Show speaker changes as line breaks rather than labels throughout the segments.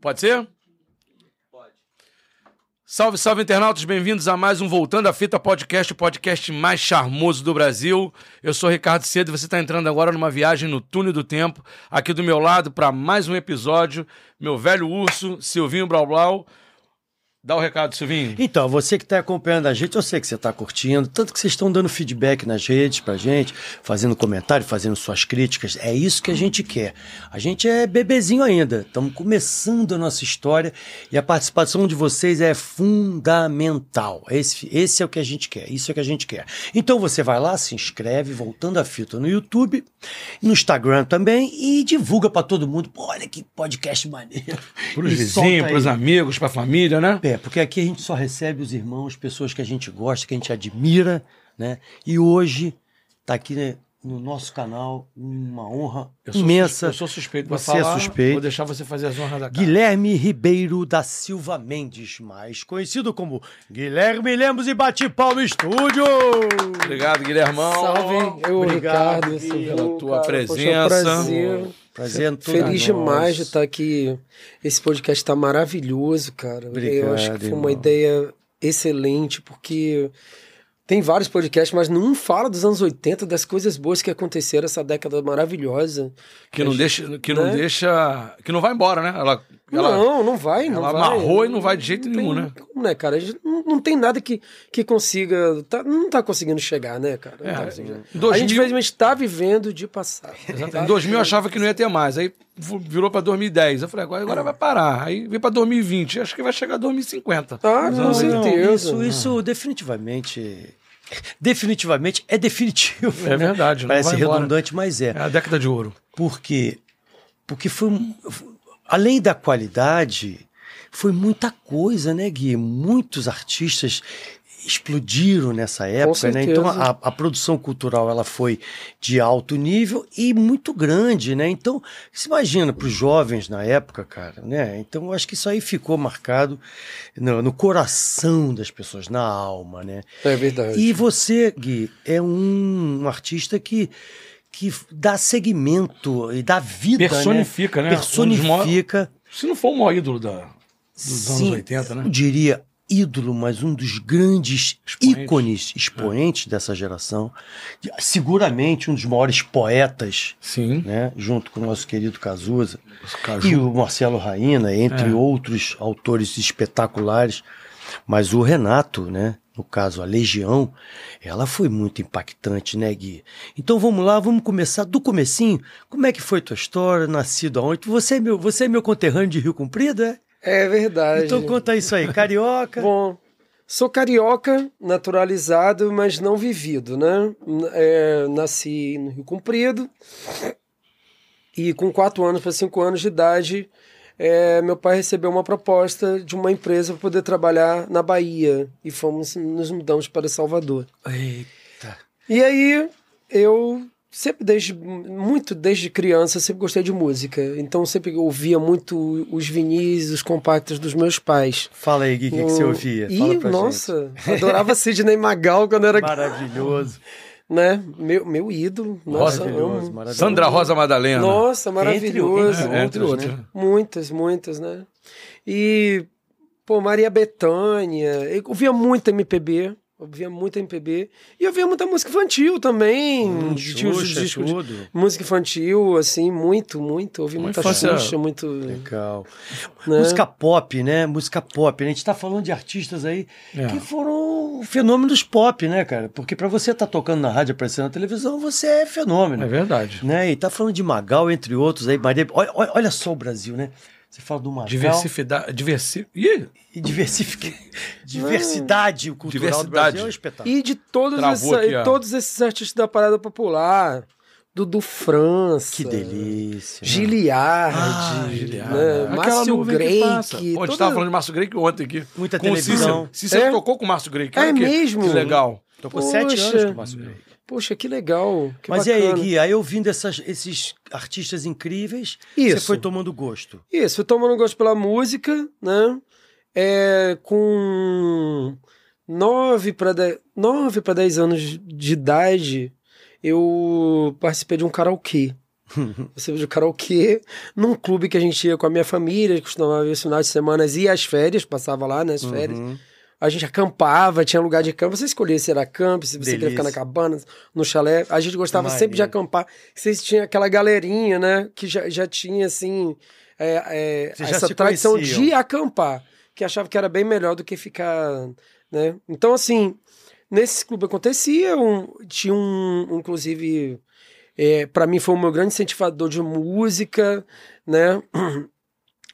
Pode ser? Pode. Salve, salve, internautas. Bem-vindos a mais um Voltando à Fita Podcast, o podcast mais charmoso do Brasil. Eu sou Ricardo Cedo e você está entrando agora numa viagem no túnel do tempo. Aqui do meu lado, para mais um episódio, meu velho urso, Silvinho Blau Blau. Dá o recado, Silvinho.
Então, você que está acompanhando a gente, eu sei que você está curtindo, tanto que vocês estão dando feedback nas redes pra gente, fazendo comentário, fazendo suas críticas. É isso que a gente quer. A gente é bebezinho ainda, estamos começando a nossa história e a participação de vocês é fundamental. Esse, esse é o que a gente quer, isso é o que a gente quer. Então você vai lá, se inscreve, voltando a fita no YouTube, no Instagram também e divulga para todo mundo. Pô, olha que podcast maneiro.
Para os
E solta
vizinhos,
aí.
para os amigos, para a família, né?
É, porque aqui a gente só recebe os irmãos, pessoas que a gente gosta, que a gente admira, né? E hoje tá aqui né, no nosso canal uma honra
Eu sou suspe-
imensa.
Eu sou suspeito pra
Você é
falar.
suspeito.
Vou deixar você fazer as honras da casa.
Guilherme Ribeiro da Silva Mendes, mais conhecido como Guilherme Lemos e Bate Palmo Estúdio.
Obrigado, Guilhermão.
Salve, eu,
Obrigado,
Ricardo.
Gui,
Silvio,
pela tua
cara, poxa, é um
presença.
prazer.
Prazer é todo
Feliz
nosso.
demais
tá-
de estar aqui. Esse podcast está maravilhoso, cara.
Obrigado,
eu acho que foi
irmão.
uma ideia excelente, porque tem vários podcasts, mas nenhum fala dos anos 80, das coisas boas que aconteceram essa década maravilhosa.
Que não deixa, que não
Né?
deixa, que não vai embora, né? Ela, ela-
não, não vai, não
ela
vai.
amarrou e não vai de jeito
Não tem
nenhum, né?
Como, né, cara? A gente não, não tem nada que, que consiga. tá- não tá conseguindo chegar, né, cara? Não
É,
tá conseguindo chegar.
em 2000
A gente, infelizmente, está vivendo de passado.
Em 2000 eu achava que não ia ter mais, aí fu- virou pra 2010. Eu falei, agora, agora vai parar. Aí veio pra 2020, acho que vai chegar a 2050.
Ah,
Os
com
anos
certeza.
80.
Isso, isso definitivamente. Definitivamente é definitivo.
É verdade, não
Parece
vai embora.
redundante, mas é.
É a década de ouro.
porque porque foi um- além da qualidade foi muita coisa né Gui muitos artistas explodiram nessa época né
certeza.
então a, a produção cultural ela foi de alto nível e muito grande né então se imagina para os jovens na época cara né então eu acho que isso aí ficou marcado no, no coração das pessoas na alma né
É verdade.
e você, Gui, é um, um artista que, que dá segmento e dá vida,
Personifica, né?
né?
Um dos maiores-
Personifica,
se não for o maior ídolo da, dos anos
sim,
80,
Eu
né?
diria ídolo, mas um dos grandes
Expoente.
ícones, expoentes dessa geração. Seguramente um dos maiores poetas,
Sim.
né? Junto com o nosso querido Cazuza.
Caju.
E o Marcelo Raina, entre
É.
outros autores espetaculares. Mas o Renato, né? No caso, a Legião, ela foi muito impactante, né, Gui? Então vamos lá, vamos começar do comecinho. Como é que foi tua história? Nascido aonde? Você é meu, você é meu conterrâneo de Rio Comprido, é?
É verdade.
Então conta isso aí, carioca.
Bom, sou carioca, naturalizado, mas não vivido, né? N- é, nasci no Rio Comprido e com 4 anos para 5 anos de idade, é, meu pai recebeu uma proposta de uma empresa para poder trabalhar na Bahia e fomos nos mudamos para Salvador.
Eita.
E aí eu sempre desde muito desde criança sempre gostei de música, então sempre ouvia muito os vinis, os compactos dos meus pais. Hum,
Fala aí, Gui, o que, que você ouvia?
Ih,
Fala pra gente.
nossa, adorava Sidney Magal quando era,
Maravilhoso.
né, meu, meu ídolo. Nossa,
maravilhoso,
amo.
maravilhoso.
Sandra Rosa Madalena.
Nossa, maravilhoso.
É,
entre
né?
entre
outras,
outras.
Muitas, muitas, né? E, pô, Maria Bethânia, eu ouvia muito MPB, ouvia muito MPB, e ouvia muita música infantil também, de- de- de-
Hum, Xuxa,
discos de-
tudo.
música infantil, assim, muito, muito, ouvi
Uma
muita
infância- é
Xuxa, muito...
Legal.
Né?
Música pop, né? Música pop. A gente tá falando de artistas aí
É.
que foram fenômenos pop, né, cara? Porque pra você estar tocando na rádio, aparecendo na televisão, você é fenômeno.
É verdade.
né? E tá falando de Magal, entre outros aí, Maria. Olha, olha- olha só o Brasil, né? Você fala do Magal
Diversificar. Diversi... Ih,
e diversifica... diversidade cultural do
Diversidade.
Brasil é um espetáculo.
E de todos,
Travou
essa-
aqui, ó.
todos esses artistas da parada popular, Dudu França.
Que delícia. né?
Giliardi,
Ah, Giliardi.
né?
Aquela
Márcio
nuvem que passa.
Greik.
Pô, a gente
toda-
tava falando de Márcio Greik ontem aqui.
Muita
com o
televisão.
Cícero. Cícero
É?
tocou com o Márcio Greik.
É
olha que-
mesmo?
Que legal.
Tocou sete
Poxa.
anos com o Márcio Greco.
Poxa, que legal. que
Mas e aí,
bacana.
Gui? Aí ouvindo essas, esses artistas incríveis, você
Isso.
foi tomando gosto.
Isso, fui tomando gosto pela música, né? É, com 9 para 10, nove pra dez anos de idade, eu participei de um karaokê. Você fez o karaokê num clube que a gente ia com a minha família, costumava ir os finais de semana e as férias, passava lá
Uhum.
nas férias. A gente acampava, tinha lugar de campo. Você escolhia se era campo, se você queria ficar na
Delícia.
cabana, no chalé. A gente gostava sempre de
Maneiro.
acampar. Vocês tinham aquela galerinha, né? Que já, já tinha, assim, é, é,
Vocês já
essa
se
tradição
conheciam.
de acampar. Que achava que era bem melhor do que ficar, né? Então, assim, nesse clube acontecia. Um, tinha um, inclusive... É, para mim foi o meu grande incentivador de música, né?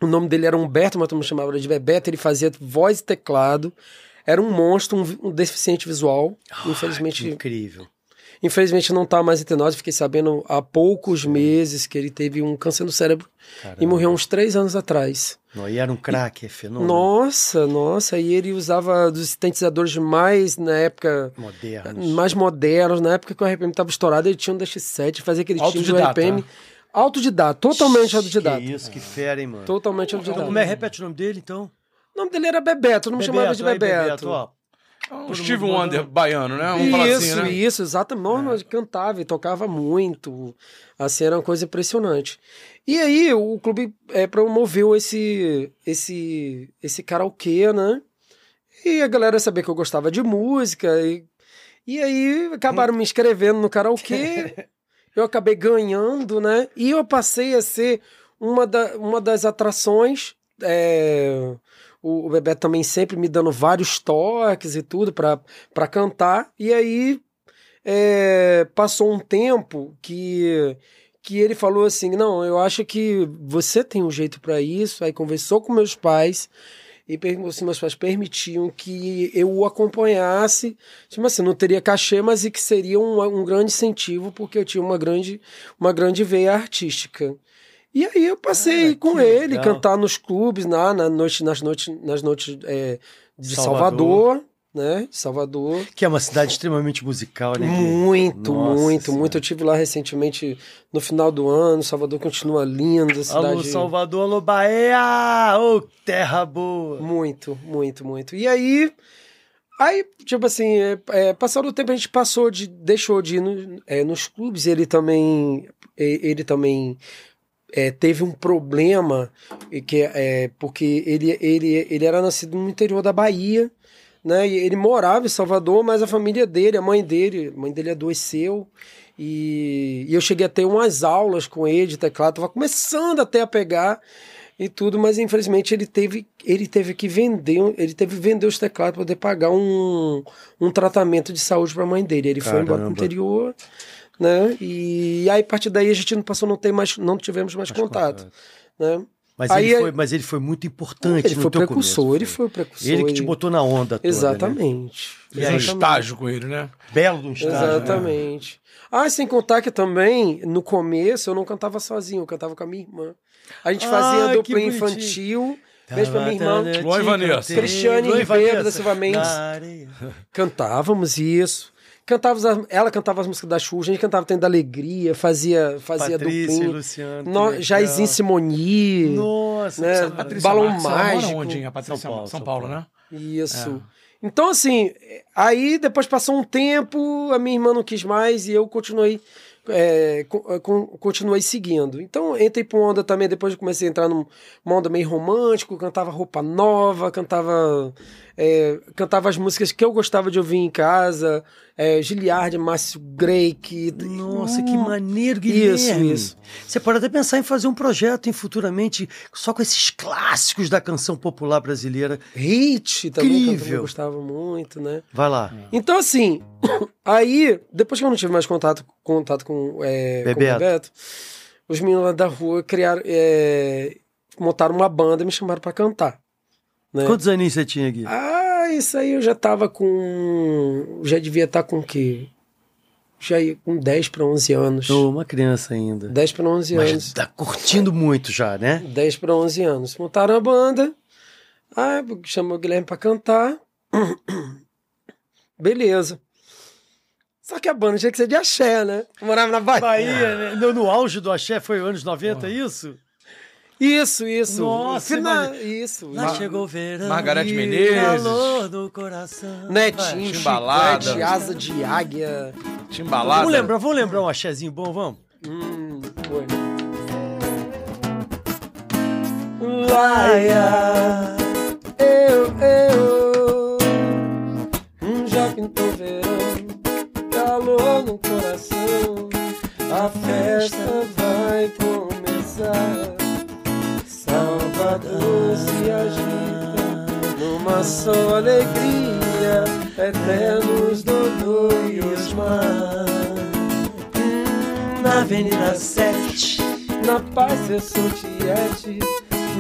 O nome dele era Humberto, mas todo mundo chamava ele de Bebeto. Ele fazia voz e teclado. Era um monstro, um, vi- um deficiente visual.
Ah, Que
Infelizmente,
Incrível.
infelizmente não tá mais entre nós. Fiquei sabendo há poucos meses que ele teve um câncer no cérebro
Caramba.
e morreu uns três anos atrás.
Não, e era um craque, é fenômeno.
Nossa, nossa. E ele usava dos sintetizadores mais, na época,
Modernos.
mais modernos. Na época que o RPM tava estourado, ele tinha um DX7, fazia aquele time do
Autodidata. né?
RPM. Autodidata, totalmente autodidata.
Que isso, que fera, hein, mano.
Totalmente
Então,
autodidata.
como é? Repete o nome dele, então.
O nome dele era Bebeto, não me chamava de
aí,
Bebeto.
ó.
Um Steve Wonder baiano, né? Vamos falar assim,
Isso,
né?
isso, exatamente. Nós cantava e tocava muito. Assim, era uma coisa impressionante. E aí, o clube é, promoveu esse, esse, esse karaokê, né? E a galera sabia que eu gostava de música. E, e aí, acabaram me inscrevendo no karaokê. eu acabei ganhando, né? E eu passei a ser uma, da- uma das atrações. é, o, o Bebeto também sempre me dando vários toques e tudo pra, pra cantar. E aí é, passou um tempo que, que ele falou assim: Não, eu acho que você tem um jeito pra isso. Aí conversou com meus pais. E perguntou se meus pais permitiam que eu o acompanhasse. Tipo assim, não teria cachê, mas e que seria um, um grande incentivo, porque eu tinha uma grande, uma grande veia artística. E aí eu passei
Cara,
com
que
ele,
legal.
cantar nos clubes, na, na noite, nas noites, nas noites é, de Salvador,
Salvador.
né? De Salvador.
Que é uma cidade extremamente musical, né? Gui?
Muito,
Nossa
muito,
Senhora.
muito. Eu tive lá recentemente no final do ano. Salvador continua linda,
Alô,
cidade.
Salvador, alô, Bahia! Ô, terra boa!
Muito, muito, muito. E aí, aí tipo assim, é, é, passado o tempo a gente passou de, deixou de ir no- é, nos clubes. Ele também, e- ele também é, teve um problema e que é porque ele, ele, ele era nascido no interior da Bahia, né? E ele morava em Salvador, mas a família dele, a mãe dele, a mãe dele adoeceu. E, e eu cheguei a ter umas aulas com ele de teclado, tava começando até a pegar e tudo, mas infelizmente ele teve, ele teve que vender, um- ele teve que vender os teclados para poder pagar um, um tratamento de saúde para a mãe dele. Ele foi embora pro
Caramba.
interior, né? E, aí a partir daí a gente não passou, não tem mais, não tivemos mais, contato, né?
Mas,
Aí
ele
é-
foi, mas ele foi muito importante
Ele
no
foi
teu
precursor,
começo,
ele foi o precursor.
Ele que te botou na onda toda, né?
Exatamente.
E
Fez um
aí?
estágio com ele, né?
Belo do estágio. né?
Exatamente. Ah, sem contar que também, no começo, eu não cantava sozinho, eu cantava com a minha irmã. A gente
Ah,
fazia a
que
dupla
bonitinho. Tá
infantil. Beijo pra minha irmã.
Luan e Vanessa.
Cristiane
Luan e
Ribeiro
Vanessa.
da Silva Mendes.
Na areia.
Cantávamos isso. Cantava, as- ela cantava as músicas da Xuxa, a gente cantava Tendo Alegria, fazia, fazia
Patrícia e
duplinha.
Luciano.
No,
que
Jairzinho
legal.
Simoni.
Nossa,
né?
cara.
Patrícia Balão
Marques, ela mora
mágico.
onde, hein? A Patrícia
São Paulo,
São
São
Paulo,
Paulo.
né?
Isso.
É.
Então, assim, aí depois passou um tempo, a minha irmã não quis mais e eu continuei, é, co- co- continuei seguindo. Então, entrei pra uma onda também, depois eu comecei a entrar num- numa onda meio romântico, cantava roupa nova, cantava, é, cantava as músicas que eu gostava de ouvir em casa, é, Giliard, Márcio Greik.
Nossa, que maneiro, Guilherme.
isso.
Você pode até pensar em fazer um projeto em futuramente só com esses clássicos da canção popular brasileira.
Hit também, que eu também
Incrível.
gostava muito, né?
Vai lá.
Então, assim, aí, depois que eu não tive mais contato, contato com, é, com o
Bebeto.
Bebeto, os meninos lá da rua criaram, é, montaram uma banda e me chamaram pra cantar. né?
Quantos aninhos você tinha, Gui?
Ah, isso aí eu já tava com. Já devia estar com o quê? Já ia com 10 pra 11 anos.
Tô uma criança ainda.
10 pra 11 anos.
Mas tá curtindo muito já, né?
10 para 11 anos. Montaram a banda. Ah, chamou o Guilherme para cantar. Beleza. Só que a banda tinha que ser de axé, né? Eu Morava na Bahia.
Bahia, né? no, no auge do axé foi anos 90, é isso?
Isso, isso.
Nossa,
Final...
imagina.
Isso.
Lá chegou o verão.
Margareth
e
Menezes.
Calor no coração.
Netinho,
Vai.
Timbalada.
Chiclete, asa de águia.
Timbalada.
Vamos lembrar, vamos lembrar um axézinho bom, vamos?
Hum, foi. laia. Eu, eu, hum, já pintou verão, calor no coração. A festa vai começar. Salvador se agita numa só alegria. Eternos Dodô e Osmar. Na Avenida 7 Na paz eu sou tiete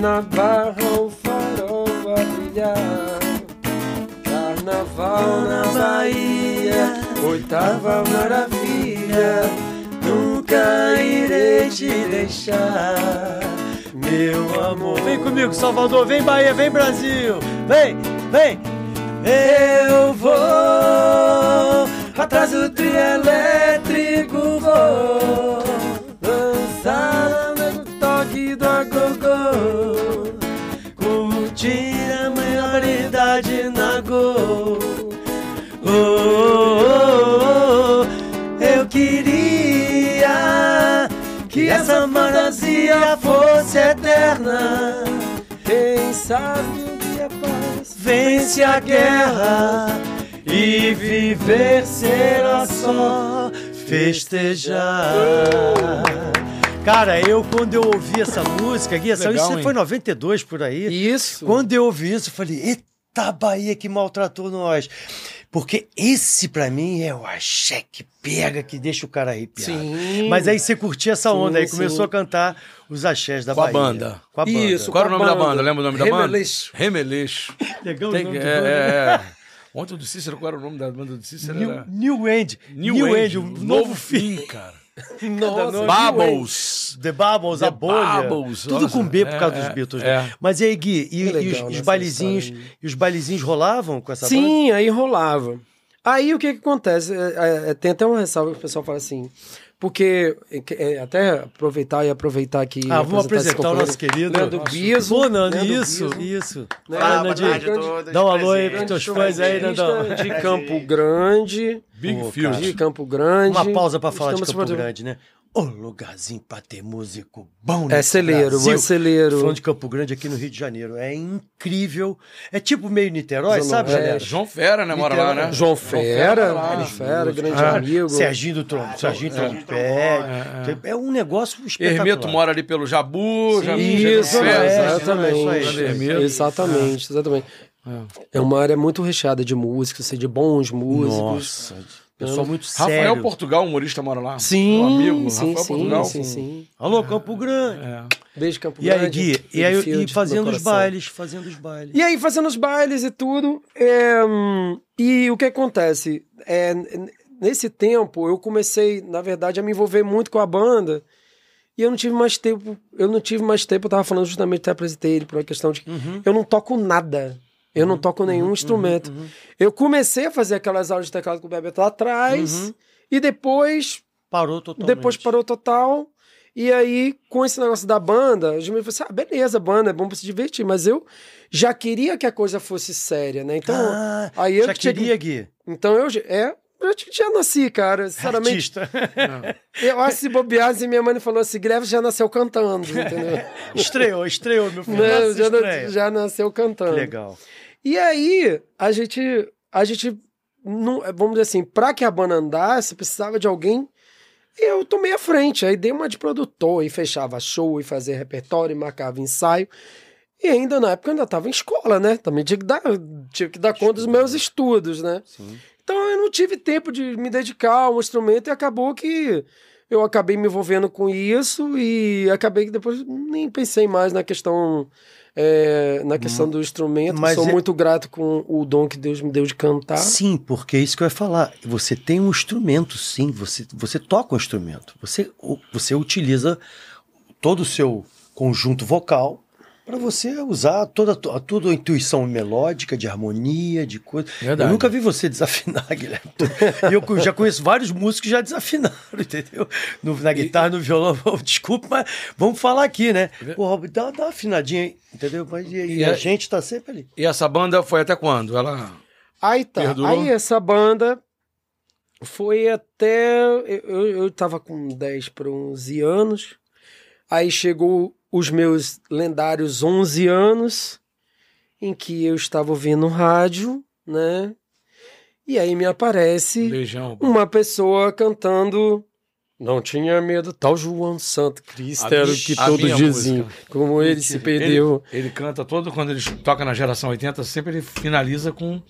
Na barra o farol vai brilhar Carnaval na Bahia Oitava maravilha Nunca irei te deixar Meu amor
Vem comigo, Salvador, vem Bahia, vem Brasil! Vem, vem!
Eu vou atrás do trio elétrico vou dançar no toque do agogô, curtir a maioridade na go. Oh, oh, oh, oh. eu queria que essa fantasia fosse eterna. Quem sabe um dia paz vence a guerra e viver será só
Festejar! Cara, eu quando eu ouvi essa música, Gui, essa,
Legal,
isso
hein?
foi em 92 por aí. tá
isso.
Quando eu ouvi isso, eu falei, eita Bahia que maltratou nós. Porque esse, pra mim, é o axé que pega, que deixa o cara arrepiado.
Sim.
Mas aí você curtia essa onda,
Sim,
aí começou
sim.
a cantar os axés da
Com a
Bahia.
banda.
Com a banda.
Isso.
Qual era o nome da
Banda.
banda? Lembra o nome da banda?
Remeleixo.
Remeleixo.
Legal o
Tem,
nome
é,
da banda.
é, é. Ontem o do Cícero, qual era o nome da banda do Cícero?
New,
Era-
New End. New, End, o
o
novo, filme.
fim, cara.
Nossa,
Nossa,
Bubbles.
The Bubbles,
The
a bolha.
Bubbles,
tudo
nossa.
com B por
É,
causa
é,
dos Beatles.
é.
Né? Mas e aí, Gui, e,
Que
e
legal né,
os, e os
nessa
bailezinhos,
história,
e os bailezinhos rolavam com essa banda?
Sim, aí rolava. Aí o que, que acontece? É, é, é, tem até uma ressalva que o pessoal fala assim. Porque, é, que- é, até aproveitar e aproveitar que.
Ah, vamos apresentar o nosso querido.
Leandro
Nosso-
Biso.
Pô, Nando,
Leandro
isso,
Biso.
isso. Fala,
Né?
Ah,
Fala, boa
Nandinho.
tarde a todos.
Dá um alô aí
Prazer.
pros teus
Grande
fãs aí, né,
jornalista
Nandão.
De
Prazer.
Campo Grande.
Big
Pô,
Field.
De Campo Grande.
Uma pausa pra falar
Estamos
de Campo
fazendo-
Grande, né? Ô, lugarzinho pra ter músico bom,
É
nesse
celeiro,
Brasil.
é celeiro.
Falando de Campo Grande aqui no Rio de Janeiro. É incrível. É tipo meio Niterói,
Zona
sabe,
Oeste.
galera?
João Fera, né? Mora lá, né?
João
Fera
Fera,
lá.
João Fera, grande
Ah,
amigo.
Serginho do
Ah,
Trom, Serginho
Serginho
Trompete.
Trombone.
É um negócio espetacular.
Hermeto mora ali pelo Jabu. Jabu
Isso,
Jabu
é,
Fera.
exatamente.
Zona Oeste, Vermelho.
Exatamente, exatamente. É uma área muito recheada de músicos, assim, de bons músicos.
Nossa, pessoal muito
Rafael
sério.
Portugal, humorista, mora lá.
Sim,
Meu amigo,
sim,
Rafael
sim,
Portugal.
sim, sim.
Alô, Campo Grande.
Beijo, É. Campo
E aí,
Grande,
Gui, e, aí, e
Field,
fazendo
meu
os
coração.
bailes, fazendo os bailes.
E aí, fazendo os bailes e tudo. é, hum, e o que acontece? É, n- nesse tempo, eu comecei, na verdade, a me envolver muito com a banda. E eu não tive mais tempo. Eu não tive mais tempo. Eu tava falando justamente, até apresentei ele por uma questão de.
Uhum.
Eu não toco nada. Eu não toco nenhum instrumento.
uhum,
Eu comecei a fazer aquelas aulas de teclado com o Bebeto lá atrás. E depois
Parou Uhum. totalmente.
depois parou total. E aí, com esse negócio da banda, o Jimmy falou assim: ah, beleza, banda, é bom pra se divertir, mas eu já queria que a coisa fosse séria, né? Então,
Ah,
aí eu
já
que tinha que-
queria, Gui.
Então eu já- é, eu já- já nasci, cara. Sinceramente,
Artista.
eu acho que se bobeasse, minha mãe falou assim: greve já nasceu cantando, entendeu?
estreou, estreou, meu filho.
Né?
Nossa,
já, na-
estreia.
já nasceu
Que
cantando.
legal.
E aí, a gente, a gente, não- vamos dizer assim, pra que a banda andasse, precisava de alguém. E eu tomei a frente, aí dei uma de produtor, e fechava show, e fazia repertório, e marcava ensaio. E ainda na época eu ainda estava em escola, né? Também tinha que dar, tinha que dar conta dos meus estudos, né? Então eu não tive tempo de me dedicar ao instrumento e acabou que eu acabei me envolvendo com isso e acabei que depois nem pensei mais na questão é, na questão do instrumento.
Mas
Sou
é-
muito grato com o dom que Deus me deu de
tá?
cantar.
Sim, porque é isso que eu ia falar. Você tem um instrumento, sim. Você, você toca um instrumento. Você, o- você utiliza todo o seu conjunto vocal para você usar toda a, tu- a tua intuição melódica, de harmonia, de coisa.
Verdade.
Eu nunca vi você desafinar, Guilherme. E eu co- já conheço vários músicos que já desafinaram, entendeu? No- na guitarra, no violão. Desculpa, mas vamos falar aqui, né? Pô, dá, dá uma afinadinha, aí, entendeu? Mas, e, e
a-
a gente tá sempre ali.
E essa banda foi até quando? Ela.
Aí tá.
Perdurou?
Aí essa banda foi até. Eu, eu, eu tava com 10 para 11 anos. Aí chegou os meus lendários 11 anos, em que eu estava ouvindo um rádio, né? E aí me aparece
Legião.
uma pessoa cantando Não tinha medo, tal João Santo Cristo era o que
A
todos
minha
diziam. Como ele se perdeu
Ele, ele canta todo, quando ele toca na geração 80, sempre ele finaliza com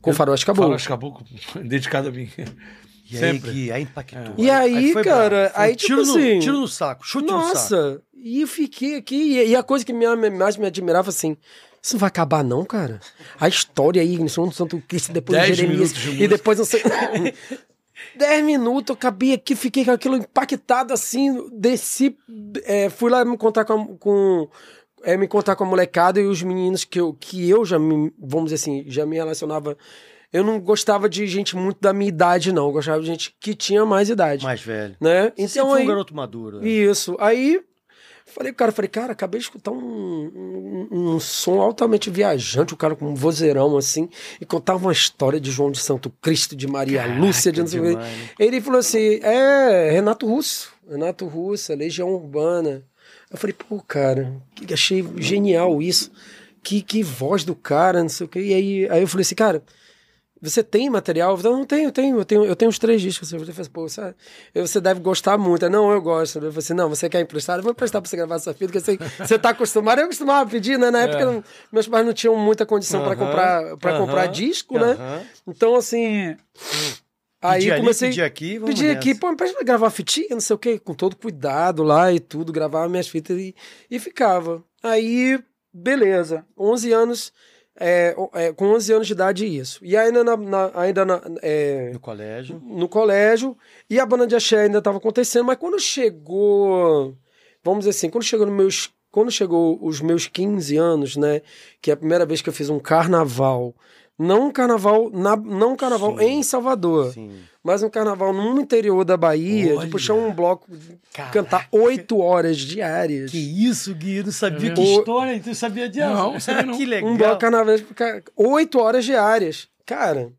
com o Faroeste Caboclo.
Faroeste Caboclo dedicado a mim.
E
Sempre.
aí, que, aí impactou.
É. E aí,
foi
cara,
bravo. Foi
aí,
um
tipo
tiro no,
assim,
Tiro no saco, chute no saco.
Nossa! E eu fiquei aqui. E, e a coisa que minha, mais me admirava assim. Isso não vai acabar, não, cara. A história aí, no Santo Santo Cristo, depois
Dez
Jeremias.
minutos de
e
música.
depois não sei. Dez minutos, eu acabei aqui, fiquei com aquilo impactado assim, desci, é, fui lá me encontrar com, a- com é, me encontrar com a molecada e os meninos que eu, que eu já me, vamos dizer assim, já me relacionava. Eu não gostava de gente muito da minha idade, não. Eu gostava de gente que tinha mais idade,
Mais velho.
né?
Você foi
Então
um
aí,
garoto maduro. né?
isso. Aí falei pro cara, falei, cara, acabei de escutar um, um, um som altamente viajante, o cara com um vozeirão assim, e contava uma história de João de Santo Cristo, de Maria
Caraca,
Lúcia, de não sei o quê.
demais, né?
Ele falou assim: é, Renato Russo, Renato Russo, a Legião Urbana. Eu falei, pô, cara, que- achei genial isso. Que, que voz do cara, não sei o quê. E aí, aí eu falei assim, cara, você tem material? Eu falei, não tenho, eu tenho, eu tenho, eu tenho uns três discos. Ele falou, pô, você, você deve gostar muito. Eu, não, eu gosto. Ele falou assim, não, você quer emprestar? Eu vou emprestar pra você gravar essa fita, porque eu sei, que você tá acostumado. Eu costumava pedir, né? Na época, não- meus pais não tinham muita condição pra
É. Aham,
comprar, pra comprar
aham,
disco, né?
Aham.
Então, assim... Aí
Pedi ali,
comecei
pedi aqui, vamos
pedi
nessa.
aqui, pô, me pede pra gravar fitinha, não sei o quê, com todo cuidado lá e tudo, gravava minhas fitas e, e ficava. Aí, beleza, 11 anos, é, o- é, com 11 anos de idade isso. E ainda, na, na- ainda na- é,
No colégio.
no colégio, e a banda de axé ainda estava acontecendo, mas quando chegou, vamos dizer assim, quando chegou, nos meus, quando chegou os meus 15 anos, né, que é a primeira vez que eu fiz um carnaval, não um carnaval, na- não um carnaval
Sim.
em Salvador,
Sim.
mas um carnaval no interior da Bahia,
Olha.
de puxar um bloco, de cantar oito horas diárias.
Que isso, Gui? Eu não sabia
É
que
mesmo?
história, então eu sabia disso.
Não, não sabia não.
que legal.
Um bloco carnaval, ca- oito horas diárias. Cara,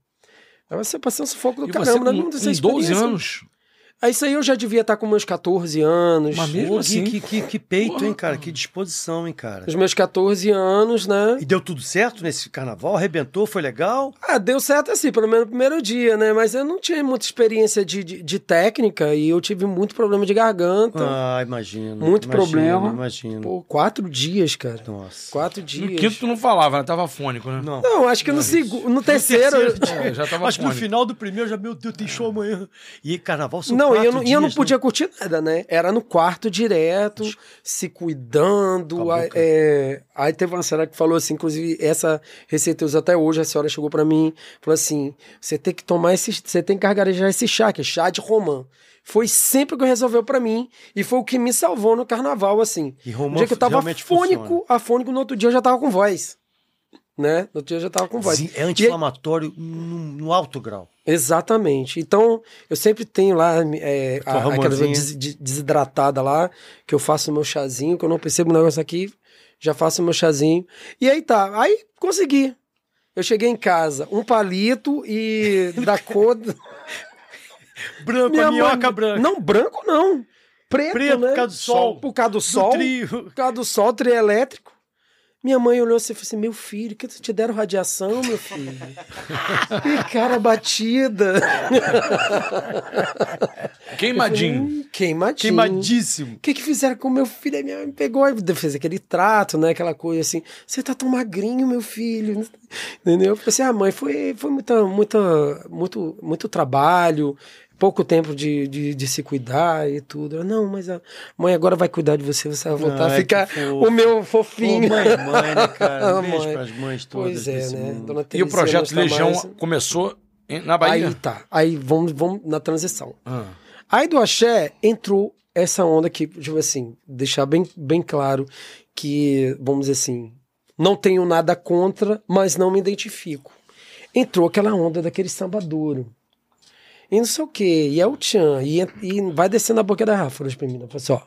aí você passou um sufoco do
E você
caramba, né?
com,
Não sei
com
se
12
experiência.
anos?
Aí isso aí eu já devia estar com meus 14 anos.
Mas mesmo
Pô,
assim-
Gui, que, que, que peito, hein, cara? Que disposição, hein, cara?
Os meus 14 anos, né?
E deu tudo certo nesse carnaval? Arrebentou? Foi legal?
Ah, deu certo assim, pelo menos no primeiro dia, né? Mas eu não tinha muita experiência de, de, de técnica e eu tive muito problema de garganta.
ah, imagino.
Então. muito
imagino,
problema.
Imagino.
Pô, quatro dias, cara.
Nossa.
Quatro
No
dias.
quinto tu não falava, né? Tava fônico, né?
Não.
Não, acho que no, segu... no terceiro.
É, já tava
Acho que no
fônico.
final do primeiro já, meu Deus, tem show amanhã. E carnaval são
Não, e eu
quatro
não, e eu não
dias,
podia curtir nada, né? Era no quarto direto, se cuidando.
Cala a
aí,
boca.
é, aí teve uma senhora que falou assim, inclusive, essa receita eu uso até hoje, a senhora chegou pra mim, falou assim, você tem que tomar esse, você tem que gargarejar esse chá, que é chá de romã. Foi sempre o que resolveu pra mim e foi o que me salvou no carnaval, assim.
né? E
No
romance
dia que eu tava
realmente
fônico,
funciona.
afônico, no outro dia eu já tava com voz. Né? No outro dia eu já tava com voz.
Sim, É anti-inflamatório no, no alto grau.
Exatamente. Então, eu sempre tenho lá é,
Tua
a- aquela
ramonzinha.
des- de- desidratada lá, que eu faço meu chazinho, que eu não percebo o negócio aqui, já faço meu chazinho. E aí tá, aí consegui. Eu cheguei em casa, um palito e da cor. do-
Branco,
Minha
a minhoca
mãe-
branca.
Não, branco não. Preto,
Preto,
né?
por causa do sol.
Por causa do sol.
trio.
Por causa do sol trielétrico. Minha mãe olhou assim e falou assim: Meu filho, que te deram radiação, meu filho? e cara batida.
Queimadinho.
Hum, Queimadinho.
Queimadíssimo.
O que, que fizeram com o meu filho? Aí minha mãe pegou e fez aquele trato, né? Aquela coisa assim. Você tá tão magrinho, meu filho. Entendeu? Eu falei assim, ah, mãe, foi, foi muita, muita, muito, muito trabalho, pouco tempo de, de, de se cuidar e tudo. Ela, não, mas a mãe agora vai cuidar de você, você vai voltar a
Ai,
tá ficar
que fofo.
o meu
Pô,
fofinho.
mãe, mãe, né, cara? Um
Ah,
beijo
mãe.
pras mães todas
pois é,
desse
né?
mundo.
Dona
E o
Terezinha
projeto
não está
Legião
mais.
começou em- na
Aí
Bahia?
tá. Aí vamos, vamos na transição.
Ah.
Aí do axé entrou essa onda que, tipo assim, deixar bem, bem claro que, vamos dizer assim, não tenho nada contra, mas não me identifico. Entrou aquela onda daquele samba duro. E não sei o quê, e é o Tchan, e, e vai descendo a boca da Rafa, falou pra mim, ela falou assim, ó,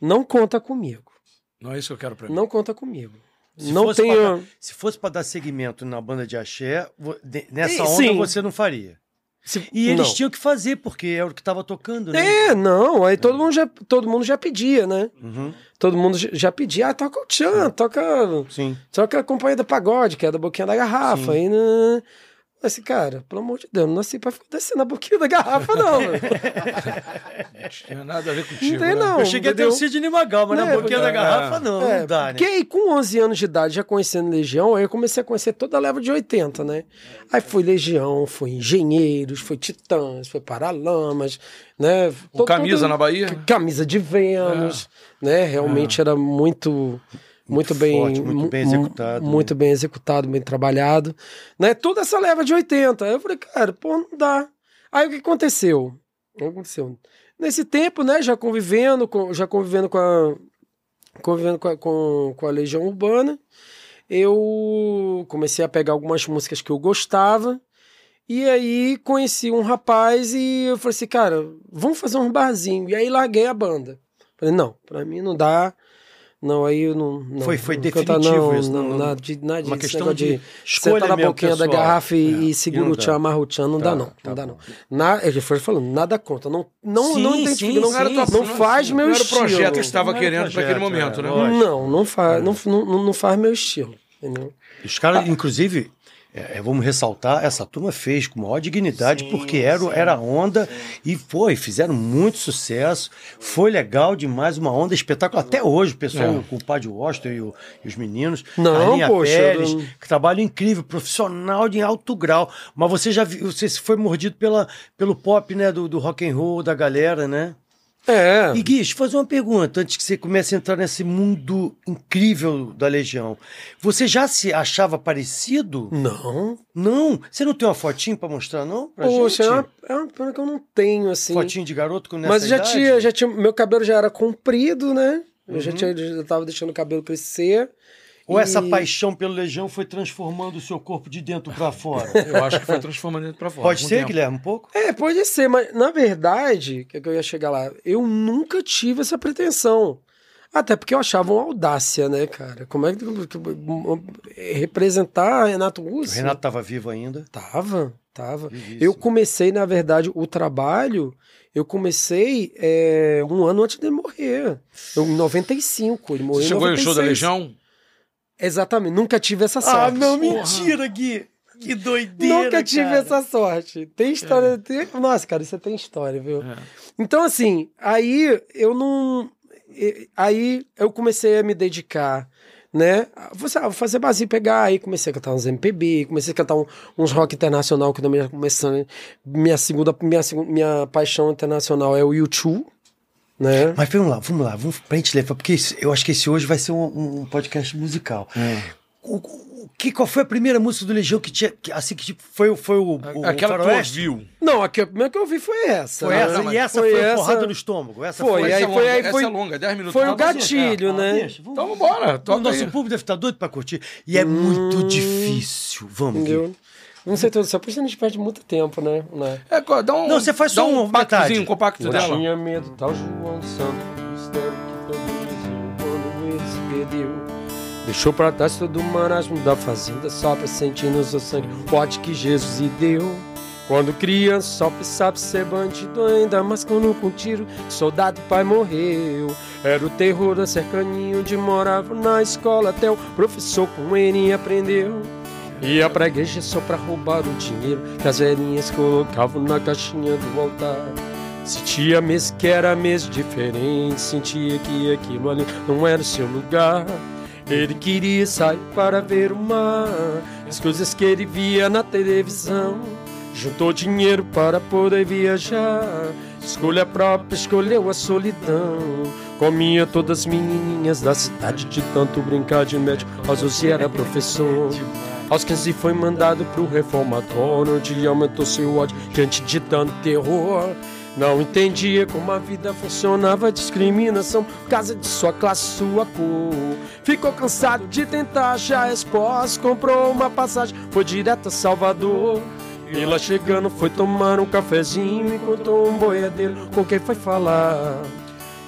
não conta comigo,
Não é isso que eu quero pra mim.
não conta comigo.
Se
não
fosse
tenho...
pra dar- se fosse pra dar segmento na banda de axé, vo- de- nessa
E-
onda
sim.
você não faria.
Se-
E eles
não.
tinham que fazer, porque era o que tava tocando, né?
É, não, aí todo mundo já, todo mundo já pedia, né?
Uhum.
Todo mundo j- já pedia, ah, toca o Tchan, toca,
Sim.
toca a Companhia da Pagode, que é da Boquinha da Garrafa, aí, né? Assim, cara, pelo amor de Deus, não nasci pra ficar descendo a Boquinha da Garrafa, não. mano.
Não tinha nada a ver contigo.
não
né?
tem, não.
Eu cheguei até
entendeu?
o Sidney Magal, mas
Não,
na boquinha da
é.
garrafa não,
É,
não dá, né?
porque aí com 11 anos de idade, já conhecendo Legião, aí eu comecei a conhecer toda a leva de 80, né? Aí fui Legião, fui Engenheiros, fui Titãs, fui Paralamas, né?
Com camisa na Bahia?
Camisa de Vênus, né? Realmente era muito... Muito,
É. Muito
bem,
forte, muito
mu-
bem executado, né?
mu- Muito bem executado, bem trabalhado. Né? Toda essa leva de 80. Aí eu falei, cara, pô, não dá. Aí o que aconteceu? O que aconteceu? Nesse tempo, né, já convivendo, com- já convivendo com a, convivendo com a, com, com a Legião Urbana, eu comecei a pegar algumas músicas que eu gostava. E aí conheci um rapaz e eu falei assim, cara, vamos fazer um barzinho. E aí larguei a banda. Falei, não, pra mim não dá. Não, aí eu não. não
Foi- foi
não vou
definitivo
não,
isso,
não,
não-
nada de, nada
Uma
disso,
questão
negócio
de escolha
sentar na
mesmo,
boquinha da
pessoal.
garrafa
É,
e, e
e
segura
não
o
dá.
tchan, amarra o tchan, não dá
Tá,
não,
tá
não dá
bom.
não. Na, ele foi falando, nada contra, não, não,
Sim,
não
sim,
identifica, não,
sim,
era tua-
sim,
não
sim,
faz
sim. é
meu
Não era o
estilo.
projeto que estava
Não era o
querendo para aquele
projeto,
momento,
é,
né?
lógico.
Não, não faz, não, não, não faz meu estilo, entendeu?
Os caras,
Ah.
inclusive, é, é, vamos ressaltar, essa turma fez com maior dignidade, porque era, era a onda, e foi, fizeram muito sucesso, foi legal demais, uma onda espetacular. Até hoje, o pessoal, com o Padre Washington e, o- e os meninos,
É. Não,
a linha
poxa,
Pérez,
eu não-
que trabalho incrível, profissional de alto grau, mas você já viu, você foi mordido pela, pelo pop, né, do, do rock and roll, da galera, né?
É.
E Gui, deixa eu fazer uma pergunta antes que você comece a entrar nesse mundo incrível da Legião. Você já se achava parecido?
Não.
Não? Você não tem uma fotinho pra mostrar, não? Pra
Poxa, é
gente?
uma, é uma pena que eu não tenho, assim.
Fotinho de garoto com nessa
Mas já
idade?
tinha, já tinha. Meu cabelo já era comprido, né? Eu já tinha, já tava deixando o cabelo crescer.
Uhum. Ou essa
E-
paixão pelo Legião foi transformando o seu corpo de dentro pra fora?
Eu acho que foi transformando dentro pra fora.
Pode
com o
ser,
tempo.
Guilherme, um pouco?
É, pode ser, mas na verdade, que é que eu ia chegar lá, eu nunca tive essa pretensão. Até porque eu achava uma audácia, né, cara? Como é que. Representar Renato
O
Russo?
Renato tava vivo ainda.
Tava, tava.
Vivíssimo.
Eu comecei, na verdade, o trabalho, eu comecei é, um ano antes dele morrer. Eu, em 95, ele morreu
Você
em
chegou no show da
96.
Legião?
Exatamente, nunca tive essa
Ah,
sorte.
não, mentira, Gui! Que doideira,
Nunca tive
cara. É.
essa sorte. Tem história. tem- Nossa, cara, você tem história, viu?
É.
Então, assim, aí eu não. e- Aí eu comecei a me dedicar, né? Você ah, vou fazer base pegar, aí comecei a cantar uns MPB, comecei a cantar um- uns rock internacional que também já começando. Minha segunda, minha segunda, minha paixão internacional é o YouTube, né?
Mas vamos lá, vamos lá, vamos pra gente levar, porque esse- eu acho que esse hoje vai ser um, um podcast musical. O, o que, qual foi a primeira música do Legião que tinha. que, assim, que tipo, foi, o- foi o, o.
Aquela que tu
Faroeste?
ouviu.
Não, a que- a primeira que eu vi foi essa.
Foi
né?
essa,
mas
e essa
foi
foi,
essa-
porrada no estômago. Essa
Foi,
foi. Ah,
aí
essa é longa,
aí
essa
foi-
é longa, 10 minutos.
foi o
assim,
Tá bom.
gatilho, né?
Então vambora, toca
O nosso
aí.
público deve estar doido pra curtir. E é muito difícil. Vamos, Gui.
Hum. Entendeu? Não sei tudo, só por isso a gente perde muito tempo, né? né?
É, co- dá um,
Não, você faz
dá
só
um
uma metade.
pactozinho, um compacto
Eu
dela.
tinha medo, tal João Santos, tanto que produziu quando ele se perdeu. Deixou pra trás todo o marasmo da fazenda, só pra sentir no seu sangue o ódio que Jesus lhe deu. Quando criança só pensava ser bandido, ainda mais quando com tiro, soldado pai morreu. Era o terror da cercaninha onde morava na escola, até o professor com ele aprendeu. Ia pra igreja só pra roubar o dinheiro que as velhinhas colocavam na caixinha do altar. Sentia mesmo que era mesmo diferente, sentia que aquilo ali não era o seu lugar. Ele queria sair para ver o mar, as coisas que ele via na televisão. Juntou dinheiro para poder viajar, escolha própria, escolheu a solidão. Comia todas as menininhas da cidade de tanto brincar de médico, aos 12 era professor. Aos 15 foi mandado pro reformatório, onde aumentou seu ódio diante de tanto terror. Não entendia como a vida funcionava, discriminação por causa de sua classe, sua cor. Ficou cansado de tentar achar resposta, comprou uma passagem, foi direto a Salvador. E lá chegando foi tomar um cafezinho, encontrou um boiadeiro com quem foi falar.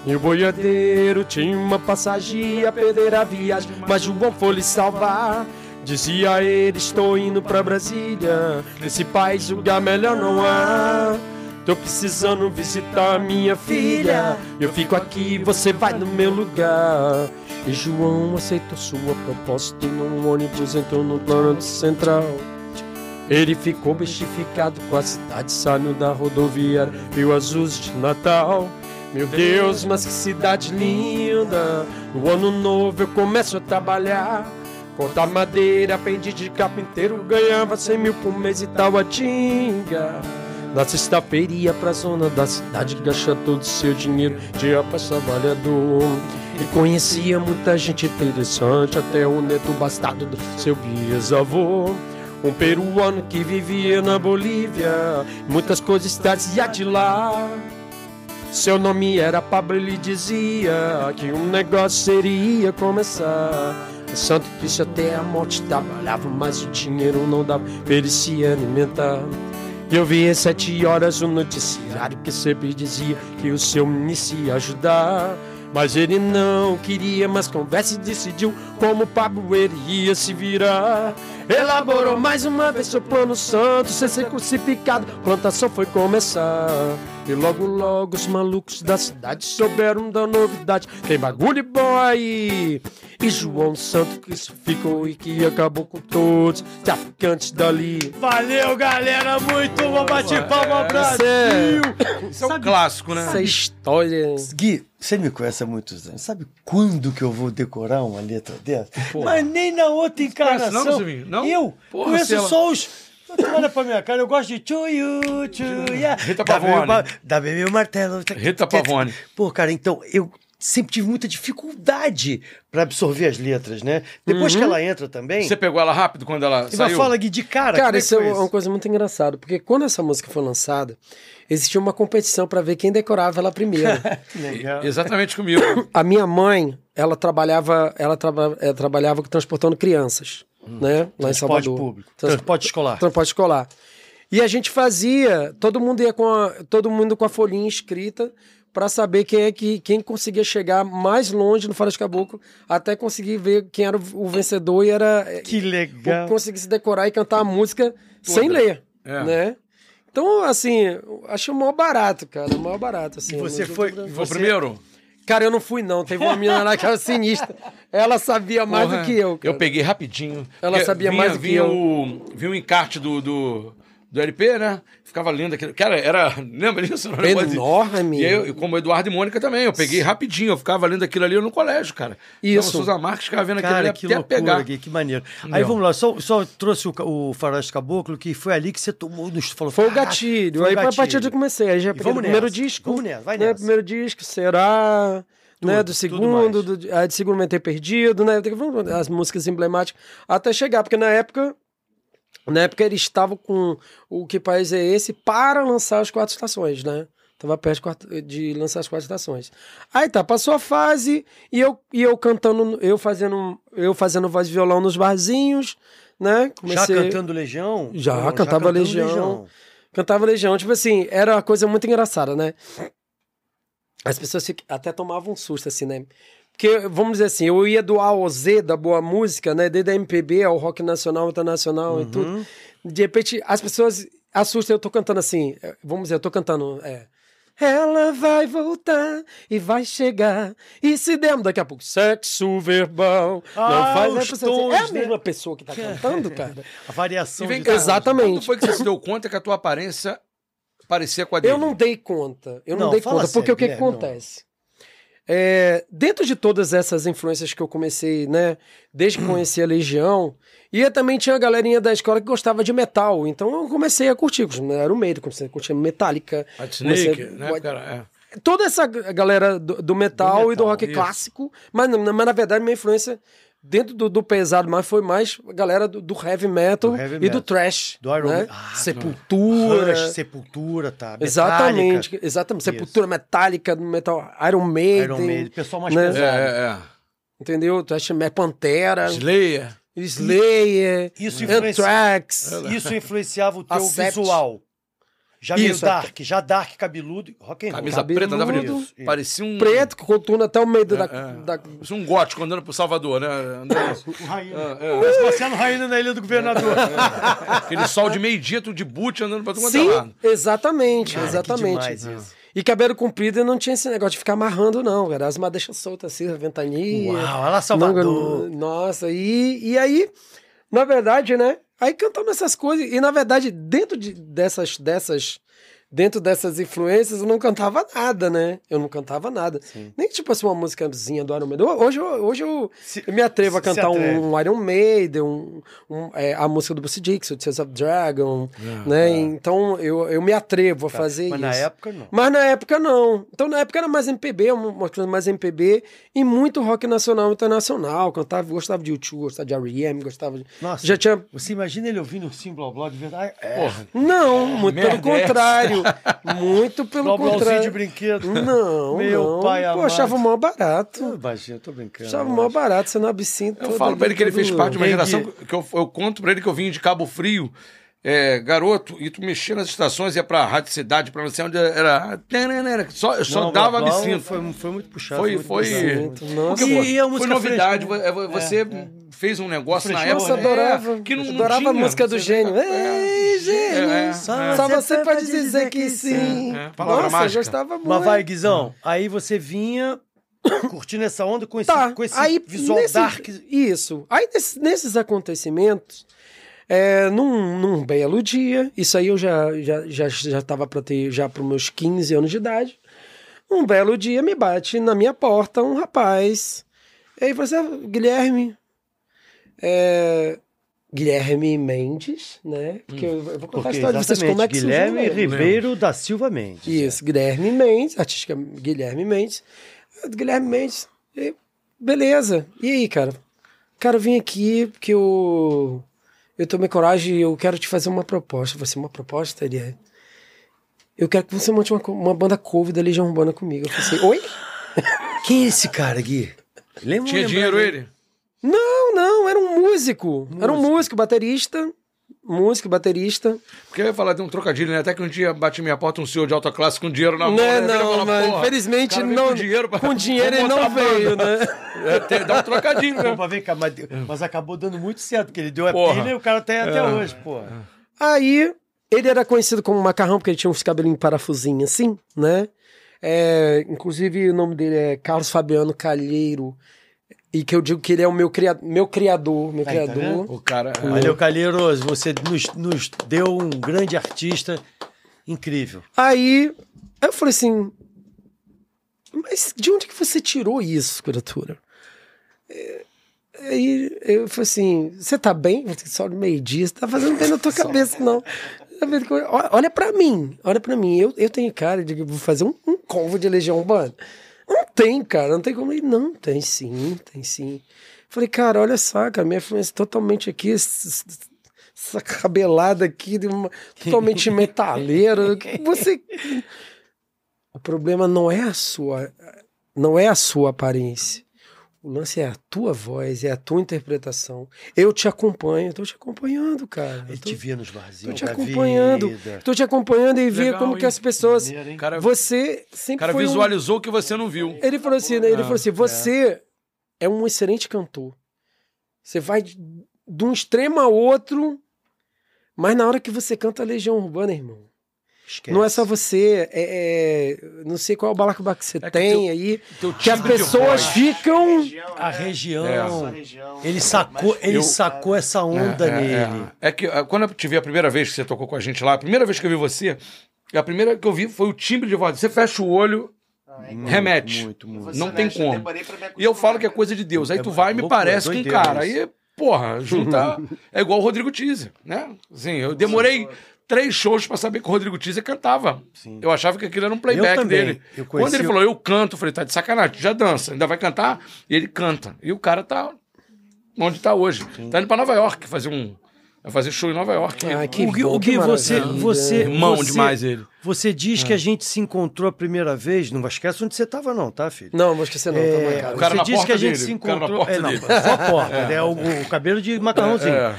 E o boiadeiro tinha uma passagem, ia perder a viagem, mas João foi lhe salvar. Dizia ele, estou indo pra Brasília, nesse país lugar melhor não há. Tô precisando visitar minha filha, eu fico aqui, você vai no meu lugar. E João aceitou sua proposta e num ônibus entrou no plano central. Ele ficou bestificado com a cidade, saiu da rodoviária, viu as luzes de Natal. Meu Deus, mas que cidade linda! No ano novo eu começo a trabalhar. Cortar madeira, aprendi de carpinteiro, ganhava 100 mil por mês e tal tinga. Na sexta-feira ia pra zona da cidade, gasta todo o seu dinheiro, dia pra trabalhador. E conhecia muita gente interessante, até o neto bastardo do seu bisavô. Um peruano que vivia na Bolívia, muitas coisas trazia de lá. Seu nome era Pablo, ele dizia que um negócio seria começar. Em Santo Cristo até a morte trabalhava, mas o dinheiro não dava pra ele se alimentar. Eu vi às sete horas um noticiário que sempre dizia que o seu ministro ia ajudar. Mas ele não queria mais conversa e decidiu como Pablo ele ia se virar. Elaborou mais uma vez seu plano santo, sem ser crucificado, plantação foi começar. E logo, logo os malucos da cidade souberam da novidade. Tem bagulho bom aí. E João Santo crucificou e que acabou com todos os traficantes dali.
Valeu, galera! Muito bom bate palma, Brasil! Isso é um clássico, né?
Essa história.
Gui, você me conhece há muitos anos. Sabe quando que eu vou decorar uma letra dessa? Mas nem na outra encarnação.
não, Silvinho? Não?
Eu
Porra,
conheço
Marcelo.
só os... Tu olha pra minha cara, eu gosto de tchuiu, tchuia.
Rita
Dá
Pavone.
meu ba- Dá bem meu martelo.
Rita Pavone.
Pô, cara, então, eu sempre tive muita dificuldade pra absorver as letras, né? Depois que ela entra também...
Você pegou ela rápido quando ela
E vai
Uhum. saiu?
fala Gui, de cara, como
Cara,
é que
isso é
foi
uma coisa muito engraçada, porque quando essa música foi lançada, existia uma competição pra ver quem decorava ela primeiro.
Legal.
é
Exatamente comigo.
a minha mãe, ela trabalhava, ela traba, eh, trabalhava transportando crianças, né, lá em
Hum. Transporte
Salvador.
público.
Trans-
Transporte escolar.
Transporte escolar. E a gente fazia, todo mundo ia com a, todo mundo com a folhinha escrita pra saber quem é que quem conseguia chegar mais longe no Faro de Caboclo, até conseguir ver quem era o, o vencedor e era eh,
Que legal.
ou conseguisse decorar e cantar a música sem ler,
É.
né? Então, assim, eu achei o maior barato, cara, o maior barato, assim.
E você
Eu não-
foi-
Foi o
Você-
primeiro?
Cara, eu não fui, não. Teve uma menina lá que era sinistra. Ela sabia mais
Porra,
do que eu, cara.
Eu peguei rapidinho.
Ela
Porque
sabia
vinha-
mais do que
vinha
eu.
O, vinha o encarte do, do, do LP, né? Ficava lindo aquilo. Cara, era. Lembra disso? Era um negócio de-
Enorme.
E eu, como Eduardo e Mônica também, eu peguei rapidinho, eu ficava lendo aquilo ali no colégio, cara.
Isso.
Então, Souza Marques ficava vendo aquilo ali
Cara,
até
que loucura,
pegar.
Gui, que maneiro. Aí
Não.
vamos lá, só, só trouxe o, ca- o Faroeste Caboclo, que foi ali que você tomou, nos falou...
Foi o
"Caraca,
gatilho.
foi o
aí a partir
gatilho."
de eu comecei. Aí já peguei
vamos
do primeiro
nessa,
disco.
vamos nessa, vai
né?
nessa.
Primeiro disco, será?
Tudo,
né,
tudo
do segundo,
mais.
do, aí do segundo Mentei Perdido, né? tem- As músicas emblemáticas. Até chegar, porque na época. Na época eles estavam com o Que País é Esse para lançar as quatro estações, né? Tava perto de quatro- de lançar as quatro estações. Aí tá, passou a fase e eu, e eu cantando, eu fazendo, eu fazendo voz e violão nos barzinhos, né?
Já cantando Legião?
Já,
Não,
cantava
cantando
Legião. Cantava Legião. Tipo assim, era uma coisa muito engraçada, né? As pessoas fic- até tomavam um susto, assim, né? Porque, vamos dizer assim, eu ia do A ao Z da boa música, né? Desde a MPB ao rock nacional, internacional e
Uhum.
tudo. De repente, as pessoas assustam. Eu tô cantando assim, é, vamos dizer, eu tô cantando, é... Ela vai voltar e vai chegar. E se demos daqui a pouco, sexo verbal.
Ah,
não faz
os
a pessoa, assim, É a
tons, né?
mesma pessoa que tá cantando, cara.
A variação
E vem
de
cá,
tons.
Exatamente.
Quando foi que você se deu conta que a tua aparência parecia com a dele?
Eu não dei conta. Eu não,
Não,
dei
fala
conta. porque
sério,
o que, que
Guilherme, não.
acontece? É, dentro de todas essas influências que eu comecei, né? Desde que conheci a Legião, e eu também tinha a galerinha da escola que gostava de metal. Então eu comecei a curtir. Era o medo, comecei a curtir Metallica.
White Snake,
comecei-
né, cara? É.
Toda essa g- galera do, do metal
Do
e do
metal,
isso.
rock clássico. Mas, na- mas na verdade, minha influência dentro do, do pesado mais foi mais a galera do, do heavy metal
Do heavy
e
metal.
do thrash.
Do Iron
né?
Man. Ah,
Sepultura.
Rush, Sepultura, tá? Metallica,
Exatamente, exatamente.
Isso.
Sepultura metálica, metal, Iron Maiden,
Iron Maiden, pessoal mais
né?
É,
pesado.
é,
entendeu? Thrash Metal, Pantera,
é. Slayer.
Slayer,
Isso influencia-
É. Anthrax,
Isso influenciava o teu
Acept.
visual. Já meio
Isso,
dark, já dark, cabeludo, rock and roll. Tá?
Camisa
Cabeludo.
preta, dava de...
Isso.
parecia um...
É.
É,
Preto, com coturno até o meio
É,
da, da-
Parecia um gótico andando pro Salvador, né? Andando...
O Raíno.
Ah.
Ah,
Mas Marcelo Raíno na Ilha do Governador.
é.
É,
Aquele sol de meio-dia, tu de boot andando pra todo quanto é
Sim,
lado.
exatamente,
Cara, que
exatamente.
demais isso.
E cabelo comprido não tinha esse negócio de ficar amarrando, não, cara. As uma deixa solta assim, a ventania.
Uau, olha lá Salvador.
Não, nossa, e, e aí, na verdade, né? Aí cantando essas coisas, e na verdade, dentro de, dessas, dessas, dentro dessas influências, eu não cantava nada, né? Eu não cantava nada. Nem tipo assim, uma musicazinha do Iron Maiden. Hoje, eu- hoje eu
Se-
eu me atrevo a
se
cantar
atreve.
um, um Iron Maiden, um, um, é, a música do Bruce Dixon, Tears of Dragon,
É,
né? Então, eu, eu me atrevo
Tá,
a fazer
Mas
isso.
na época, não.
Mas na época não. Então na época era mais MPB, uma um, uma coisa mais MPB e muito rock nacional e internacional. Cantava, gostava de U2, gostava de R.E.M., gostava de...
Nossa.
Já tinha...
Você imagina ele ouvindo o Sim Blá Blá de verdade? É.
Porra.
Não, muito pelo
merda é essa?
contrário. muito pelo
Blá Blázinho de
contrário.
brinquedo.
Não,
Meu
não.
pai
Pô,
amado.
achava o maior barato.
Baixinho, eu tô brincando.
Achava o maior barato, sendo absinto.
Eu
todo
falo pra ele que ele
todo-
fez parte de uma
Entendi.
geração que eu, eu conto pra ele que eu vim de Cabo Frio, é, garoto, e tu mexia nas estações, ia pra Rádio Cidade, pra não sei onde era. Só, só
Não,
dava
Blá Blá
absinto.
Foi, foi muito puxado.
Foi,
muito
foi.
puxado.
Absinto, nossa.
Porque, pô,
E é uma
foi
música
novidade.
fresca,
vo- é, Você fez um negócio na
Frescou,
época.
Nossa,
né?
adorava.
É, que não, não
adorava a
tinha.
música
Você-
do gênio.
é,
Ei, gênio!
é, é.
Só você pode dizer que sim.
É, é. Palavra
Nossa, eu
mágica.
gostava muito.
Mas vai, Guizão. Aí você vinha curtindo essa onda com esse,
Tá,
com esse
aí,
visual
nesse-
dark.
Isso. Aí nesses, nesses acontecimentos, é, num, num belo dia, isso aí eu já já já, já tava para ter já para meus 15 anos de idade. Um belo dia me bate na minha porta um rapaz. E aí você, Guilherme, é, Guilherme Mendes, né? Porque eu, eu vou contar a
Hum. Porque,
história de vocês
exatamente,
como é que surgiu
Guilherme
o nome.
Ribeiro da Silva Mendes.
Isso, Guilherme Mendes, artística Guilherme Mendes. Guilherme Mendes, e- beleza. E aí, cara? Cara, eu vim aqui porque eu, eu tomei coragem e eu quero te fazer uma proposta. Você, uma proposta? Ele é. Eu quero que você monte uma, co- uma banda cover da Legião Urbana comigo. Eu falei assim, oi?
Quem é esse cara, Gui? Lembra, um
Tinha
lembra-
dinheiro ele?
Não, não, era um músico. Era um músico, baterista. Músico, baterista.
Porque eu ia falar de um trocadilho, né? Até que um dia bati minha porta um senhor de alta classe com dinheiro na mão. né?
Né,
Ele fala,
não, mas
"Porra, o
infelizmente
cara veio
não.
Com dinheiro, pra-
com dinheiro
vamos botar
ele não
a banda.
veio, né?
É, tem- dá um trocadilho, né?
Opa, vem cá, mas, mas acabou dando muito certo, porque ele deu a
Porra. É.
pilha e o cara tá aí até hoje, porra.
Aí, ele era conhecido como Macarrão, porque ele tinha uns cabelinhos parafusinho assim, né? É, inclusive, o nome dele é Carlos Fabiano Calheiro. E que eu digo que ele é o meu, cria meu criador, meu
Aí, tá
criador.
O cara.
Valeu, Calheiros, você nos, nos deu um grande artista incrível.
Aí, eu falei assim, mas de onde que você tirou isso, criatura? É, Aí eu falei assim, você tá bem? Você só no meio-dia, você tá fazendo bem na tua cabeça, não. Tá vendo que- Olha olha pra mim, olha pra mim. Eu, eu tenho cara de que vou fazer um, um convo de Legião Urbana. Não tem, cara, não tem como. Ele, não, tem sim, tem sim. Falei, cara, olha só, cara, minha influência é totalmente aqui, s- s- essa cabelada aqui, de uma- totalmente metaleira. que Você. O problema não é a sua. Não é a sua aparência. O lance é a tua voz, é a tua interpretação. Eu te acompanho, eu tô te acompanhando, cara. Eu
Ele
tô-
te via nos barzinhos.
Tô te
da
acompanhando.
vida.
Tô te acompanhando e via
Legal,
como que
hein?
as pessoas.
Maneiro, hein?
O cara, o
Você sempre
cara
foi um-
visualizou o que você não viu.
Ele falou assim, né? Ele
Ah,
falou assim: você é. um excelente cantor. Você vai de, de um extremo a outro, mas na hora que você canta Legião Urbana, irmão.
Esquece.
Não é só você, é, é- não sei qual é o balacobaco que você
que
tem
teu-
aí,
Teu
que as
timbre de
pessoas
voz.
ficam.
A região.
É.
Ele sacou, ele
Eu-
sacou essa onda
é,
nele.
É, É que ah, quando eu te vi a primeira vez que você tocou com a gente lá, a primeira vez que eu vi você, a primeira que eu vi foi o timbre de voz. Você fecha o olho, remete.
Muito, muito.
tá
Não tem como. E eu falo que é coisa de Deus. Aí tu
É
vai e me
loucura,
parece com um
doideira
cara.
isso.
Aí, porra, junta. é igual o Rodrigo Teaser, né? Assim, eu demorei três shows pra saber que o Rodrigo Teaser cantava.
Sim.
Eu achava que aquilo era um playback
também.
dele.
Eu conheci
Quando ele
o-
falou, eu canto, eu falei, tá de sacanagem, tu já dança, ainda vai cantar? E ele canta. E o cara tá onde tá hoje. Tá indo pra Nova York fazer um. Vai fazer show em Nova York. uh,
Ah,
Ele-
que
o Gui,
bom,
o Gui,
que
você,
maravilha.
você,
Irmão
você-
É. demais ele. É.
Você diz que a gente se encontrou a primeira vez. Não esquece onde você estava, não, tá, filho?
Não, vou esquecer não, tá
É,
marcado.
O cara
você
na
disse que
porta
a gente
dele,
se
o cara na
encontrou.
porta
É, não,
dele.
só a porta, né? O, o cabelo de macarrãozinho.
É.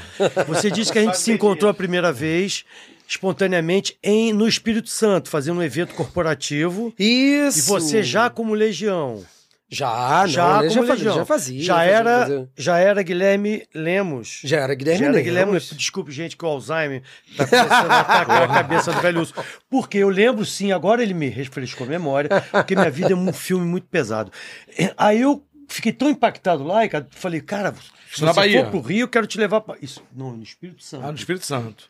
Você disse que a gente se encontrou a primeira vez espontaneamente em, no Espírito Santo, fazendo um evento corporativo.
Isso.
E você já como legião.
Já,
Já
não, ele já
como
fazia,
legião.
já fazia.
Já
fazia,
era,
fazia.
já era Guilherme Lemos.
Já era Guilherme
Já era
Lemos.
Guilherme Lemos. Desculpe, gente, que o Alzheimer tá começando a atacar a cabeça do velho urso. Porque eu lembro, sim, agora ele me refrescou a memória, porque minha vida é um filme muito pesado. É, Aí eu fiquei tão impactado lá, e cara, falei, cara, se
Isso na
você
Bahia.
for pro Rio, eu quero te levar pra... Isso, não, no Espírito Santo.
Ah, no Espírito Santo.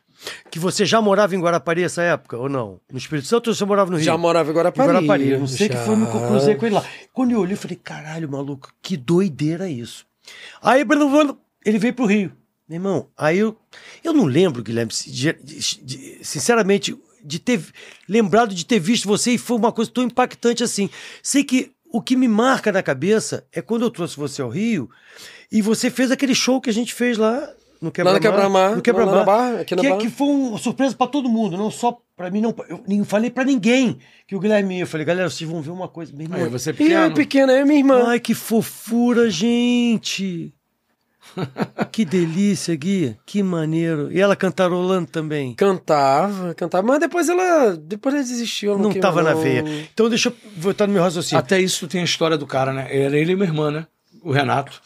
Que você já morava em Guarapari essa época, ou não? No Espírito Santo ou você morava no Rio?
Já morava em
Em
Guarapari.
Guarapari. Eu não sei que
já.
foi que eu cruzei com ele lá. Quando eu olhei, eu falei, caralho, maluco, que doideira é isso. Aí, Bruno Vando, ele veio pro Rio. Meu irmão, aí eu. Eu não lembro, Guilherme, se- de- de- de- sinceramente, de ter lembrado de ter visto você e foi uma coisa tão impactante assim. Sei que o que me marca na cabeça é quando eu trouxe você ao Rio e você fez aquele show que a gente fez lá. No
Lá
Quebra-Mar.
no Quebra-Mar,
No
lá na Barra,
Quebra-Mar.
aqui na
que, é
Barra.
que foi uma surpresa pra todo mundo, não só pra mim, não. Eu nem falei pra ninguém que o Guilherme ia. Eu falei, galera, vocês vão ver uma coisa. Meu irmão,
Aí você é
E
pequeno.
eu pequena, eu e minha irmã.
Ai, que fofura, gente! que delícia, Gui. Que maneiro. E ela cantarolando também.
Cantava, cantava, mas depois ela, depois ela desistiu. ela
Não
quis
tava
mais,
na
não.
veia. Então deixa eu voltar no meu raciocínio.
Até isso tem a história do cara, né? Era ele e minha irmã, né? O Renato.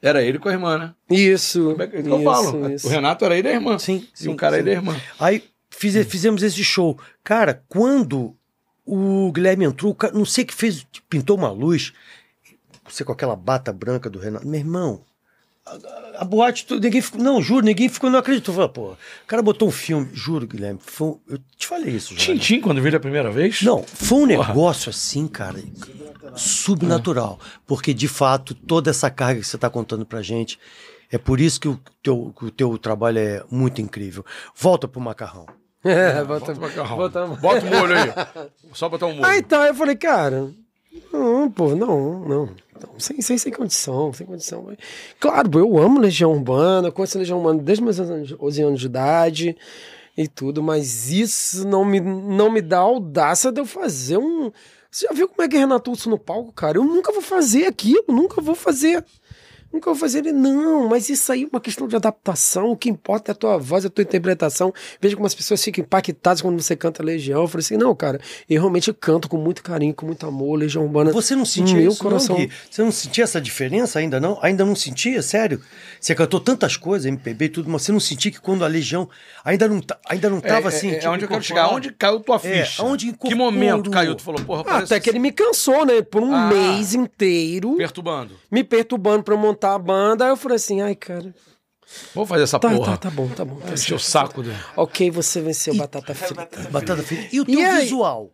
Era ele com a irmã, né?
Isso,
Como é que
isso,
eu falo?
isso.
O Renato era ele e a irmã.
Sim,
E
sim,
o cara
sim.
era ele e a irmã.
Aí fize- fizemos esse show. Cara, quando o Guilherme entrou, o cara- não sei o que fez, pintou uma luz, você com aquela bata branca do Renato. Meu irmão, a, a- a boate, tu- ninguém ficou, não, juro, ninguém ficou, não acreditou. Falei, pô, o cara botou um filme, juro, Guilherme, foi um- eu te falei isso já. né?
Tintim, quando veio a primeira vez?
Não, foi um negócio assim, cara, subnatural. Porque, de fato, toda essa carga que você está contando pra gente, é por isso que o teu, que o teu trabalho é muito incrível. Volta pro macarrão.
É,
Bota
bota,
o macarrão.
bota-
Bota o molho aí. Só botar o molho.
Aí tá, eu falei, cara, não, pô, não, não. Não, sem, sem, sem condição, sem condição. Claro, pô, eu amo Legião Urbana, eu conheço Legião Urbana desde meus 11 anos de idade e tudo, mas isso não me, não me dá a audácia de eu fazer um. Você já viu como é que é Renato Russo no palco, cara? Eu nunca vou fazer aquilo, nunca vou fazer. Nunca vou fazer ele, não, mas isso aí é uma questão de adaptação. O que importa é a tua voz, a tua interpretação. Veja como as pessoas ficam impactadas quando você canta Legião. Eu falei assim, não, cara, eu realmente canto com muito carinho, com muito amor, Legião Urbana.
Você não sentia
Hum,
Meu
isso,
coração.
não, Gui? Você não sentia essa diferença ainda, não? Ainda não sentia? Sério? Você cantou tantas coisas, MPB e tudo, mas você não sentia que quando a Legião ainda não, ta- ainda não tava assim?
É,
tipo,
onde eu quero
incorporado?
chegar. Onde caiu tua
É,
ficha?
aonde
que
incorporou?
momento caiu? Tu falou, porra, parece
Ah, Até que é ele me cansou, né? Por um
Ah.
mês inteiro,
perturbando.
me perturbando pra eu montar a banda. Aí eu falei assim, ai, cara,
Vou fazer essa
tá,
porra.
tá, tá bom, tá bom. Tá
Encher o
certo.
saco dele.
Ok, você venceu Batata Frita.
Batata frita. E o
E
teu
aí?
visual?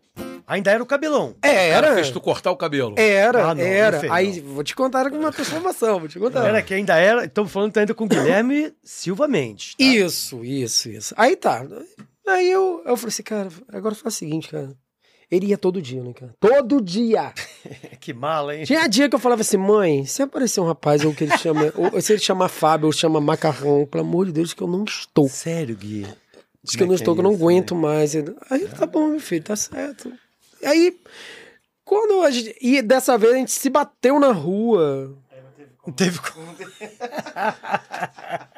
Ainda era o cabelão.
É,
Cara,
era.
fez tu cortar o cabelo.
Era,
Ah, não,
era.
não fez,
aí, vou te contar uma transformação, vou te contar.
Era que ainda era. Estamos falando ainda com o Guilherme Silva Mendes. tá?
Isso, isso, isso. Aí tá. Aí eu, eu falei assim, cara, agora faz o seguinte, cara. Ele ia todo dia, né, cara? Todo dia.
Que mala, hein?
Tinha dia que eu falava assim, mãe, se aparecer um rapaz, ou que ele chama, ou se ele chamar Fábio, ou chama Macarrão, pelo amor de Deus, que eu não estou.
Sério, Gui.
Diz
Como
que eu
é
não
que
estou,
é
que eu não
isso, É.
aguento mais. Ele, Aí tá bom, meu filho, tá certo. Aí, quando a gente. E dessa vez a gente se bateu na rua.
Não teve como.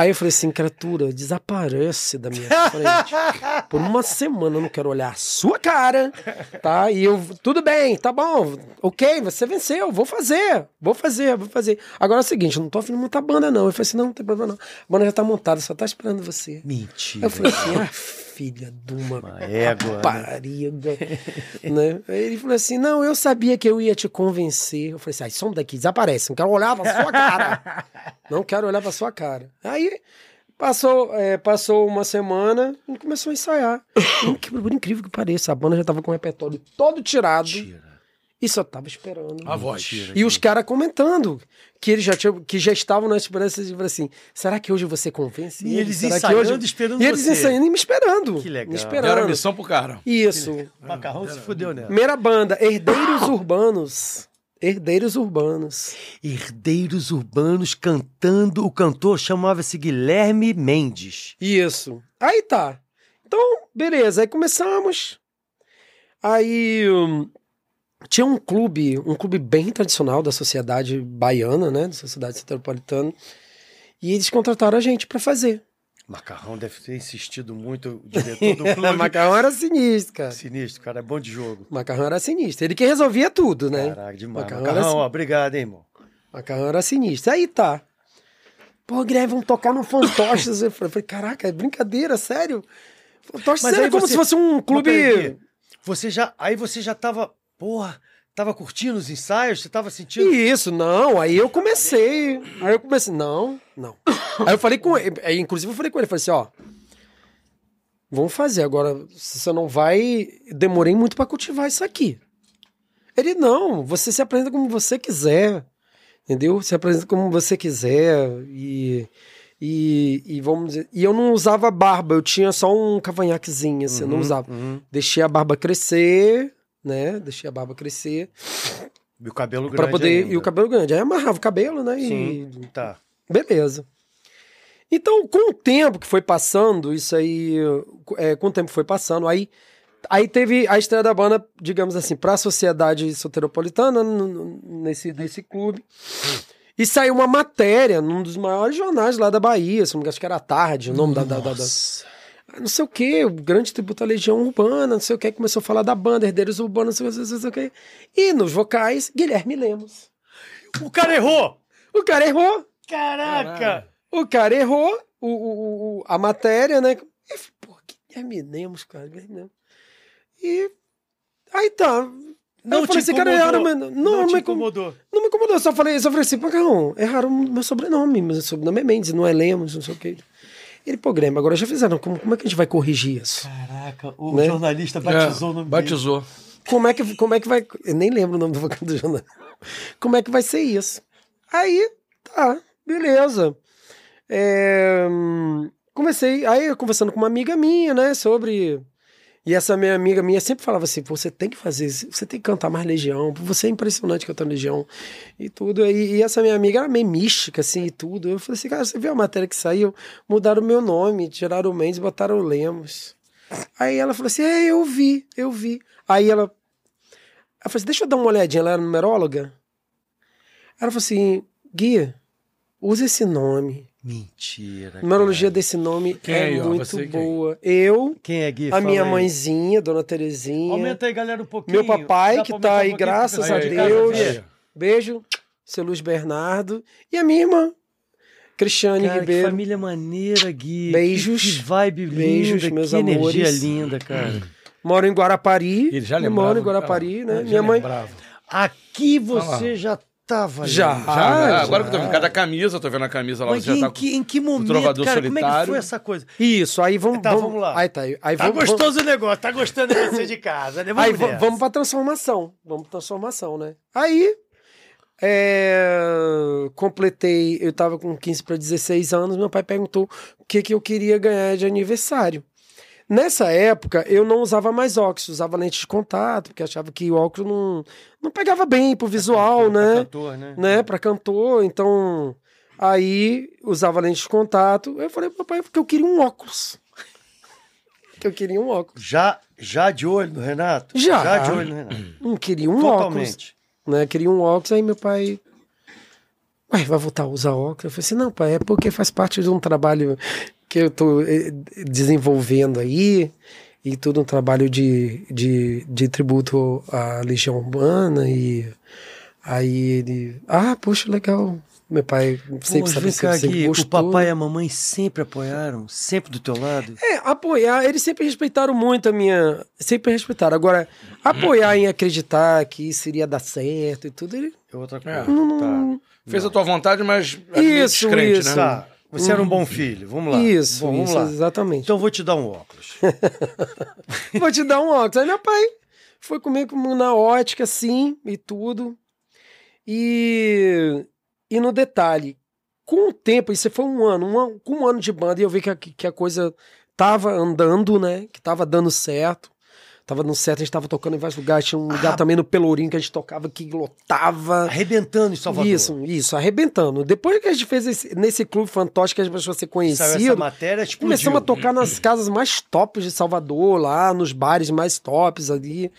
Aí eu falei assim, criatura, desaparece da minha frente. Por uma semana eu não quero olhar a sua cara, tá? E eu, tudo bem, tá bom, ok, você venceu, vou fazer, vou fazer, vou fazer. Agora é o seguinte, eu não tô afim de montar banda, não. Eu falei assim, não, não tem problema não. A banda já tá montada, só tá esperando você.
Mentira.
Eu falei assim, ah, filha de uma
égua, né?
parida. né? Aí Ele falou assim, não, eu sabia que eu ia te convencer. Eu falei assim, ai, some daqui, desaparece, não quero olhar pra sua cara. não quero olhar pra sua cara. Aí passou, é, passou uma semana e começou a ensaiar. Inc- Por incrível que pareça, a banda já tava com o repertório todo tirado
Mentira.
e só tava esperando.
A voz.
Mentira.
E os caras comentando que eles já tinham, que já estavam na esperança de falar assim: será que hoje você convence?
E
ele?
eles
Será que
ensaiando, esperando
E eles
Então você.
ensaiando e me esperando.
Que legal.
Me
Deram a
esperando.
missão pro cara.
Isso.
Macarrão se fudeu né? nela.
Primeira banda, Herdeiros Urbanos. Herdeiros Urbanos.
Herdeiros urbanos cantando. O cantor chamava-se Guilherme Mendes.
Isso. Aí tá. Então, beleza. Aí começamos. Aí hum, tinha um clube, um clube bem tradicional da sociedade baiana, né? Da sociedade metropolitana. E eles contrataram a gente pra fazer.
Macarrão deve ter insistido muito, o diretor
É,
do clube.
Macarrão era sinistro, cara.
Sinistro, cara, é bom de jogo.
Macarrão era sinistro. Ele que resolvia tudo, né?
Caraca, demais.
Macarrão
Macarrão,
era assim.
ó, obrigado, hein, irmão.
Macarrão era sinistro. Aí tá. Pô, Guilherme, vamos tocar no Fantoches. Eu falei, caraca, é brincadeira, sério? Fantoches
Mas
sério,
aí
é como
você-
se fosse um
Mas peraí,
clube...
Você já, aí você já tava, porra, tava curtindo os ensaios, você tava sentindo... Uhum.
Isso, não. Aí eu comecei. Aí eu comecei, não, não. Aí eu falei com ele, aí, inclusive eu falei com ele, falei assim, ó, vamos fazer agora, você não vai, demorei muito pra cultivar isso aqui. Ele, não, você se apresenta como você quiser, entendeu? Se apresenta como você quiser e... E, e vamos dizer, e eu não usava barba, eu tinha só um cavanhaquezinho, assim, eu não
Uhum,
usava.
uhum.
Deixei a barba crescer, né? Deixei a barba crescer.
E o cabelo grande
Pra poder.
ainda.
E o cabelo grande. Aí amarrava o cabelo, né? E
Sim, tá.
beleza. Então, com o tempo que foi passando, isso aí. é, com o tempo que foi passando, aí. Aí teve a estreia da banda, digamos assim, pra sociedade soteropolitana, n- n- nesse, nesse clube. E saiu uma matéria num dos maiores jornais lá da Bahia, se não me engano, acho que era a tarde, o nome da- da, da, da,
Nossa.
ah, não sei o que, o grande tributo à Legião Urbana, não sei o que, começou a falar da banda, Herdeiros Urbanos, não sei, o quê, não sei o que. E nos vocais, Guilherme Lemos.
O cara errou!
O cara errou,
Caraca!
Caralho.
o cara errou o, o- o- o- a matéria, né? E, eu falei, pô, Guilherme Lemos, cara, Guilherme Lemos. E aí tá. Aí eu falei, esse cara era, mano. Não,
te
me incom-
incomodou.
não me incomodou, eu só falei, eu só falei assim, Macarrão, erraram meu sobrenome, meu sobrenome é Mendes, não é Lemos, não sei o que. Ele, pô, Grêmio, agora já fizeram, como, como é que a gente vai corrigir isso?
Caraca, o
Né?
jornalista batizou
É,
o nome dele.
Batizou.
como é que, como é que vai. Eu nem lembro o nome do vocal do jornal. Como é que vai ser isso? Aí, tá, beleza. É, hum, comecei, aí eu conversando com uma amiga minha, né, sobre. E essa minha amiga minha sempre falava assim: "Pô, você tem que fazer isso, você tem que cantar mais Legião, pô, você é impressionante cantando Legião e tudo. E, e essa minha amiga era meio mística, assim, e tudo. Eu falei assim: cara, você viu a matéria que saiu? Mudaram o meu nome, tiraram o Mendes, botaram o Lemos. Aí ela falou assim: é, eu vi, eu vi. Aí ela. Ela falou assim: deixa eu dar uma olhadinha, ela era numeróloga. Ela falou assim: Guia, usa esse nome.
Mentira.
A numerologia
cara.
desse nome
Quem
é
aí, ó?
muito
Você quem?
boa. Eu,
Quem é Gui?
a
Fala
minha
aí.
mãezinha, dona Terezinha.
Aumenta aí, galera, um pouquinho.
Meu
Dá
papai,
pra
que
aumentar
tá
um
aí,
pouquinho pro
graças
pessoal
a
de casa
Deus.
ver?
Beijo, seu Luiz Bernardo. E a minha irmã, Cristiane
Cara, que
Ribeiro.
família maneira, Gui.
Beijos.
Que, que vibe linda,
Beijos, meus
que energia
amores.
linda, cara.
Moro em Guarapari.
Ele já lembrava.
Moro em
do cara.
Guarapari, né?
Já
minha mãe.
lembrava.
Aqui
Olha
você já tava
Já.
lindo.
Já,
Ah,
já, agora
já.
que eu tô vendo a camisa, eu tô vendo a camisa lá,
Mas
você
em,
já tá com...
que, em que momento, cara,
trovador
como é que
solitário.
foi essa coisa?
Isso, aí vamos.
Tá, vamos lá.
Aí tá. Aí
Tá
vamos, vamos-
gostoso o negócio, tá gostando de você de casa, né?
Aí
Vamos
va-
nessa.
vamos pra transformação. Vamos pra transformação, né? Aí. é, completei, eu tava com 15 para 16 anos. Meu pai perguntou o que, que eu queria ganhar de aniversário. Nessa época, eu não usava mais óculos, usava lente de contato, porque achava que o óculos não, não pegava bem pro visual,
Pra
né?
Cantor, né?
né, para cantor, então aí usava lente de contato. Eu falei pro papai porque eu queria um óculos. Que eu queria um óculos.
Já, já de olho no Renato?
Já.
Já de olho no Renato.
Não queria um óculos,
Totalmente.
né? Queria um óculos aí meu pai Ué, vai voltar a usar óculos? Eu falei assim, não, pai, é porque faz parte de um trabalho que eu tô eh, desenvolvendo aí, e todo um trabalho de, de, de tributo à Legião Urbana, e aí ele, ah, poxa, legal. Meu pai
Pô,
sempre
mas
sabe
vem cá,
sempre
Gui, o
gostou.
papai e a mamãe sempre apoiaram, sempre do teu lado.
É, apoiar, eles sempre respeitaram muito a minha. Sempre respeitaram. Agora, apoiar em acreditar que isso iria dar certo e tudo, ele.
É outra
É.
coisa. Tá.
Fez a tua vontade, mas é meio
Isso,
descrente,
isso.
né?
Tá, Você era um bom filho, vamos lá.
Isso,
Bom, vamos
isso,
lá.
exatamente.
Então eu vou te dar um óculos.
Vou te dar um óculos. Aí meu pai foi comigo na ótica, assim, e tudo. E, e no detalhe, com o tempo, isso foi um ano, um ano- com um ano de banda, e eu vi que a, que a coisa tava andando, né? Que tava dando certo. Tava dando certo, a gente tava tocando em vários lugares. Tinha um lugar
Ah.
também no Pelourinho que a gente tocava, que lotava.
Arrebentando em Salvador.
Isso, isso, arrebentando. Depois que a gente fez esse- nesse clube fantoche que as pessoas se
Saiu essa
conheciam,
matéria, explodiu.
Começamos a tocar nas casas mais tops de Salvador, lá nos bares mais tops ali,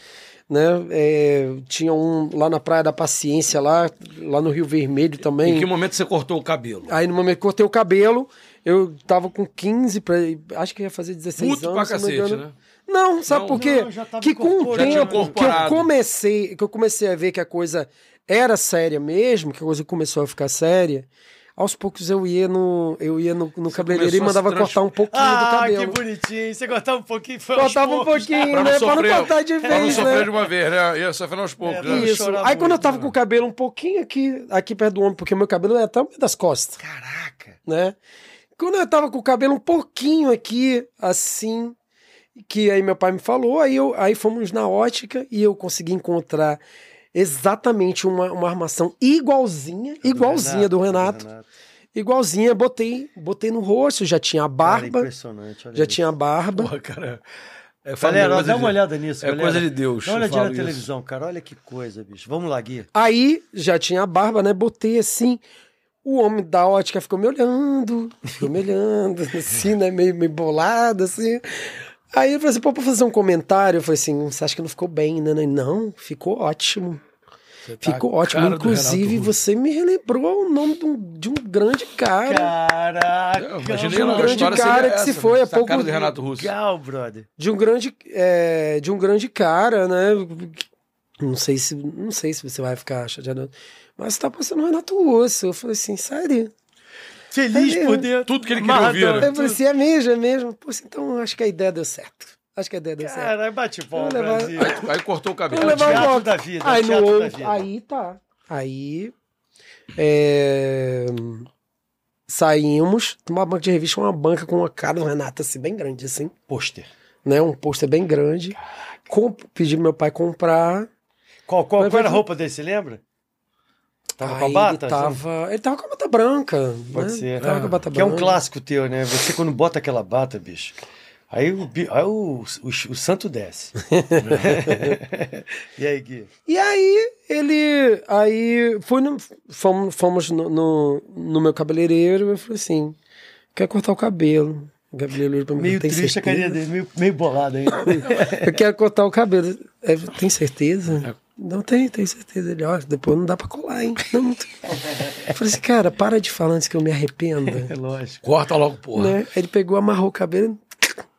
né? É, tinha um lá na Praia da Paciência, lá, lá no Rio Vermelho também.
Em que momento você cortou o cabelo?
Aí no momento que cortei o cabelo, eu tava com 15, pra, acho que ia fazer 16
Puto
anos.
pra
se não me
cacete,
engano.
né?
Não, sabe
Não?
por quê?
Não, já tava
que com o
incorporado.
Já tinha
tempo que eu
incorporado.
comecei, que eu comecei a ver que a coisa era séria mesmo, que a coisa começou a ficar séria, aos poucos eu ia no, eu ia no, no cabeleireiro e
começou a se
mandava
trans-
cortar um pouquinho do
Ah, que
cabelo.
bonitinho. Você cortava um pouquinho, foi aos
Cortava um
poucos.
pouquinho,
Pra não,
né?
sofrer,
pra não cortar de vez,
pra não sofrer
né?
de uma vez, né? Ia sofrer aos poucos.
É,
né?
Isso. Aí
chorar
quando
muito,
eu tava
né?
com o cabelo um pouquinho aqui, aqui perto do ombro, porque meu cabelo é até o meio das costas,
Caraca.
né? Quando eu tava com o cabelo um pouquinho aqui, assim, que aí meu pai me falou, aí, eu, aí fomos na ótica e eu consegui encontrar exatamente uma, uma armação igualzinha, igualzinha do Renato, igualzinha, botei, botei no rosto, já tinha a
Cara,
barba,
impressionante. olha
já
isso.
tinha a barba.
Porra, cara. É, fala
Galera, ó,
coisa
dá
de-
uma olhada nisso.
É
galera.
coisa de Deus.
Dá uma
eu
olhadinha na
falo isso.
televisão, cara. Olha que coisa, bicho. Vamos lá, Gui.
Aí já tinha a barba, né? Botei assim. O homem da ótica ficou me olhando, ficou me olhando, assim, né? Meio, meio bolado, assim. Aí ele falou assim: pô, pra fazer um comentário. Eu falei assim: você acha que não ficou bem, né? Não, ficou ótimo.
tá
ficou
a
ótimo.
cara do Renato
Inclusive,
Russo.
você me relembrou o nome de um, de um grande cara.
Caraca.
Eu
de
imaginei
um
uma
grande
história
cara
seria
que se
essa,
foi há
essa cara
pouco-
do Renato Russo.
Legal, brother.
De um grande. é, de um grande cara, né? Não sei se, não sei se você vai ficar chateado. Mas tá passando o Renato Russo. Eu falei assim, sério?
Feliz
Ele-
por dentro.
Tudo que ele queria ouvir,
Amarradão.
né?
Eu falei assim, é mesmo, é mesmo. Pô, assim, então acho que a ideia deu certo. Acho que a ideia deu certo.
Caralho, bate bola,
Vamos levar-
Brasil.
Aí, aí cortou o cabelo.
Vamos levar-
Teatro
logo.
da vida.
aí no
teatro tá da
outro,
vida.
aí tá. Aí é, saímos numa banca de revista, uma banca com uma cara do Renato, assim, bem grande, assim,
Pôster.
né? Um pôster bem grande. Com, pedi pro meu pai comprar.
Qual, qual,
Mas
qual era a
vai-
roupa dele, você lembra? Tava com a
Aí
bata? assim?
Ele tava, ele tava com a bata branca.
Pode
né?
ser.
Tava
Ah,
com a bata
que é um
branca.
clássico teu, né? Você quando bota aquela bata, bicho. Aí o, bi- aí o, o, o santo desce. e aí, Gui?
E aí, ele. Aí fui no- fomos, fomos no, no, no meu cabeleireiro e eu falei assim: quer cortar o cabelo? O cabeleireiro olhou pra mim,
Meio
tem
triste a carinha
certeza?
dele, meio, meio bolado ainda.
Eu quero cortar o cabelo. É, tem
É.
certeza? Não tem, tem certeza. Ele, ó, depois não dá pra colar, hein? Não, não tem. Eu falei assim, cara, para de falar antes que eu me arrependa.
é lógico.
Corta logo, porra.
né? Aí ele pegou, amarrou o cabelo,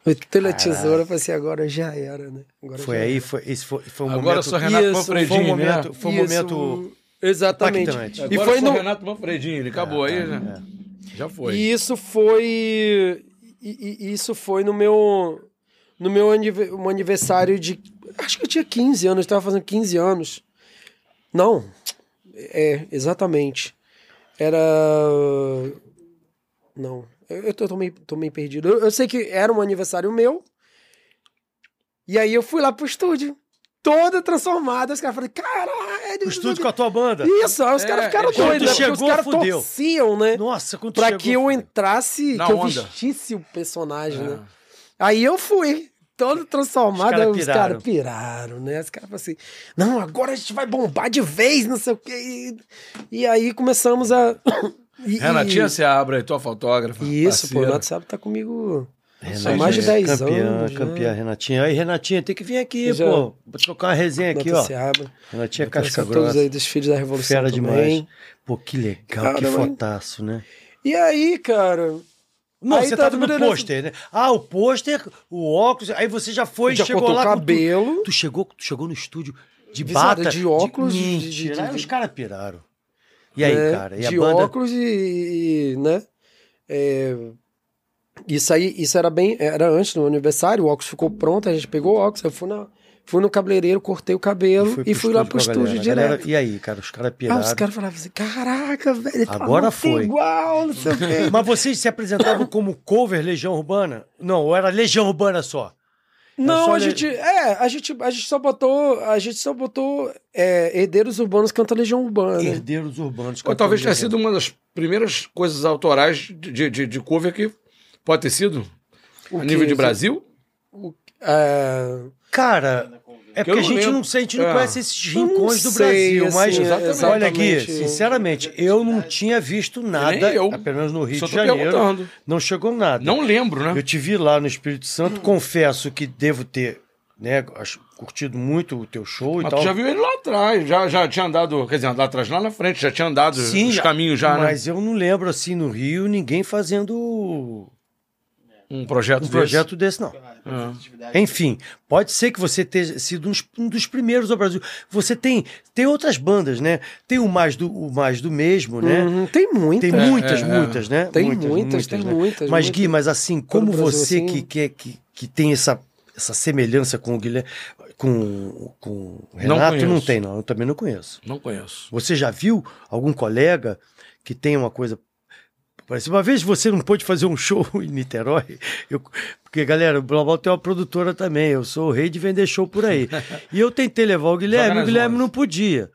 meteu a tesoura, eu falei assim, agora já era, né? Agora
Foi
já era.
aí, foi, esse foi, foi um
Agora eu
momento...
sou Renato
foi
Isso,
um
Manfredini, né?
momento, foi um momento
Isso, Exatamente.
impactante.
Agora
E
eu
foi
sou
no, É, tá.
Renato Manfredini, acabou aí, né? Já foi.
E isso foi. e- e- isso foi no meu. No meu anive- um aniversário de. Acho que eu tinha 15 anos, estava fazendo 15 anos. Não. É, exatamente. Era. Não. Eu, eu tô, tô meio, tô meio perdido. Eu, eu sei que era um aniversário meu. E aí eu fui lá pro estúdio. Toda transformada. Os caras falaram: caralho!
O estúdio com a tua banda.
Isso, aí os
É,
caras ficaram
é, quando
doidos, né? Porque
chegou,
os caras
fudeu.
torciam, né?
Nossa, quando tu
Pra
chegou,
que um eu
foi-
entrasse,
Na
que eu
onda.
vestisse o personagem, né?
É.
Aí eu fui, todo transformado,
Os
aí
caras
os
piraram.
caras piraram, né? Os caras falaram assim, não, agora a gente vai bombar de vez, não sei o quê. E, e aí começamos a... e-
Renatinha, você abre aí, tua fotógrafa.
e Isso, pô, o
parceira.
Renato sabe tá comigo...
Há
Renatinha,
mais de
10
campeã,
anos, né?
Campeã, Renatinha. Aí, Renatinha, tem que vir aqui,
Já-
pô. Vou trocar uma resenha aqui, ó.
Seabra.
Renatinha é Casca
São todos
Grossa.
aí dos filhos da Revolução
Fera
também.
demais. Pô, que legal,
Cara,
que
mas-
fotaço, né?
E aí, cara...
Não,
Aí
você
tá
tá no
tudo-
pôster, né? Ah, o pôster, o óculos, aí você já foi,
assim, Já
chegou
cortou
lá
o
com tu-
cabelo.
Tu, chegou, tu chegou no estúdio de
Visada,
bata,
de óculos, de-
mentira,
de- de-
aí os caras piraram. E aí,
né,
cara, e a
de
banda
óculos e, e, né? é, isso aí, isso era bem, era antes do aniversário, o óculos ficou pronto, a gente pegou o óculos, eu fui na, fui no cabeleireiro, cortei o cabelo e,
pro
fui lá pro
com a
estúdio
galera. A
direto.
galera- e aí, cara, os caras
Ah,
piraram.
os caras falavam assim, caraca, velho, tá
Agora
muito
foi."
igual, não sei o quê.
Mas é vocês se apresentavam como cover Legião Urbana? Não, ou era Legião Urbana só.
Não,
só
a
le-
gente, é, a gente, a gente só botou, a gente só botou é, Herdeiros Urbanos canta Legião Urbana.
Herdeiros Urbanos.
Ou talvez tenha
cantando
sido uma das primeiras coisas autorais de, de, de- de cover que pode ter sido.
O
a
que-
nível de Brasil.
É,
Cara, é
Que eu
porque a
não
gente
lembro.
não, sei, a gente não
É.
conhece esses
Eu não
rincões do
sei,
Brasil,
assim,
mas
exatamente.
olha aqui,
Exatamente.
sinceramente, eu não tinha visto nada,
Nem eu.
pelo menos no Rio
Só
de
tô
Janeiro,
perguntando.
não chegou nada.
Não lembro, né?
Eu te vi lá no Espírito Santo, confesso que devo ter, né, acho- curtido muito o teu show e
Mas
tal.
tu já viu ele lá atrás, já, já tinha andado, quer dizer, lá atrás, lá na frente, já tinha andado os caminhos já, né?
Mas eu não lembro, assim, no Rio, ninguém fazendo
Um projeto
um
desse. Ah,
projeto desse, não.
Atividade.
Enfim, pode ser que você tenha sido uns- um dos primeiros ao Brasil. Você tem tem outras bandas, né? Tem o mais do, o mais do mesmo, né?
Uhum, tem
Tem
muita.
muitas,
é, é.
muitas, né?
Tem muitas, tem muitas,
Mas,
muitas.
Gui, mas assim,
Todo
como
o Brasil,
você
assim.
que, que, é- que, que tem essa, essa semelhança com o Guilherme, com, com o
Não
Renato, não,
conheço.
tem, não. Eu também não conheço.
Não conheço.
Você já viu algum colega que tem uma coisa. Parece uma vez você não pôde fazer um show em Niterói. eu- porque, galera, o Blabal tem uma produtora também. Eu sou o rei de vender show por aí. e eu tentei levar o
Joga
Guilherme,
nas
o Guilherme
mãos.
não podia.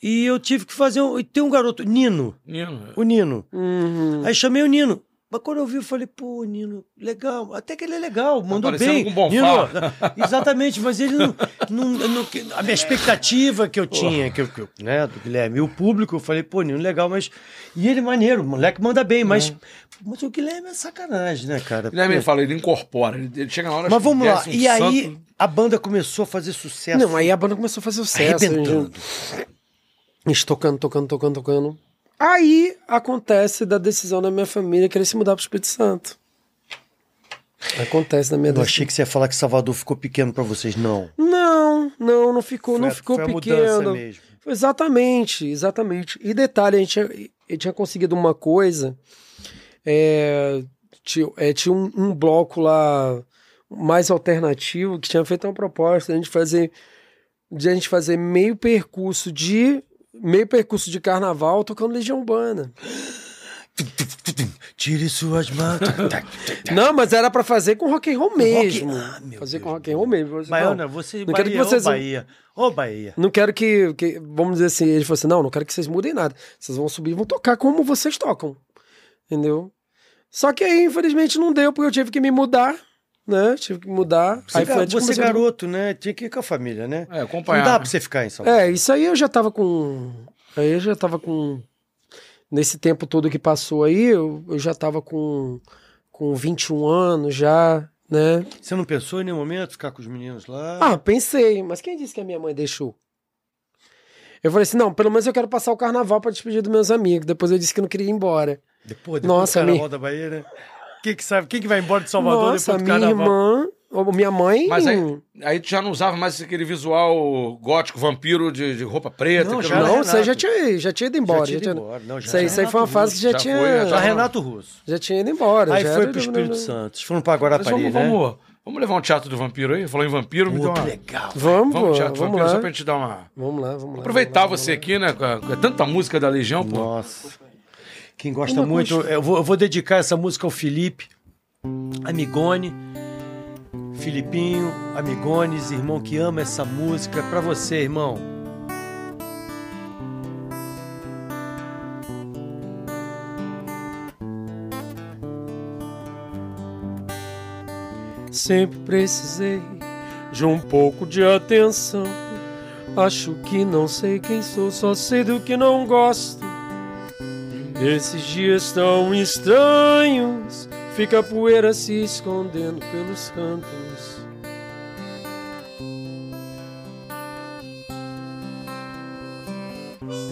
E eu tive que fazer um. e Tem um garoto, Nino.
Menino,
O Nino.
Uhum.
Aí chamei o Nino. Mas quando eu vi, eu falei, pô, Nino, legal. Até que ele é legal, mandou
parecendo
bem.
com o Bonfá.
Nino, exatamente, mas ele não, não- não- A minha expectativa que eu tinha, que eu, que eu- né, do Guilherme, e o público, eu falei, pô, Nino, legal, mas. E ele maneiro, o moleque manda bem, mas. Mas o Guilherme é sacanagem, né, cara?
Guilherme é ele
Pô,
fala, ele incorpora, ele, ele chega na hora...
mas vamos lá.
desce um
E aí,
santo.
a banda começou a fazer sucesso.
Não, aí a banda começou a fazer sucesso.
Arrebentando.
A gente tocando, tocando, tocando, tocando. Aí acontece da decisão da minha família querer se mudar para o Espírito Santo. Acontece da minha
Eu
decisão.
achei que você ia falar que Salvador ficou pequeno pra vocês. Não.
Não, não, não ficou, não
Foi a-
ficou
foi a mudança
pequeno.
mesmo.
Foi Exatamente, exatamente. E detalhe, a gente tinha, eu tinha conseguido uma coisa. é, tinha é, tinha um, um bloco lá mais alternativo que tinha feito uma proposta de a gente fazer, de a gente fazer meio percurso de. Meio percurso de carnaval tocando Legião Urbana.
Tire suas mãos.
Não, mas era pra fazer com rock and roll mesmo.
Tá. Ah, meu
fazer com
Deus.
rock and roll mesmo. Você, não,
Baiana, você.
não
Bahia,
quero que
ô
vocês-
Bahia. Ô Bahia.
Não quero que, que- Vamos dizer assim, ele falou assim: não, não quero que vocês mudem nada. Vocês vão subir e vão tocar como vocês tocam. Entendeu? Só que aí, infelizmente, não deu, porque eu tive que me mudar, né? Tive que mudar.
Você,
aí
gar-
foi a gente
você
começou a-
garoto, né? Tinha que ir com a família, né?
É, acompanhar.
Não dá pra você ficar em Salvador.
É, isso aí eu já tava com. Aí eu já tava com. Nesse tempo todo que passou aí, eu, eu já tava com, com 21 anos já, né?
Você não pensou em nenhum momento ficar com os meninos lá?
Ah, pensei, mas quem disse que a minha mãe deixou? Eu falei assim: não, pelo menos eu quero passar o carnaval pra despedir dos meus amigos. Depois eu disse que não queria ir embora.
depois, depois
nossa,
do carnaval da Bahia, né? Quem que sabe? Quem que vai embora de Salvador
Nossa,
depois do
minha
carnaval?
irmã, ou minha mãe.
Mas aí, aí tu já não usava mais aquele visual gótico, vampiro de, de roupa preta.
Não,
aquilo
já
lá.
não, isso aí
Renato.
já tinha, já tinha ido embora.
Já tinha ido
já tinha-
embora, não, já
isso aí,
tinha
isso aí foi uma
Renato
fase que já,
já
tinha.
foi,
Já tá.
já-
já...
Renato Russo.
tinha ido embora.
Aí
já
foi
era-
pro Espírito Santo. Foram pra
Mas
Guarapari,
vamos,
né?
vamos, vamos levar um teatro do vampiro aí? Falou em vampiro, me deu
Pô,
uma...
que legal.
Vamos,
Vamos,
pô,
ao Teatro do
vamos,
Vampiro, só
lá.
pra gente dar uma...
vamos lá. Vamos lá.
Aproveitar
vamos
você aqui, né? Com, a- com tanta música da Legião, pô.
Nossa. Quem gosta
Uma
muito, eu vou, eu vou dedicar essa música ao Felipe, Amigone, Filipinho, Amigones, irmão que ama essa música, é pra você, irmão.
Lá. Sempre precisei de um pouco de atenção. Acho que não sei quem sou, só sei do que não gosto. Esses dias tão estranhos, fica a poeira se escondendo pelos cantos.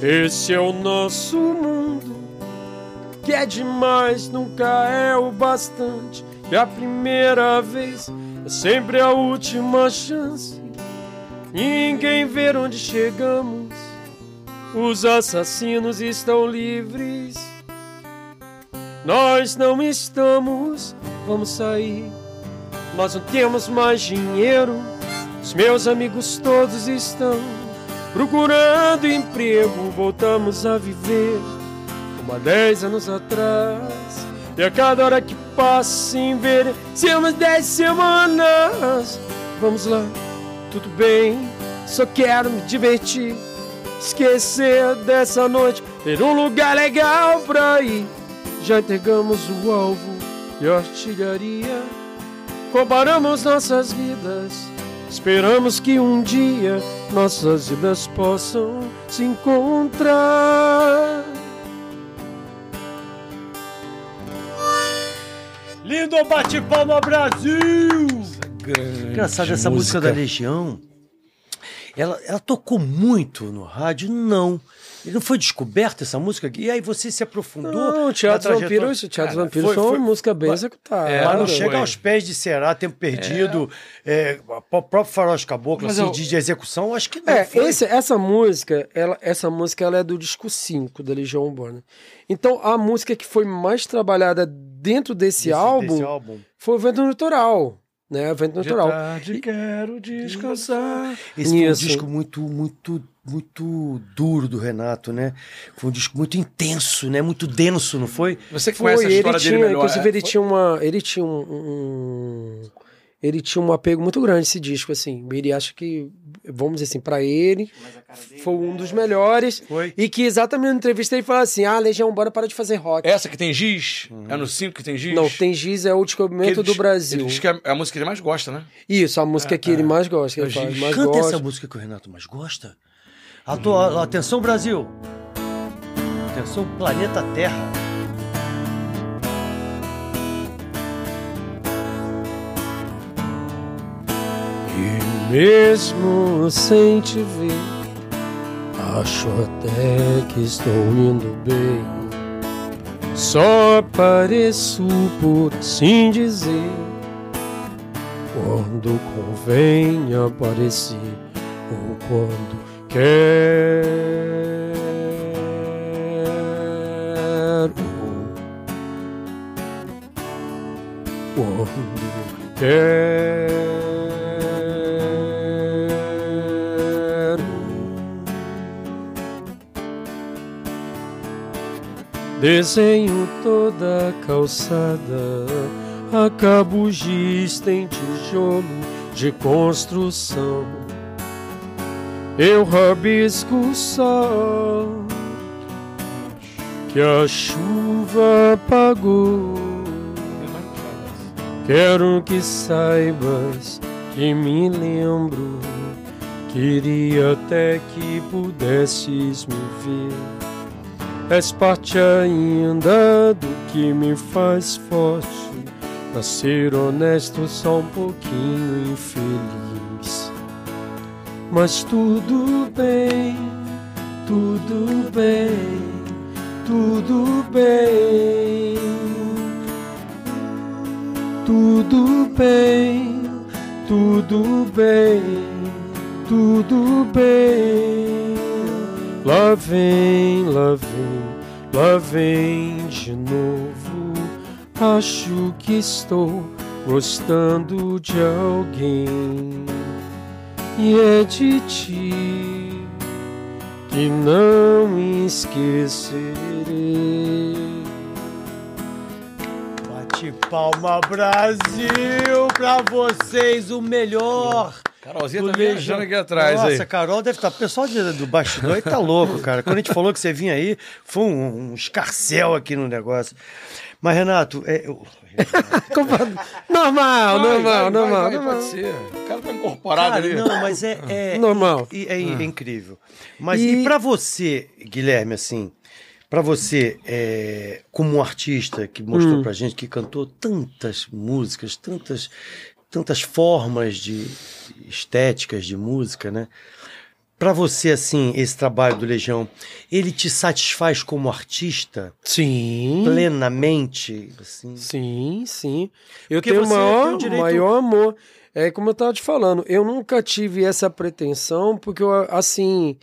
Esse é o nosso mundo, que é demais, nunca é o bastante. E a primeira vez é sempre a última chance. Ninguém vê onde chegamos. Os assassinos estão livres. Nós não estamos, vamos sair. Nós não temos mais dinheiro. Os meus amigos todos estão procurando emprego. Voltamos a viver como há 10 anos atrás. E a cada hora que passa envelhecemos 10 é semanas. Vamos lá, tudo bem, só quero me divertir. Esquecer dessa noite, ter um lugar legal pra ir. Já entregamos o alvo e a artilharia. Comparamos nossas vidas. Esperamos que um dia nossas vidas possam se encontrar.
Lindo bate-palma Brasil!
Grande
Engraçado, essa música da Legião Ela, ela tocou muito no rádio? Não. E não foi descoberta essa música? E aí você se aprofundou?
Não, o Teatro
na
dos
trajetória?
Vampiros, o Teatro
Cara,
dos Vampiros
foi-
foi, uma
foi-
música bem
Mas-
executada.
É,
Mas não
foi.
chega aos pés de Será, Tempo Perdido, é, o próprio Faróis Caboclo,
Mas
assim,
eu-
de, de execução, acho que não
É,
foi.
esse- essa música, ela, essa música ela é do disco 5 da Legião Urbana. Então, a música que foi mais trabalhada dentro desse,
desse-
álbum,
desse álbum. tá
foi o Vento no Litoral, né? O Vento no Litoral.
tarde quero descansar.
Esse foi um
Isso.
disco muito, muito, muito duro do Renato, né? Foi um disco muito intenso, né? Muito denso, não foi?
Você que
Foi,
conhece a
ele
história
tinha,
dele melhor.
inclusive,
é?
ele tinha uma, ele tinha um, um- ele tinha um apego muito grande esse disco, assim. Ele acha que, vamos dizer assim, pra ele, foi um dos melhores.
Foi.
E que exatamente na entrevista ele fala assim, ah, Legião Urbana para de fazer rock.
Essa que tem giz? É no 5 que tem giz?
Não, tem Giz é o
Que
descobrimento
ele
do
diz- Ele
Brasil.
diz que é a música que ele mais gosta, né?
Isso, a música que ele mais gosta, que
É
ele
o
faz,
Giz.
mais
Canta
gosta.
essa música que o Renato mais gosta. Ato- Atenção, Brasil! Atenção, planeta Terra!
E mesmo sem te ver, acho até que estou indo bem. Só pareço, por assim dizer, quando convém aparecer ou quando quero. quando quero. Desenho toda a calçada, acabo giz, tem tijolo de construção. Eu rabisco o sol que a chuva apagou. Quero que saibas que me lembro. Queria até que pudesses me ver. És parte ainda do que me faz forte. Pra ser honesto, só um pouquinho infeliz. Mas tudo bem, tudo bem, tudo bem. Tudo bem, tudo bem, tudo bem. Lá vem, lá vem, lá vem de novo. Acho que estou gostando de alguém. E é de ti que não esquecerei.
Bate palma, Brasil! Pra vocês, o melhor!
Carolzinha
do
tá
Legião.
viajando aqui atrás
Nossa,
aí.
Carol deve estar. O pessoal de- do bastidor aí tá louco, cara. Quando a gente falou que você vinha aí, foi um, um escarcel aqui no negócio. Mas, Renato, é, eu-
Normal,
Vai,
normal,
vai, vai,
normal,
vai,
normal.
Pode ser. O cara tá incorporado
Cara,
ali.
não, mas é. é
Normal. Ah.
E, é, é incrível. Mas e,
E-
pra você, Guilherme, assim, pra você, é, como um artista que
Hum.
mostrou pra gente, que cantou tantas músicas, tantas, tantas formas de estéticas de música, né? Pra você, assim, esse trabalho do Legião, ele te satisfaz como artista
Sim.
plenamente? Assim?
Sim, sim. Eu
Porque
tenho o
você tem
maior,
o direito-
maior amor. É como eu tava te falando, eu nunca tive essa pretensão, porque eu, assim,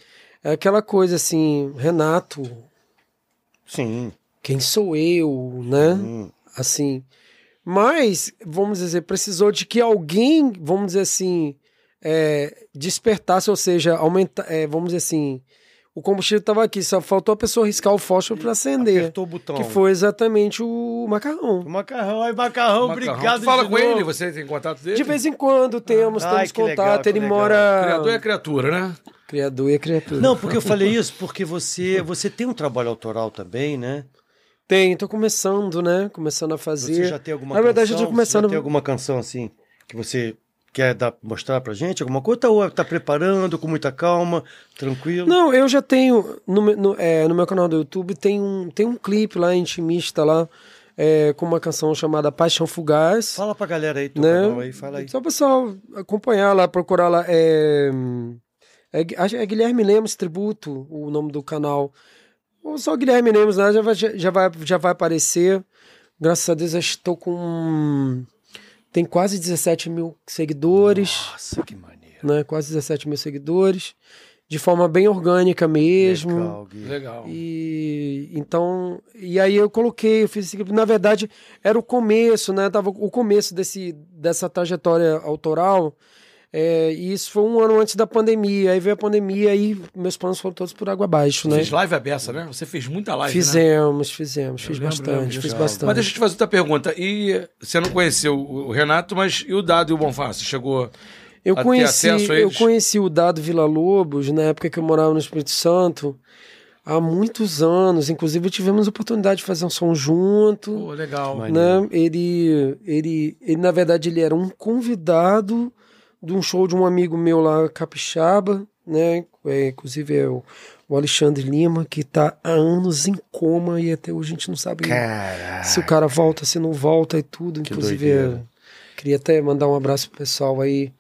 é aquela coisa assim, Renato,
Sim.
quem sou eu, né?
Hum.
Assim. Mas, vamos dizer, precisou de que alguém, vamos dizer assim, é, despertasse, ou seja, aumenta, é, vamos dizer assim, o combustível tava aqui, só faltou a pessoa riscar o fósforo para acender.
Apertou o botão.
Que foi exatamente o macarrão.
O Macarrão, aí, macarrão,
Macarrão.
obrigado.
Tu fala
de
com
novo.
ele, você tem contato dele?
De vez em quando temos,
Ah, ai,
temos
que legal,
contato.
que
ele
legal.
mora.
Criador é criatura, né?
Criador e criatura.
Não, porque eu falei isso porque você, você tem um trabalho autoral também, né?
Tem, tô começando, né? Começando a fazer.
Você já tem alguma
Na verdade,
canção?
eu tô começando.
Você já tem alguma canção assim que você quer dar, mostrar pra gente? Alguma coisa? Ou tá preparando com muita calma, tranquilo?
Não, eu já tenho. No, me- no, é, no meu canal do YouTube tem um, tem um clipe lá, intimista lá, é, com uma canção chamada Paixão Fugaz.
Fala pra galera aí, tu
né?
canal aí, fala aí.
Só o pessoal acompanhar lá, procurar lá. É, É, Gui- acho- é Guilherme Lemos Tributo, o nome do canal. Ou só Guilherme Lemos, né? Já vai, já, vai, já vai aparecer. Graças a Deus, eu estou com. um, Tem quase 17 mil seguidores,
Nossa, que maneiro.
né? Quase 17 mil seguidores. De forma bem orgânica mesmo.
Legal, Gui.
Legal.
E então, e aí eu coloquei, eu fiz esse clipe. Na verdade, era o começo, né? Tava o começo desse, dessa trajetória autoral. É, e isso foi um ano antes da pandemia. Aí veio a pandemia e meus planos foram todos por água abaixo, né?
Fez live aberta, né? Você fez muita live, né?
Fizemos, fizemos, fiz
lembro,
bastante,
lembro,
fiz
legal.
bastante.
Mas deixa eu te fazer outra pergunta. E você não conheceu o o Renato, mas e o Dado e o Bonfá? Você chegou...
Eu
a ter
conheci,
acesso a
eu
eles?
conheci o Dado Vila Lobos na época que eu morava no Espírito Santo há muitos anos. Inclusive, tivemos a oportunidade de fazer um som junto.
Pô, legal.
Mas-
né? Ele, ele, ele, na verdade, ele era um convidado de um show de um amigo meu lá, capixaba, né? É, inclusive é o, o Alexandre Lima, que tá há anos em coma e até hoje a gente não sabe
Caraca.
se o cara volta, se não volta e tudo.
Que
Inclusive,
doideira.
é, queria até mandar um abraço pro pessoal aí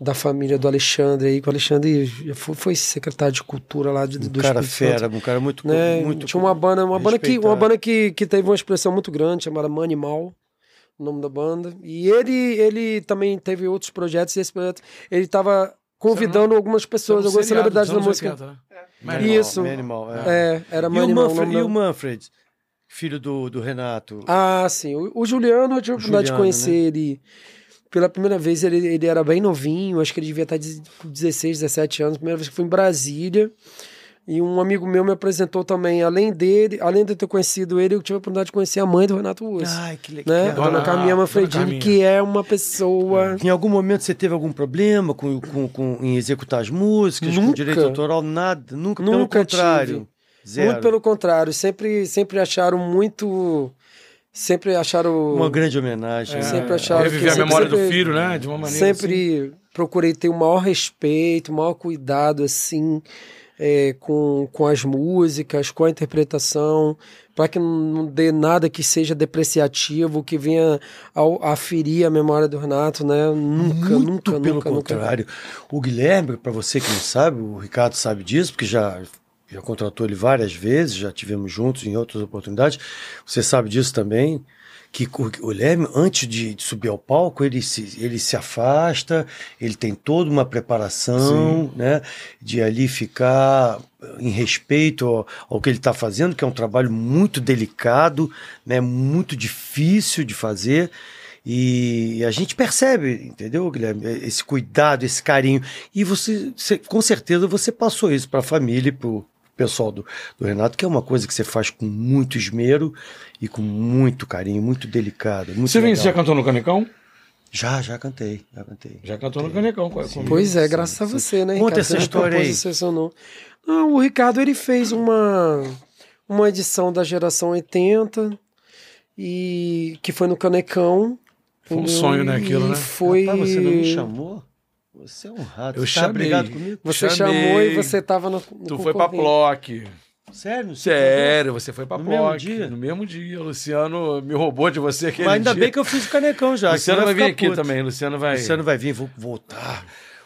da família do Alexandre aí, que o Alexandre já foi, foi secretário de cultura lá de, do
um cara
Espírito Santo
fera, um cara muito,
né?
muito
tinha uma banda, uma banda que uma
respeitado.
banda que, que teve uma expressão muito grande chamada Manimal, o nome da banda. E ele ele também teve outros projetos e esse projeto ele
é
estava
um-
convidando algumas
é um
pessoas, algumas celebridades da música.
né? Mas
Animal,
Isso.
Animal, é.
É, era
um E, o
Manimal. o
Manfred,
nome
e
da-
o Manfred, filho do, do Renato.
Ah, sim. O, o Juliano, eu tive a oportunidade de
Juliano,
conhecer
né?
ele pela primeira vez. Ele, ele era bem novinho, acho que ele devia estar de- com 16, 17 anos. Primeira vez que fui em Brasília. E um amigo meu me apresentou também, além dele, além de eu ter conhecido ele, eu tive a oportunidade de conhecer a mãe do Renato Russo.
Ai, Ah, que legal.
né? A
Dona-
dona Carminha
Dona
Manfredini,
Carminha.
que é uma pessoa.
Em algum momento você teve algum problema com, com, com- em executar as músicas, com
Nunca.
direito autoral, nada? Nunca, pelo
Nunca
contrário. Zero.
Muito pelo contrário, sempre, sempre acharam muito. Sempre acharam.
Uma grande homenagem.
É,
né?
sempre achava
Reviver
que-
Reviver a memória do
sempre-
filho, né? De uma maneira assim.
sempre procurei ter o maior respeito, o maior cuidado, assim, é, com, com as músicas, com a interpretação, para que não dê nada que seja depreciativo, que venha ao- a ferir a memória do Renato, né? Nunca,
Muito
nunca,
pelo
nunca, nunca.
contrário. O Guilherme, para você que não sabe, o Ricardo sabe disso, porque já, já contratou ele várias vezes, já tivemos juntos em outras oportunidades. Você sabe disso também. Que o o Guilherme, antes de de subir ao palco, ele se, ele se afasta, ele tem toda uma preparação, né? De ali ficar em respeito ao, ao que ele está fazendo, que é um trabalho muito delicado, né? Muito difícil de fazer. E a gente percebe, entendeu, Guilherme? Esse cuidado, esse carinho. E você, você- com certeza, você passou isso para a família e para o pessoal do, do Renato, que é uma coisa que você faz com muito esmero e com muito carinho, muito delicado. Muito
Você vem- você já
legal.
cantou no Canecão?
já... já, cantei, já cantei.
Já cantou no Canecão. com- com-
Pois é,
Sim,
graças a
sim.
você, né,
Conta
Ricardo?
essa
Você me
história
propôs
aí.
esse sensacional. Não, o Ricardo, ele fez uma, uma edição da geração 80, e que foi no Canecão.
Foi um
entendeu?
sonho, né, aquilo,
E
né?
Foi...
Rapaz, você não me chamou? Você é um rato.
Eu
você
chamei.
tá brigado comigo?
Você
Chamei.
chamou e você tava no. no
Tu foi pra
concorrente.
Ploc.
Sério? Você tá
Sério, você foi pra
No
Ploc.
mesmo dia?
No mesmo dia. O Luciano me roubou de você aquele
Mas ainda
dia.
bem que eu fiz o canecão já.
O Luciano
senão
vai
eu ia
vir
ficar
aqui
puto.
também. o Luciano vai...
Luciano vai vir, vou voltar.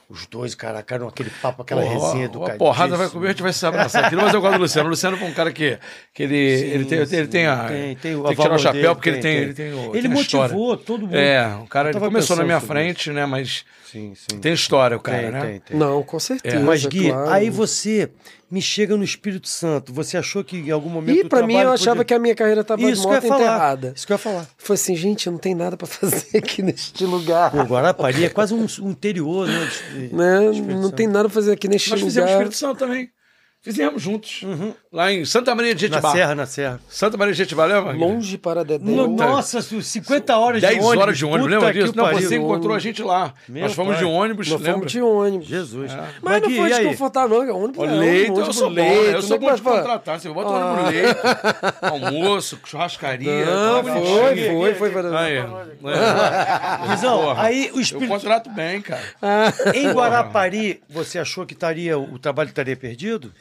Os dois, cara, a cara, aquele papo, aquela
Porra,
resenha do
a
cara.
porrada vai comer, a gente vai se abraçar aquilo, mas eu gosto do Luciano. O Luciano foi um cara que, que ele,
Sim,
ele tem, ele
sim,
tem a.
tem- tem o
que tirar
valor
o chapéu,
dele,
porque ele
tem,
tem.
tem.
Ele, tem, o-
Ele
tem a história.
motivou todo mundo.
É, o cara
Eu
ele
tava
começou na
pensando
minha
sobre
frente, né? Mas
Sim, sim.
tem história o cara,
Tem,
né?
tem, tem.
Não, com certeza.
É, Mas, Gui,
claro.
aí você me chega no Espírito Santo. Você achou que em algum momento.
E pra mim, eu achava que a minha carreira tava de
Isso que eu ia
moto
falar.
enterrada.
Isso que eu ia falar.
Foi assim, gente, não tem nada pra fazer aqui neste lugar.
Pô, Guarapari é quase um, um interior, né? de- de-
né?
Espírito
Não
Santo.
tem nada pra fazer aqui neste
Nós fizemos
lugar.
Espírito Santo também. Fizemos juntos. Lá em Santa Maria de
Uhum. Na
Jetibá.
Serra, na Serra.
Santa Maria de Jetibá, lembra?
né?
Longe para Dedé.
Puta.
Nossa, 50 horas
10
de ônibus.
horas de ônibus,
puta
lembra
que
disso? Não,
pariu.
você encontrou a gente lá.
Meu
Nós fomos
pai.
de ônibus,
Nós
lembra?
fomos de ônibus.
Jesus.
É.
Mas não
Gui,
foi
e aí?
desconfortável, não. Ônibus é
Leito,
ônibus,
eu sou
ônibus,
leito,
leito,
eu sou
não
bom de
pode falar. Ah.
contratar. Você bota o ônibus leito, almoço, churrascaria.
Não,
tudo
foi,
bonitinho.
foi, foi.
né? Aí, é.
Guizão,
Porra,
Ah, aí o
Eu
Espírito
contrato bem, cara.
Em Guarapari, você achou que estaria, o trabalho estaria perdido?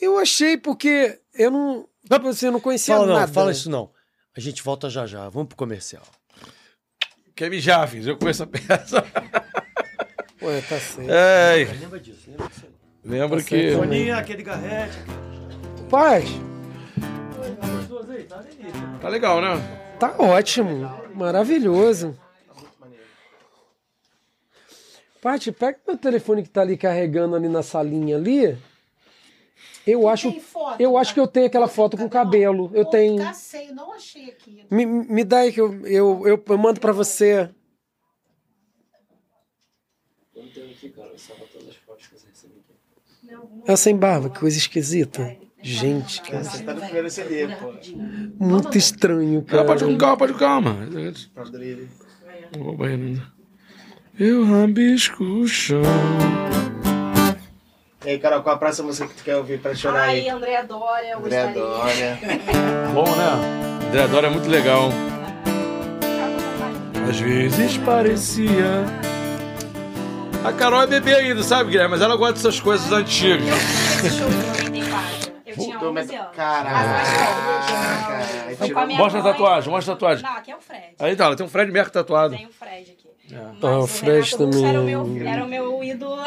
Eu achei porque eu não. Tipo assim, eu não conhecia
Fala não,
nada. né?
fala isso não. A gente volta já já, vamos pro comercial.
Quer mijar, filho? Eu conheço a peça.
Ué, tá certo.
Ai.
Lembra disso, lembra disso.
Tá
Lembra que.
Boninho, aquele garrete.
Paz,
Tá legal, né?
tá ótimo. Maravilhoso. Paty, pega meu telefone que tá ali carregando ali na salinha ali. Eu acho,
tem foto,
eu acho que eu tenho aquela foto tá? com cabelo. Eu
Pô,
tenho.
Tá sem, eu não achei aqui.
Me, me dá aí que eu, eu, eu, eu mando pra você. É sem barba, que coisa esquisita. Gente, cara,
Você tá no primeiro CD, pô.
muito estranho,
Não,
cara.
pode ir com calma, pode ir com calma.
Pra dele.
Não vou ao banheiro ainda. Eu rabisco o chão.
E aí, Carol, qual a próxima música que tu quer ouvir pra chorar
Ai,
aí?
André Dória, eu
André
gostaria.
Dória.
Bom, né? André Dória é muito legal. Às vezes parecia. A Carol é bebê ainda, sabe, Guilherme? Mas ela gosta dessas coisas antigas.
Eu fui esse show em 94. Eu tinha
Tô
11
met-
anos.
Caraca.
Foi
um
com a minha
Mostra a
mãe.
tatuagem, mostra a tatuagem.
Não, aqui é o Fred.
Aí tá, ela tem um Fred Merck tatuado.
Tem o Fred aqui. Mas
Ah, o
o
Fred
Renato Russo Era o meu,
também.
era o meu ídolo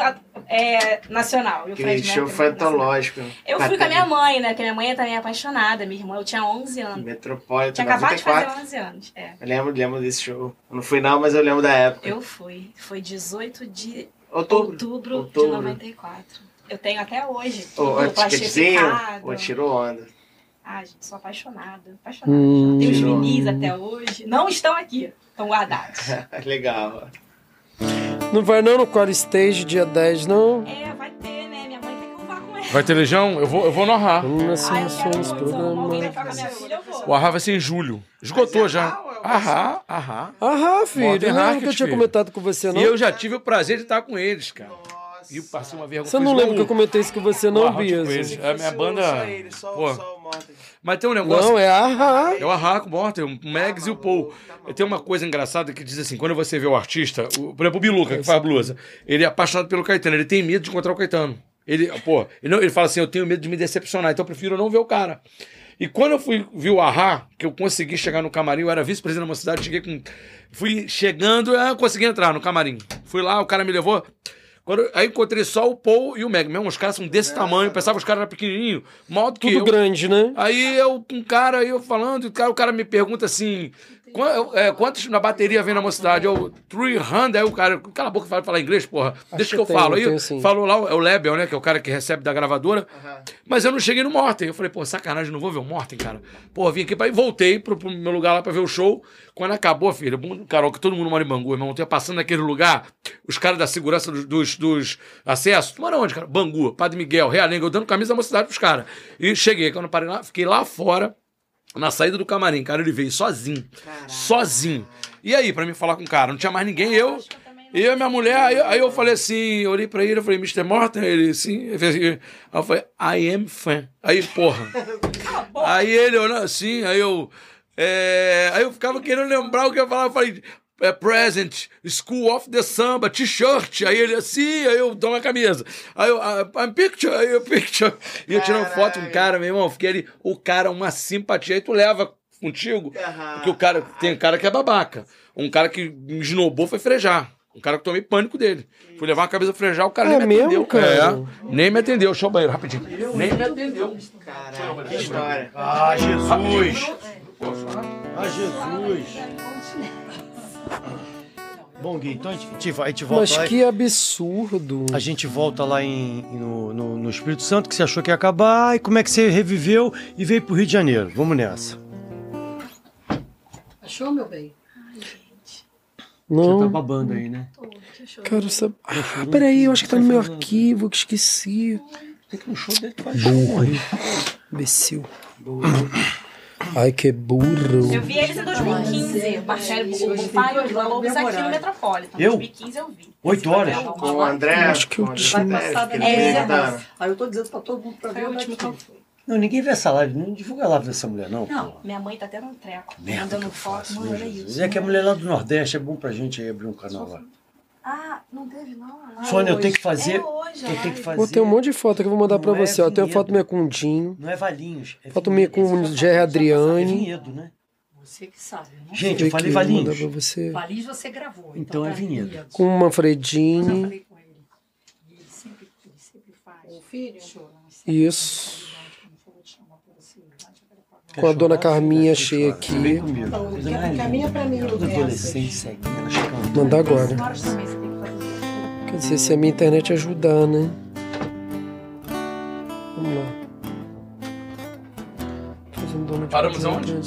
é, nacional. E o
Aquele
Fred
show
Mercury era nacional.
fantológico.
um- Eu fui com a minha mãe, né? Porque minha mãe também é apaixonada. Minha irmã, eu tinha 11 anos.
Metropolitan,
Tinha acabado de fazer
94.
11 anos. É.
Eu lembro, lembro desse show. Eu não fui não, mas eu lembro da época.
Eu fui. Foi 18 de
Outubro.
outubro,
Outubro.
de 94. Eu tenho até hoje.
O
tudo
etiquetezinho,
plastificado.
o tirou onda.
Ah, gente, sou apaixonada. Apaixonada.
Hum.
Tem os
Tirou.
vinis até hoje. Não estão aqui. Estão guardados.
É.
Legal.
Não vai não no Core Stage, dia 10, não?
é, vai ter, né? Minha mãe tem que levar com ela.
Vai ter Legião? Eu vou, eu vou no Arra.
Vamos nessa
Ah, eu
noção
quero
nesse
muito. Arrumar alguém
programa.
pra ficar com a minha filha, eu vou.
O Arra vai ser em julho. Esgotou já. Arra, Arra.
Aham,
Modern
filho. Não, é eu nunca
Rocket,
tinha
filho.
comentado com você, não.
E eu já tive o prazer de estar com eles, cara. E eu passei uma vergonha.
Você não
Fiz um
lembra que eu
igual
comentei isso com você,
o
não,
Arra com eles.
Bias?
É a minha banda.
Só ele, só,
Pô.
só o Morten.
Mas tem um negócio.
Não, é aham.
Eu arraco o Morten, o Mags e o Paul. Tem uma coisa engraçada que diz assim: quando você vê o artista, o, por exemplo, o Biluca, que faz blusa, ele é apaixonado pelo Caetano, ele tem medo de encontrar o Caetano. Ele, pô, ele, não- ele fala assim: eu tenho medo de me decepcionar, então eu prefiro não ver o cara. E quando eu fui ver o Arra, que eu consegui chegar no camarim, eu era vice-presidente de uma cidade, cheguei com. Fui chegando, ah, consegui entrar no camarim. Fui lá, o cara me levou. Quando, eu- aí encontrei só o Paul e o Meg. Mesmo, os caras são desse tamanho, eu pensava que os caras eram pequenininhos, maior do que
Tudo
eu.
grande, né?
Aí eu com um cara, aí eu falando, e o cara, o cara me pergunta assim: "Qua- eu- é, quantos na bateria vem na mocidade? Eu, 300, aí o cara, cala a boca fala, fala inglês, porra. Deixa
que
que eu,
eu tenho,
falo.
eu tenho
Aí
sim.
falou lá, o- é o Lebel, né? Que é o cara que recebe da gravadora. Mas eu não cheguei no Morten. Eu falei, pô, sacanagem, não vou ver o Morten, cara. Pô, vim aqui pra. E voltei pro, pro meu lugar lá pra ver o show. Quando acabou, filho, bom, Carol, que todo mundo mora em Bangu, irmão. Tu ia passando naquele lugar, os caras da segurança dos, dos, dos acessos. Tu mora onde, cara? Bangu, Padre Miguel, Realenga, eu dando camisa da mocidade pros caras. E cheguei, quando eu parei lá, fiquei lá fora. Na saída do camarim, cara, ele veio sozinho. Sozinho. E aí, pra mim falar com o cara? Não tinha mais ninguém, eu.
acho que eu também não
Eu e minha mulher, aí, aí eu falei assim, eu olhei pra ele, eu falei, Mr. Morton? Ele, sim. Ele fez assim, Aí eu falei, I am fan. Aí, porra. aí ele olhou assim, aí eu. é, aí eu ficava querendo lembrar o que eu falava, eu falei. É present, School of the Samba, t-shirt. Aí ele assim, aí eu dou uma camisa. Aí eu, ah, I'm picture, aí eu picture. E eu tirando foto com o cara, meu irmão, fiquei ali, o cara, uma simpatia. Aí tu leva contigo,
Aham.
porque o cara, tem um cara que é babaca. Um cara que me esnobou foi frejar. Um cara que eu tomei pânico dele. Fui levar uma cabeça frejar, o cara
É
nem me
mesmo,
atendeu.
cara?
É, nem me atendeu. Deixa eu ao banheiro rapidinho. Nem me atendeu.
Caraca, que história.
Ah, Jesus! Ah,
Pra
Jesus!
mim, continua.
Bom, Gui, então a gente, vai- a gente volta
Mas
lá.
que absurdo.
A gente volta lá em, no, no- no Espírito Santo, que você achou que ia acabar, e como é que você reviveu e veio pro Rio de Janeiro. Vamos nessa.
Achou, meu bem?
tá
Não.
babando aí, né?
Pô, que show.
Quero saber. Ah, peraí, eu acho que tá no meu arquivo, que esqueci.
Tem que um show dentro faz Burro.
Imbecil. Ai, que burro.
Eu vi eles em 2015, Marcelo Bonfá e Odila Lobos aqui no Metropolitan.
Eu?
2015 eu vi.
Oito
Esse foi
horas?
meu
Com o
último-
André,
Acho que eu
com o André
tinha.
Teles,
Passada
que ele
É,
é,
inventaram.
Aí eu tô dizendo pra todo mundo pra
Foi
ver
o
onde
último que eu
aqui.
fui.
Não, ninguém vê essa live, não divulga a live dessa mulher, não.
Não,
pô.
minha mãe tá tendo um treco.
Merda que
mandando
eu
foto.
faço,
Mãe,
meu
olha
Jesus.
isso.
É que a mulher lá do Nordeste é bom pra gente aí abrir um canal lá.
Ah, não teve não. Ah,
Sônia, eu
hoje.
tenho que fazer.
É hoje,
Eu tenho que
olha.
fazer.
Pô, tem um monte de foto que eu vou mandar pra
Não é
você. ó. Tem uma
vinheta.
foto minha com o Dinho.
Não é Valinhos. É
Foto minha com o Jerry
É
Adriane.
Vinhedo, né?
Você que sabe. Né?
Gente, eu
Vê
falei
que vou mandar
Valinhos.
pra você.
Paris você gravou.
Então é
tá
vinhedo.
vinhedo.
Com o
Eu já
Manfredini.
falei com ele. E ele sempre, ele sempre faz. com o filho?
Isso. Com a dona Carminha, achei aqui.
Então,
é
que- Caminha pra mim, Lucas.
Adolescência, menina chegando.
Mandar agora. Quer dizer, se a minha internet ajudar, né? Vamos lá. Fazendo dona de
Paramos
casa,
aonde?
né?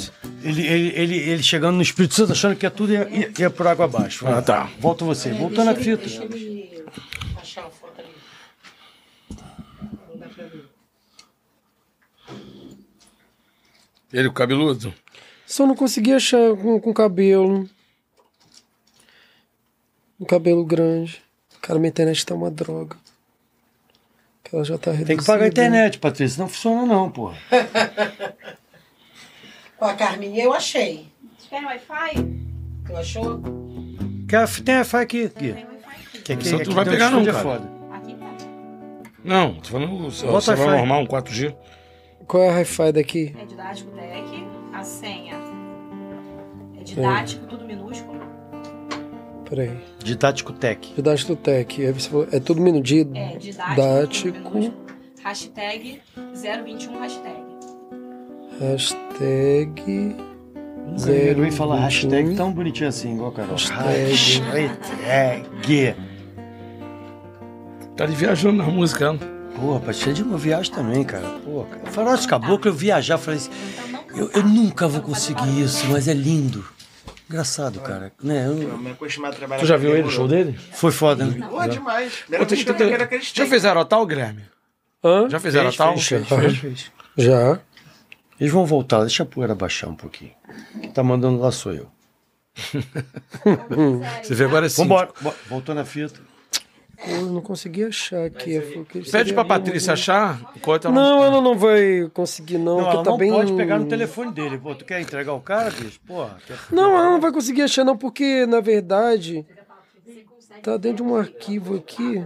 Ele, ele, ele, ele chegando no Espírito Santo, achando que é tudo ia, ia, ia por água abaixo. Ah, tá. Volta você, voltando à
Deixa ele-
fita.
Deixa ele achar a foto ali. Não dá pra ver.
Ele, o cabeludo.
Só não consegui achar com, com cabelo. Um cabelo grande. Cara, minha internet tá uma droga. Que Ela já tá reduzida.
Tem que pagar a internet, Patrícia, não funciona não, porra.
Com a Carminha eu achei.
Vocês querem Wi-Fi?
Tu achou?
Quer, tem Wi-Fi aqui. aqui.
Tem Wi-Fi aqui.
Que aqui,
Santo não vai
tem um
pegar não,
estúdio
cara.
é foda.
Aqui tá.
Não, tô falando o seu,
Bota
seu
Wi-Fi.
normal, um 4G.
Qual é a hi-fi daqui?
É didático deck, a senha. É didático, tudo minúsculo.
Peraí.
Didático Tech.
Didático Tech. Aí você falou, é tudo minutinho.
É didático,
Didático.
tudo minúsculo. Hashtag 021 hashtag. Então,
Hashtag.
Zero. Eu
Zero,
ia falar hashtag
vinte. um.
tão bonitinho assim, igual a Carol.
Hashtag.
Hashtag.
Tá ali viajando na música. né?
Porra, Patrícia, de uma viagem também, cara. Porra, cara. Faroeste Caboclo, eu viajar, falei assim, eu, eu nunca vou conseguir isso, mas é lindo. Engraçado, cara. Né? Eu-
Eu me acostumado a trabalhar
Tu já
com
viu ele, o
demorou.
show dele?
Foi foda, né?
Pô, demais. Primeira
Puta,
vez que eu
tu-
era cristão.
Já fizeram a tal, Guilherme?
Hã?
Já fizeram a tal?
fez, fez, Já.
Eles vão voltar, deixa a poeira baixar um pouquinho. Tá mandando lá sou eu.
Você vê agora sim.
Vambora. Bo- Voltou na fita.
Eu não consegui achar aqui. eu falei, que
Pede
seria
pra
bom.
Patrícia achar enquanto ela
Não, ela não vai conseguir,
Não,
não. porque
ela
tá
não
bem...
pode pegar no telefone dele. Pô, tu quer entregar o cara, bicho? Porra. quer-
Não, ela não vai conseguir achar, não, porque, na verdade, tá dentro de um arquivo aqui.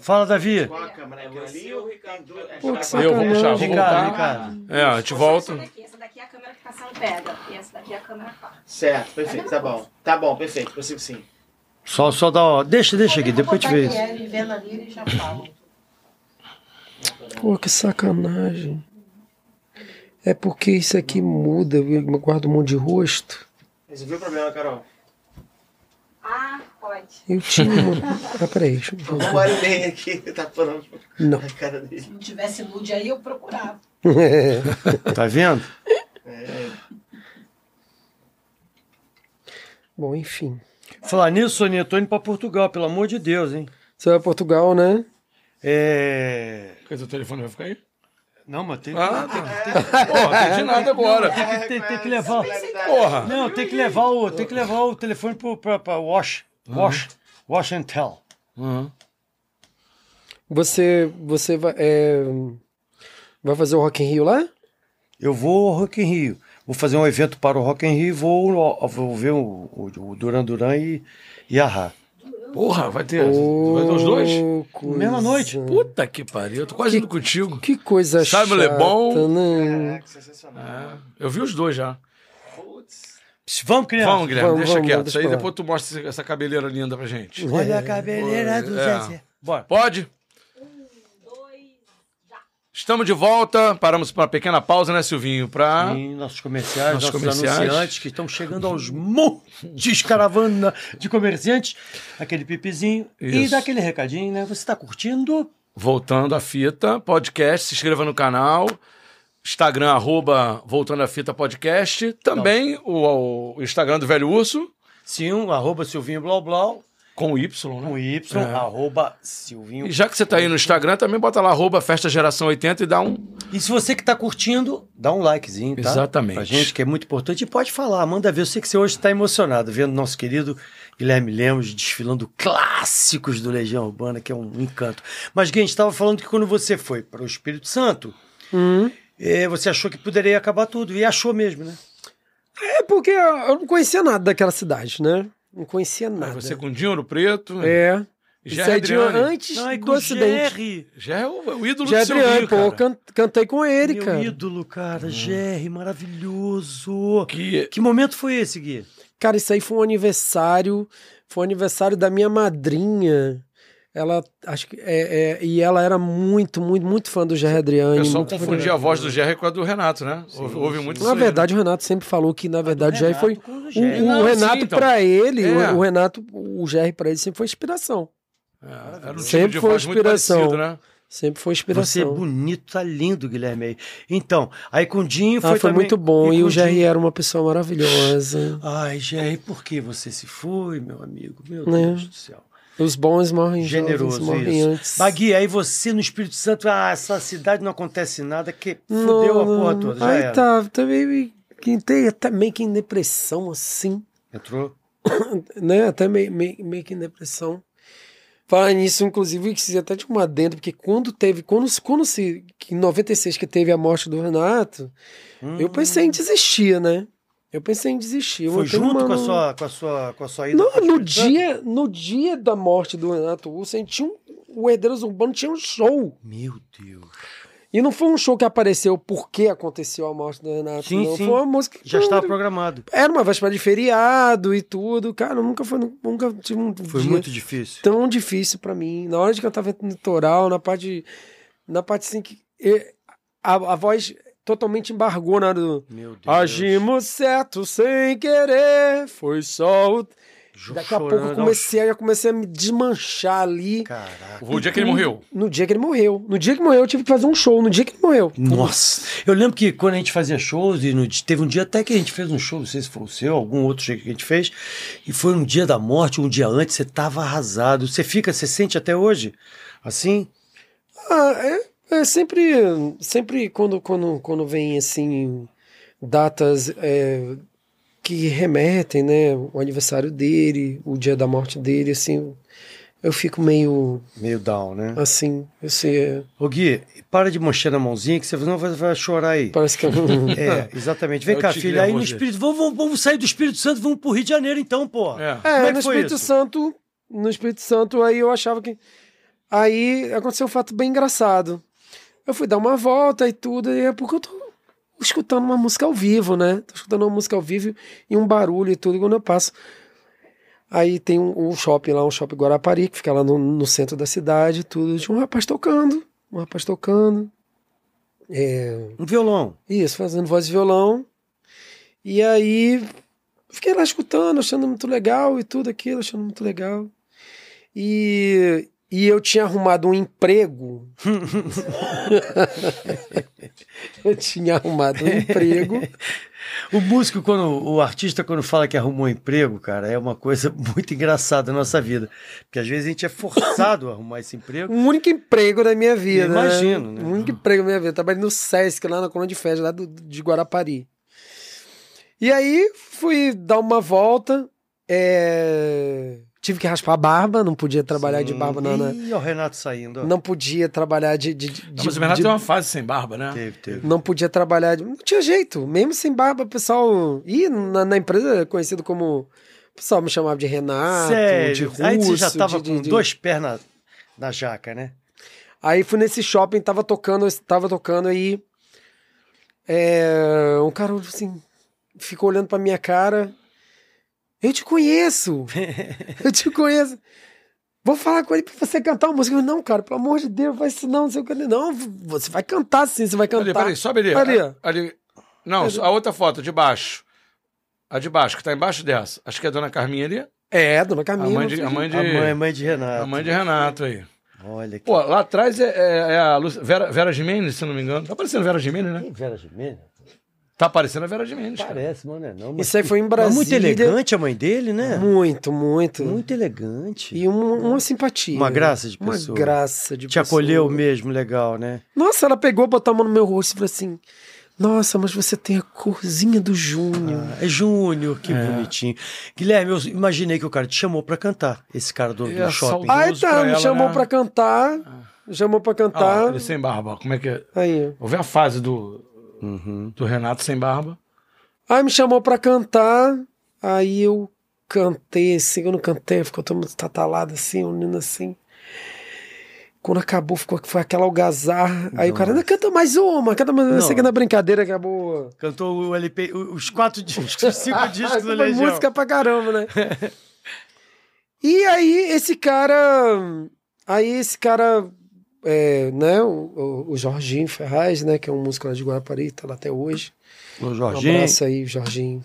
Fala, Davi.
Qual a câmera? Aquela ali ou o Ricardo? é
Pô, que
Eu vou puxar, vou
sacanagem.
voltar.
Ricardo, Ricardo.
É, a gente volta.
Essa daqui, essa daqui é a câmera que tá sendo pega. E essa daqui é a câmera 4.
Certo, perfeito, tá bom. Tá bom, perfeito, consigo sim.
Só, só dá, ó. Deixa, deixa aqui,
Vou
depois te
botar
vê
quem
isso.
é, ele vendo ali, ele já fala.
Pô, que sacanagem. É porque isso aqui muda, eu guardo um monte de rosto.
Resolveu o problema, Carol.
Ah, pode.
Eu tinha uma... Ah, peraí, deixa eu ver.
Uma hora e meia aqui, tá falando
Não.
a cara dele.
Se não tivesse nude aí, eu procurava.
Tá vendo?
Bom, enfim.
Falar nisso, Soninha, eu tô indo pra Portugal, pelo amor de Deus, hein?
Você vai a Portugal, né?
É.
Quer dizer, o telefone vai ficar aí?
Não, mas tem que.
Ah, tá. Porra, não de nada agora.
tem que- tem- tem que levar.
é Porra.
Não, tem que levar o, tem que levar o telefone pro, pra, pra Wash.
Uhum.
Wash. Wash and Tell.
Você, você vai, é, vai fazer o Rock in Rio lá?
Eu vou ao Rock in Rio. Vou fazer um evento para o Rock in Rio, vou, no- vou ver o, o, o Duran Duran e, e a Ra.
Porra, vai ter. Vai ter os dois?
Ô, coisa.
Mesma noite.
Puta que pariu, eu tô quase indo contigo.
Que coisa chata,
Sabe o Lebon?
né?
Caraca, sensacional.
Eu vi os dois já.
Putz.
Vamos, criança.
Vamos, Guilherme,
É. Vamos,
deixa
vamos,
quieto.
deixa
Isso aí
pra lá.
depois tu mostra esse- essa cabeleira linda pra gente.
Olha a cabeleira do
É.
Zezé. Bora.
Pode?
Dois.
Estamos de volta. Paramos para uma pequena pausa, né, Silvinho? Pra...
E nossos comerciais,
Nossos
nossos,
comerciais.
anunciantes que estão chegando aos montes caravana de comerciantes. Aquele pipizinho. E
Isso.
dá aquele recadinho, né? Você está curtindo?
Voltando à Fita Podcast. Se inscreva no canal. Instagram, arroba Voltando à Fita Podcast. Também o, o Instagram do Velho Urso,
Sim, um, arroba Silvinho Blau Blau,
com Y, né?
com Y,
É.
arroba Silvinho.
E já que você tá aí no Instagram, também bota lá, arroba Festa Geração 80 e dá um...
E se você que tá curtindo, dá um likezinho, tá?
Exatamente.
Pra gente, que é muito importante. E pode falar, manda ver. Eu sei que você hoje está emocionado vendo nosso querido Guilherme Lemos desfilando clássicos do Legião Urbana, que é um encanto. Mas, Gui, a gente estava falando que quando você foi para o Espírito Santo,
Hum.
eh, você achou que poderia acabar tudo. E achou mesmo, né?
É porque eu não conhecia nada daquela cidade, né? Não conhecia nada.
Ah, Você com Dinheiro Preto.
É.
Gé
Isso é de
Adriane.
antes
Não, e
do
com o
acidente.
Jerry,
Já é o, o ídolo
Gé
do Silvinho,
Adriane, pô, eu
cara.
can- cantei com ele,
meu
cara.
ídolo, cara.
Hum.
Jerry, maravilhoso.
Que
Que momento foi esse, Gui?
Cara, isso aí foi um aniversário. Foi um aniversário da minha madrinha. Ela, acho que, é, é, e ela era muito, muito, muito fã do Gerry Adriani.
O pessoal
muito fã do
confundia a voz do Jerry com a do Renato, né? Houve, houve muito isso
Na
aí,
é verdade, o Renato sempre falou que, na
É,
verdade, o Jerry foi. um O, o
Não,
Renato,
sim, então.
pra ele,
É.
o, o Renato, o Jerry pra ele sempre foi inspiração.
né? É, era um tipo
Sempre
de
foi
voz muito
inspiração.
parecido, né?
Sempre foi
Você é
inspiração.
bonito, tá lindo, Guilherme. aí. Então, aí com o Dinho
Ah, foi
foi também-
muito bom. E
com
o Jerry
Dinho-
era uma pessoa maravilhosa.
Ai, Jerry, por que você se foi, meu amigo? Meu
Né?
Deus do céu.
Os bons morrem
Generoso,
jovens, morrem
isso.
antes.
Bagui, aí você no Espírito Santo, ah, essa cidade não acontece nada, que
Não,
fudeu a
não.
porra toda. Já
Aí
era.
tá, também me- quem tem até meio que em depressão, assim,
Entrou?
né? Até meio, meio, meio que em depressão. Falar nisso, inclusive, que até de uma adendo, porque quando teve, quando, se- quando se, que em 96 que teve a morte do Renato, eu pensei em desistir, né? Eu pensei em desistir. Eu
Hum. Foi
tenho
junto
uma-
com, a sua, com, a sua, com a sua ida?
Não,
pro
no
Espírito Santo?
dia, no dia da morte do Renato Russo, a gente tinha um, o Herdeiros Urbano tinha um show.
Meu Deus.
E não foi um show que apareceu porque aconteceu a morte do Renato,
Sim,
não.
sim.
Foi uma música que
Já estava programado.
era uma véspera de feriado e tudo. Cara, nunca foi, nunca tive um
Foi
dia
muito difícil.
tão difícil pra mim. Na hora de que eu tava no toral, na parte de- na parte assim que eh, a, a voz totalmente embargou na hora do
Meu Deus.
Agimos certo sem querer, foi só o...
Ju-
Daqui a pouco
chorando
eu
aos-
comecei, já comecei a me desmanchar ali.
Caraca.
O dia que ele morreu.
No dia que ele morreu. No dia que morreu, eu tive que fazer um show. No dia que ele morreu.
Nossa, eu lembro que quando a gente fazia shows, e no di- teve um dia até que a gente fez um show, não sei se foi o seu, algum outro show que a gente fez, e foi um dia da morte, um dia antes, você tava arrasado. Você fica, você sente até hoje? Assim?
Ah, é, é sempre, sempre quando, quando, quando vem assim datas é, que remetem, né, o aniversário dele, o dia da morte dele, assim, eu fico meio
Meio down, né?
assim, assim, é,
Ô Gui, para de mexer na mãozinha que você não vai, vai chorar aí.
parece que um eu...
É, exatamente. Vem
É o
cá,
tigre
filha, aí no
nervoso.
Espírito, vamos, vamos- vamos sair do Espírito Santo, vamos pro Rio de Janeiro então, pô.
É.
É,
Como é que
no
foi
Espírito
isso?
Santo, no Espírito Santo, aí eu achava que. Aí aconteceu um fato bem engraçado. Eu fui dar uma volta e tudo, e é porque eu tô escutando uma música ao vivo, né? Tô escutando uma música ao vivo e um barulho e tudo quando eu passo. Aí tem um, um shopping lá, um shopping Guarapari, que fica lá no, no centro da cidade e tudo. Tinha um rapaz tocando, um rapaz tocando. É,
Um violão.
isso, fazendo voz e violão. E aí fiquei lá escutando, achando muito legal e tudo aquilo, achando muito legal. E, e eu tinha arrumado um emprego. eu tinha arrumado um emprego.
O músico, quando, o artista, quando fala que arrumou um emprego, cara, é uma coisa muito engraçada na nossa vida. Porque às vezes a gente é forçado a arrumar esse emprego.
O Um único emprego da minha vida.
Eu imagino, né?
O único emprego da minha vida. Eu trabalhei no Sesc, lá na coluna de férias, lá do- de Guarapari. E aí fui dar uma volta. é, Tive que raspar a barba, não podia trabalhar de barba na. na-
Ih, olha o Renato saindo. ó.
Não podia trabalhar de. de, de-
Não, mas o
de-
Renato
de-
tem uma fase sem barba, né?
Teve, teve.
não podia trabalhar. de- Não tinha jeito. Mesmo sem barba, o pessoal. E na, na empresa era conhecido como. O pessoal me chamava de Renato, de
Sério.
Russo.
Aí você já tava
de- de-
com
de-
dois pés na, na jaca, né?
Aí fui nesse shopping, tava tocando, tava tocando aí. É, um cara assim ficou olhando pra minha cara. Eu te conheço. eu te conheço. Vou falar com ele pra você cantar uma música. Eu, não, cara, pelo amor de Deus, faz isso não, não sei o que. Ele, Não, você vai cantar sim, você vai
Ali,
cantar.
peraí, sobe ali.
Ali, ó.
ali. Não, a outra foto, de baixo. A de baixo, que tá embaixo dessa. Acho que é a dona Carminha ali.
É, dona
A
Camila.
mãe de, a mãe
é.
de,
A mãe, mãe de Renato.
a mãe de Renato aí.
Olha que.
Pô, lá atrás é, é- é a Lu- Vera, Vera Gimenez, se eu não me engano. Tá parecendo Vera Gimenez, né?
Quem Vera Gimenez?
Tá parecendo a Vera Gimenez. cara.
Parece, mano, é não. mas-
Isso aí foi em
Mas
Brasília.
muito elegante a mãe dele, né?
Muito, muito.
Muito elegante.
E um- uma simpatia.
Uma graça de
Uma
pessoa.
graça de
Te acolheu mesmo, legal, né?
Nossa, ela pegou, botou a mão no meu rosto e falou assim: Nossa, mas você tem a corzinha do Júnior.
Ah, é Júnior, que bonitinho. Guilherme, eu imaginei que o cara te chamou pra cantar, esse cara do,
E
do
a
shopping.
saudade.
Ah,
Perigoso pra
então, me
ela,
chamou
né?
pra cantar. me Chamou pra
Ah,
tá.
lá,
cantar.
ele sem barba. Como é que é?
Aí.
Houve a fase do,
Uhum.
do Renato sem barba.
Aí me chamou pra cantar. Aí eu cantei assim, eu não cantei, ficou todo mundo tatalado assim, unindo assim. Quando acabou, ficou, foi aquela algazarra. Aí o cara, não, canta mais uma, canta mais uma. Eu sei que na brincadeira acabou.
Cantou o LP, o- os quatro discos, os cinco discos do
Foi
Legião.
música pra caramba, né? e aí, esse cara Aí esse cara, é, né, o, o- o Jorginho Ferraz, né, que é um músico lá de Guarapari, tá lá até hoje.
O
Um
Jorginho.
abraço aí, Jorginho.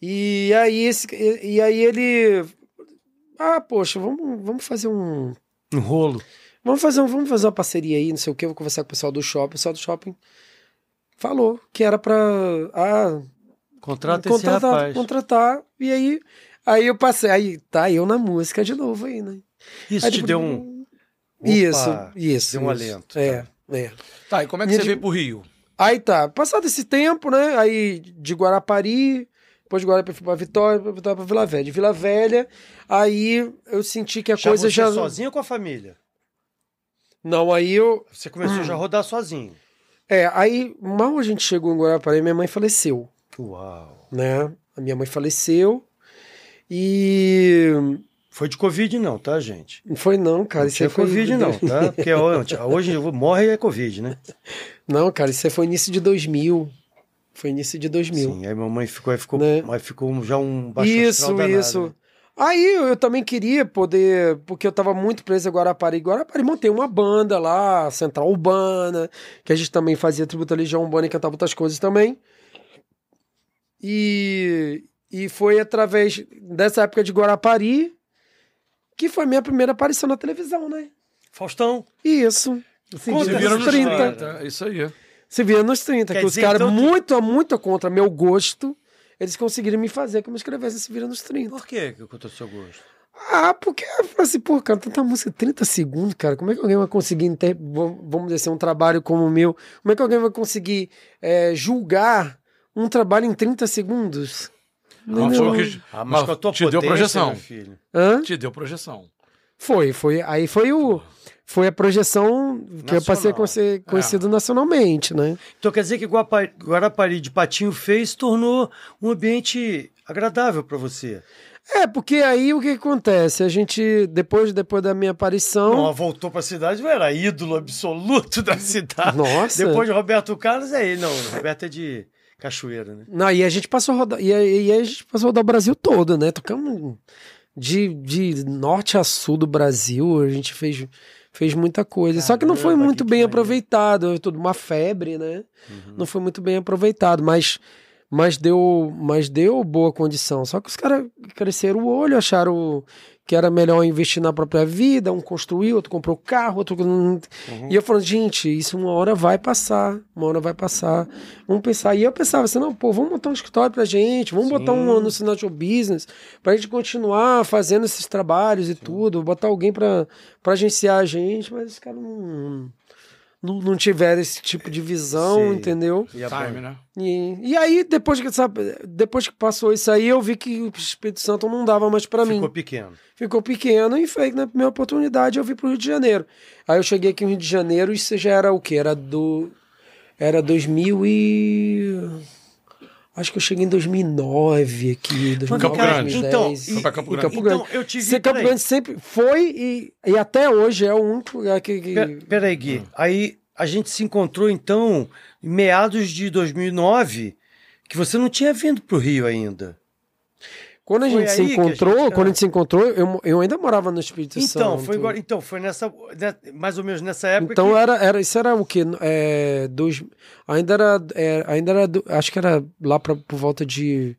E aí, esse, e, e aí ele. Ah, poxa, vamos, vamos fazer um.
Um rolo.
Vamos fazer, um, vamos fazer uma parceria aí, não sei o que, vou conversar com o pessoal do shopping. O pessoal do shopping falou que era pra. Ah,
Contrata esse
contratar,
rapaz.
contratar. E aí, aí eu passei. Aí tá eu na música de novo aí, né?
Isso
Aí
te
depois-
deu um.
Isso,
Opa,
isso.
deu um
isso.
alento,
É, é.
Tá, e como é que
Minha
você
de-
veio pro Rio?
Aí tá, passado esse tempo, né? Aí de Guarapari, depois de Guarapari fui pra Vitória, pra Vitória pra Vila Velha. De Vila Velha, aí eu senti que a
Já
coisa
você
já.
sozinho ou com a família?
Não, aí eu.
Você começou já a rodar sozinho.
É, aí mal a gente chegou em Guarapari, minha mãe faleceu.
Uau.
né? A minha mãe faleceu e
Foi de Covid não, tá, gente?
não foi não, cara,
não
isso aí
tinha
foi
Covid não, tá? Porque hoje, hoje eu vou- morre é Covid, né?
Não, cara, isso aí foi início de 2000. Foi início de 2000.
Sim, aí mamãe ficou, aí ficou,
Né?
aí ficou já um baixo astral
Isso,
danado,
isso.
né?
Aí eu eu também queria poder, porque eu tava muito preso a Guarapari. Guarapari montei uma banda lá, Central Urbana, que a gente também fazia tributo à Legião Urbana e cantava outras coisas também. E, e foi através dessa época de Guarapari que foi minha primeira aparição na televisão, né?
Faustão,
Isso. Se
Conta
Você
essa
vira nos 30.
história.
tá? Isso aí.
Se vira nos 30.
Quer
que os
dizer,
caras,
então, tu-
muito, muito contra meu gosto, eles conseguiram me fazer que eu me escrevesse Se Vira nos 30.
por que que aconteceu o seu gosto?
Ah, porque eu falei assim, pô, cara, tanta música, 30 segundos, cara, como é que alguém vai conseguir, inter- vam- vamos dizer assim, um trabalho como o meu, como é que alguém vai conseguir eh, julgar um trabalho em 30 segundos?
Não, foi o que
Ah,
Mas te deu projeção.
meu filho.
Hã?
te deu projeção.
Foi, foi, aí foi o... Foi a projeção que eu passei
Nacional.
a
É.
conhecer- conhecido nacionalmente, né?
Então quer dizer que Guapa- Guarapari de Patinho fez se tornou um ambiente agradável para você.
É, porque aí o que acontece? A gente, depois, depois da minha aparição.
Não, Então, voltou para a cidade, eu era ídolo absoluto da cidade.
Nossa.
Depois de Roberto Carlos é ele, não, o Roberto é de Cachoeira, né?
Não, e a gente passou a rodar. E aí, e aí a gente passou a rodar o Brasil todo, né? Tocamos de, de norte a sul do Brasil. A gente fez, fez muita coisa. Só que não foi
Caramba,
muito
que
bem
maneiro. Uhum.
aproveitado. É tudo uma febre, né? Não foi muito bem aproveitado, mas. Mas deu, mas deu boa condição. Só que os caras cresceram o olho, acharam que era melhor investir na própria vida. Um construiu, outro comprou carro, outro. E eu falando, gente, isso uma hora vai passar. Uma hora vai passar. Vamos pensar. E eu pensava assim, não, pô, vamos montar um escritório pra gente, vamos botar um ano sinal de business, pra gente continuar fazendo esses trabalhos e tudo, botar alguém pra, pra agenciar a gente, mas os caras não, não, não tiveram esse tipo de visão,
Sei.
entendeu?
E a
Time,
banda?
né?
E, e aí, depois que, sabe, depois que passou isso aí, eu vi que o Espírito Santo não dava mais pra mim
ficou pequeno.
ficou pequeno e foi na primeira oportunidade eu vim pro Rio de Janeiro. Aí eu cheguei aqui no Rio de Janeiro e isso já era o quê? Era do era 2000 e acho que eu cheguei em 2009 aqui, 2009,
Campo Grande.
2010.
Então,
Foi pra Campo
e-
Grande. é
Campo
então
Grande.
eu te vi.
Você, Campo
peraí.
Grande sempre foi e, e até hoje é o único lugar que, que-
Pe- Peraí, Gui.
Ah.
Aí a gente se encontrou, então, em meados de 2009, que você não tinha vindo pro Rio ainda.
quando a
foi
gente se
aí que a
encontrou,
gente- tá.
quando a gente se encontrou, eu, mo- eu ainda morava no Espírito Santo.
Então, foi, agora- então, foi nessa, né, mais ou menos nessa época
Então
que...
era, era, isso era o quê? É, dois, ainda era, é, ainda era, do- acho que era lá pra, por volta de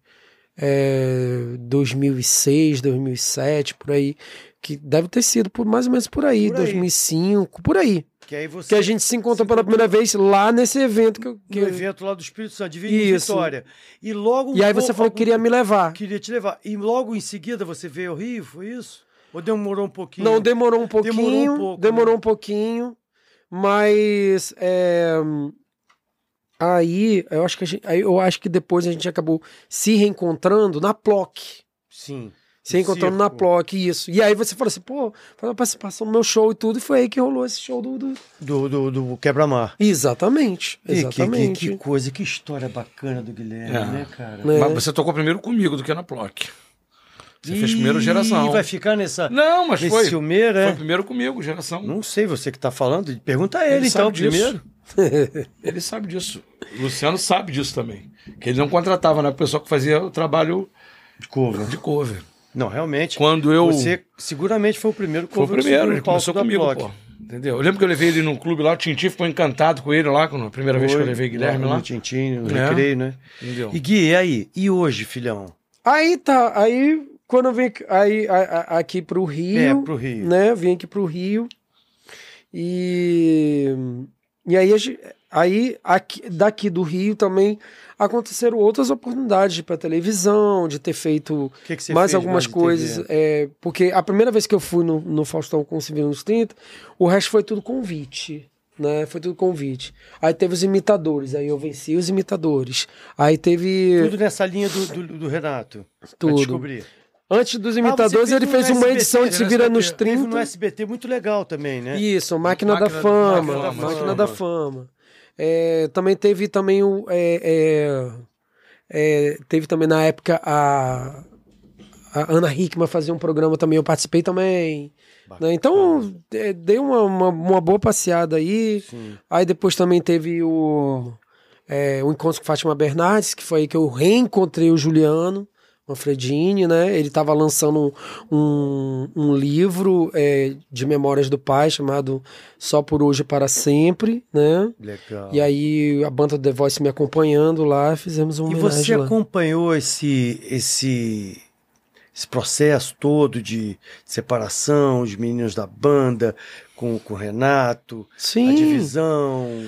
é, 2006, 2007, por aí, que deve ter sido por mais ou menos por aí,
Por aí.
2005, por aí,
Que aí você...
é que a gente se encontrou
se
pela
encontrou.
primeira vez lá nesse evento que, eu- que
no
eu-
evento lá do Espírito Santo, de Vila
Isso.
Vitória. E logo... um
e aí
pouco-
você falou que queria me levar.
Queria te levar. E logo em seguida você veio ao Rio, foi isso? Ou demorou um pouquinho?
Não, demorou um pouquinho.
Demorou
Demorou
um
um,
pouco,
pouquinho. Mas. é, aí, eu acho, que a gente- aí eu acho que depois a gente acabou se reencontrando na PLOC.
Sim.
Se reencontrando na
circo.
PLOC, isso. E aí você falou assim, pô, faz uma participação no meu show e tudo. E foi aí que rolou esse show do. do-
Do, do, do quebra-mar.
Exatamente.
E que- Que,
Exatamente.
que, coisa, que história bacana do Guilherme,
É.
né, cara?
É.
Mas você tocou primeiro comigo do que na Plock. Você fez primeiro geração.
E vai ficar nessa...
Não, mas
Esse
foi.
ciumeiro, é?
Foi primeiro comigo, geração.
Não sei, você que tá falando, pergunta a ele,
Ele
então,
sabe disso.
primeiro.
Ele sabe disso. O Luciano sabe disso também. Que ele não contratava, né? O pessoal que fazia o trabalho
Cover.
de cover.
Não, realmente.
Quando eu.
Você seguramente foi o primeiro
Foi o
cover que
primeiro,
subiu
ele
no palco
começou
da
comigo,
Block.
pô. Entendeu? Eu lembro que eu levei ele num clube lá, o Tintin ficou encantado com ele lá, quando, a primeira vez que eu
Foi,
levei Guilherme lá.
No Tintin, no
É.
Recreio, né?
Entendeu?
E Gui, e aí? E hoje, filhão?
Aí tá, aí quando eu vim aqui- aí, a- a- aqui pro Rio,
É, pro Rio.
né? Vim aqui pro Rio e e aí a gen- aí aqui- daqui do Rio também aconteceram outras oportunidades para televisão, de ter feito
O que, que você
mais
fez
algumas
de
coisas,
TV?
é, porque a primeira vez que eu fui no, no Faustão com o Civil nos 30, o resto foi tudo convite, né? Foi tudo convite. Aí teve os imitadores, aí eu venci os imitadores. Aí teve
Tudo nessa linha do, do, do Renato. Pra
é- Tudo.
descobrir.
Antes dos
Ah,
imitadores,
você
ele
no
fez uma
SBT,
edição de Se Vira nos
né, Teve no
30.
SBT muito legal também, né?
Isso, Máquina,
Máquina-
da Fama.
Máquina
da Fama.
Máquina da Fama. É, também teve também o. é, é, é, teve também na época a, a Ana Hickman fazia um programa também, eu participei também. né? Então, é, dei uma, uma, uma boa passeada aí.
Sim.
Aí depois também teve o, é, o encontro com Fátima Bernardes, que foi aí que eu reencontrei o Juliano Manfredini, né? Ele estava lançando um, um livro é, de memórias do pai chamado Só por Hoje e Para Sempre, né?
Legal.
E aí a banda The Voice me acompanhando lá, fizemos uma
E
homenagem
você
lá.
acompanhou esse, esse, esse processo todo de separação, os meninos da banda com, com o Renato, a
Sim,
divisão.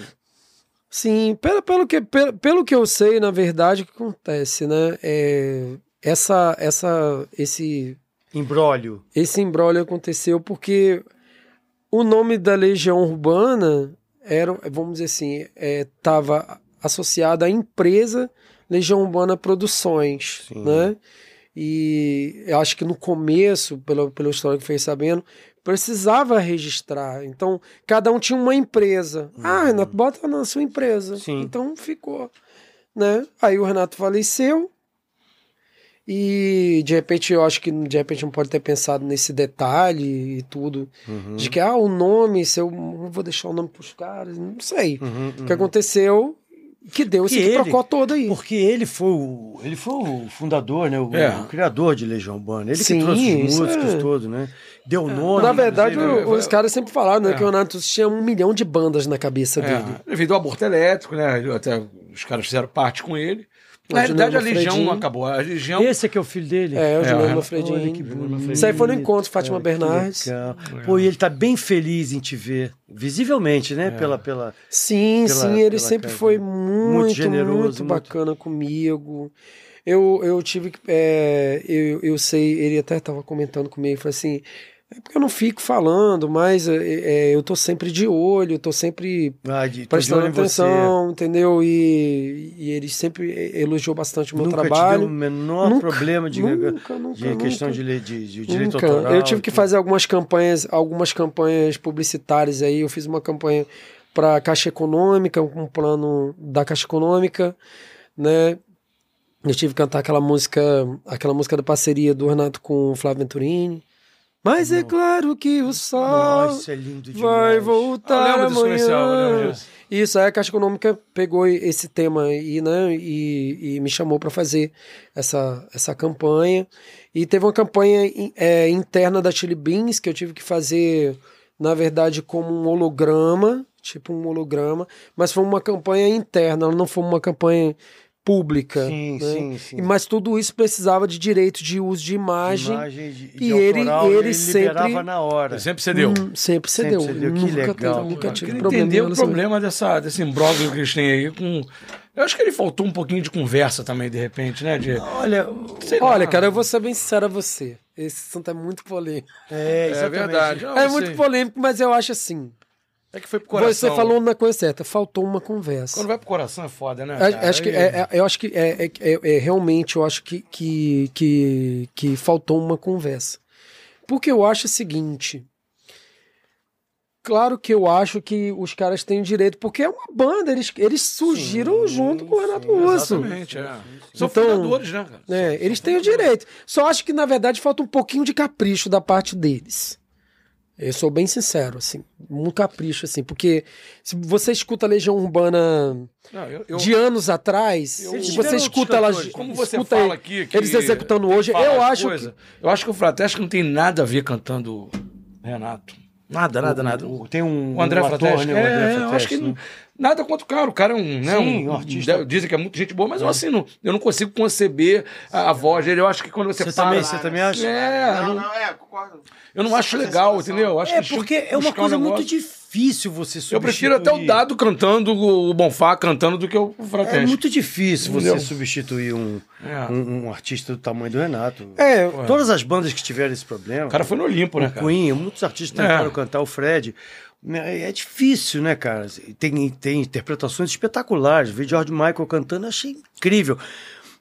sim. Pelo, pelo, que, pelo, pelo que eu sei, na verdade, o que acontece, né? É, essa, essa, esse
Embrólio.
esse embrólio aconteceu porque o nome da Legião Urbana era, vamos dizer assim, estava associado à empresa Legião Urbana Produções,
Sim.
né? E eu acho que no começo, pela, pela história que fez sabendo, precisava registrar. Então, cada um tinha uma empresa. Ah, Renato, bota na sua empresa.
Uhum. Sim.
Então, ficou. Né? Aí o Renato faleceu. E de repente, eu acho que de repente não pode ter pensado nesse detalhe e tudo.
Uhum.
De que, ah, o nome, se eu eu vou deixar o nome pros caras, não sei.
Uhum,
O
uhum.
que aconteceu, que deu
Que
esse
ele-
procó todo aí.
Porque ele foi o, ele foi o fundador, né? O,
É.
o criador de Legião Urbana. Ele
Sim,
que trouxe os
isso
músicos
é.
todos, né? Deu nome.
Na verdade,
inclusive,
o-
eu-
os caras sempre falaram né,
É.
que o Renato tinha um milhão de bandas na cabeça
É,
dele.
ele veio do aborto elétrico, né? Ele- Até os caras fizeram parte com ele. Na
O
realidade, a
Dinamo
Legião
Fredinho.
acabou. A Legião.
Esse é que é o filho dele.
um- É, o
É,
Juliano
é.
Olha que
Manfredini.
bonito.
Isso aí foi no encontro, Fátima
Olha, que
Bernardes.
legal. Pô, e ele tá bem feliz em te ver, visivelmente,
É.
né? Pela, pela...
Sim,
Pela-
sim, ele
pela
sempre
casa.
foi muito, muito
generoso, muito-
bacana comigo. Eu, eu tive que. é, eu, eu sei, ele até estava comentando comigo, falou assim. É porque eu não fico falando, mas é, é, eu tô sempre de olho, eu tô sempre
Ah, de, tô de
prestando
olho em você.
atenção, entendeu? E, e ele sempre elogiou bastante o meu
Nunca te deu o
trabalho.
menor
Nunca,
problema de,
nunca, nunca,
de questão
nunca.
de, lei- de, de direito
Nunca.
autoral.
Eu tive que
tudo.
fazer algumas campanhas, algumas campanhas publicitárias aí. Eu fiz uma campanha para a Caixa Econômica, um plano da Caixa Econômica, né? Eu tive que cantar aquela música, aquela música da parceria do Renato com o Flávio Venturini. Mas é claro que o
ah,
sol
Nossa, é lindo demais.
vai
Eu
voltar
lembro desse comercial, né, eu lembro
amanhã.
disso.
Isso, aí a Caixa Econômica pegou esse tema aí, né, e, e me chamou para fazer essa, essa campanha. E teve uma campanha in- é, interna da Chili Beans que eu tive que fazer, na verdade, como um holograma, tipo um holograma, mas foi uma campanha interna, ela não foi uma campanha pública.
Sim,
né?
sim, sim.
E- Mas tudo isso precisava de direito de uso de imagem.
Imagem de-
e
de
ele-
autoral,
ele
ele, liberava
sempre-
na hora.
Ele sempre cedeu.
Hum, sempre cedeu.
Sempre cedeu, que
nunca
legal.
teve- nunca
Eu
tive
queria
problema.
entender
em
o
relação a isso.
problema dessa, desse imbróglio que eles têm aí com. Eu acho que ele faltou um pouquinho de conversa também, de repente, né? De...
Olha,
Sei lá.
Olha, cara, eu vou ser bem sincero a você. Esse assunto é muito polêmico.
é,
É
exatamente.
verdade. Não,
é
eu
muito
sei.
polêmico, mas eu acho assim.
É que foi pro coração.
Você falou na coisa certa, faltou uma conversa.
Quando vai pro coração é foda, né?
A-
cara?
acho que,
Aí-
é- é- eu acho que é, é- é- é realmente eu acho que, que, que, que faltou uma conversa. Porque eu acho o seguinte. Claro que eu acho que os caras têm direito, porque é uma banda, eles, eles surgiram junto com o Renato Russo.
Exatamente, é. São
Então,
fundadores, né, cara?
É,
São-
eles
são
têm o
fundadores.
direito. Só acho que, na verdade, falta um pouquinho de capricho da parte deles. Eu sou bem sincero, assim. Um capricho, assim. Porque se você escuta a Legião Urbana
Não, eu, eu-
de anos atrás,
eu-
se
Tiveram
você escuta ela.
outros cantores, Como você
escuta
fala aqui que
eles executando hoje,
fala
eu
as
acho
coisas, Eu acho que o Fratesco não tem nada a ver cantando Renato. Nada, nada, nada. O,
Tem um,
André
um ator,
Fratesco.
né?
É,
O André
eu acho
Fratesco,
que
né?
não- nada contra o cara. O cara é um. Né,
Sim,
um-
um artista.
de- Dizem que é muita gente boa, mas eu assim, não, eu não consigo conceber a, a voz dele. Eu acho que quando você,
Você
para.
também, você também acha?
É, eu
Não,
não-
não, é, concordo. tá
eu não acho legal, entendeu? Eu acho
É,
que
porque é uma
buscar um
coisa muito
negócio-
difícil você substituir.
Eu prefiro até o Dado cantando, o Bonfá cantando, do que o
É
Fratesco.
muito difícil você
Entendeu?
substituir um,
Ah.
É.
um, um artista do tamanho do Renato.
É,
Todas as bandas que tiveram esse problema.
O cara foi no Olimpo, né,
o
cara?
Queen, muitos artistas
É.
tentaram cantar o Fred. né, É difícil, né, cara? Tem, tem interpretações espetaculares. Ver George Michael cantando, eu achei incrível.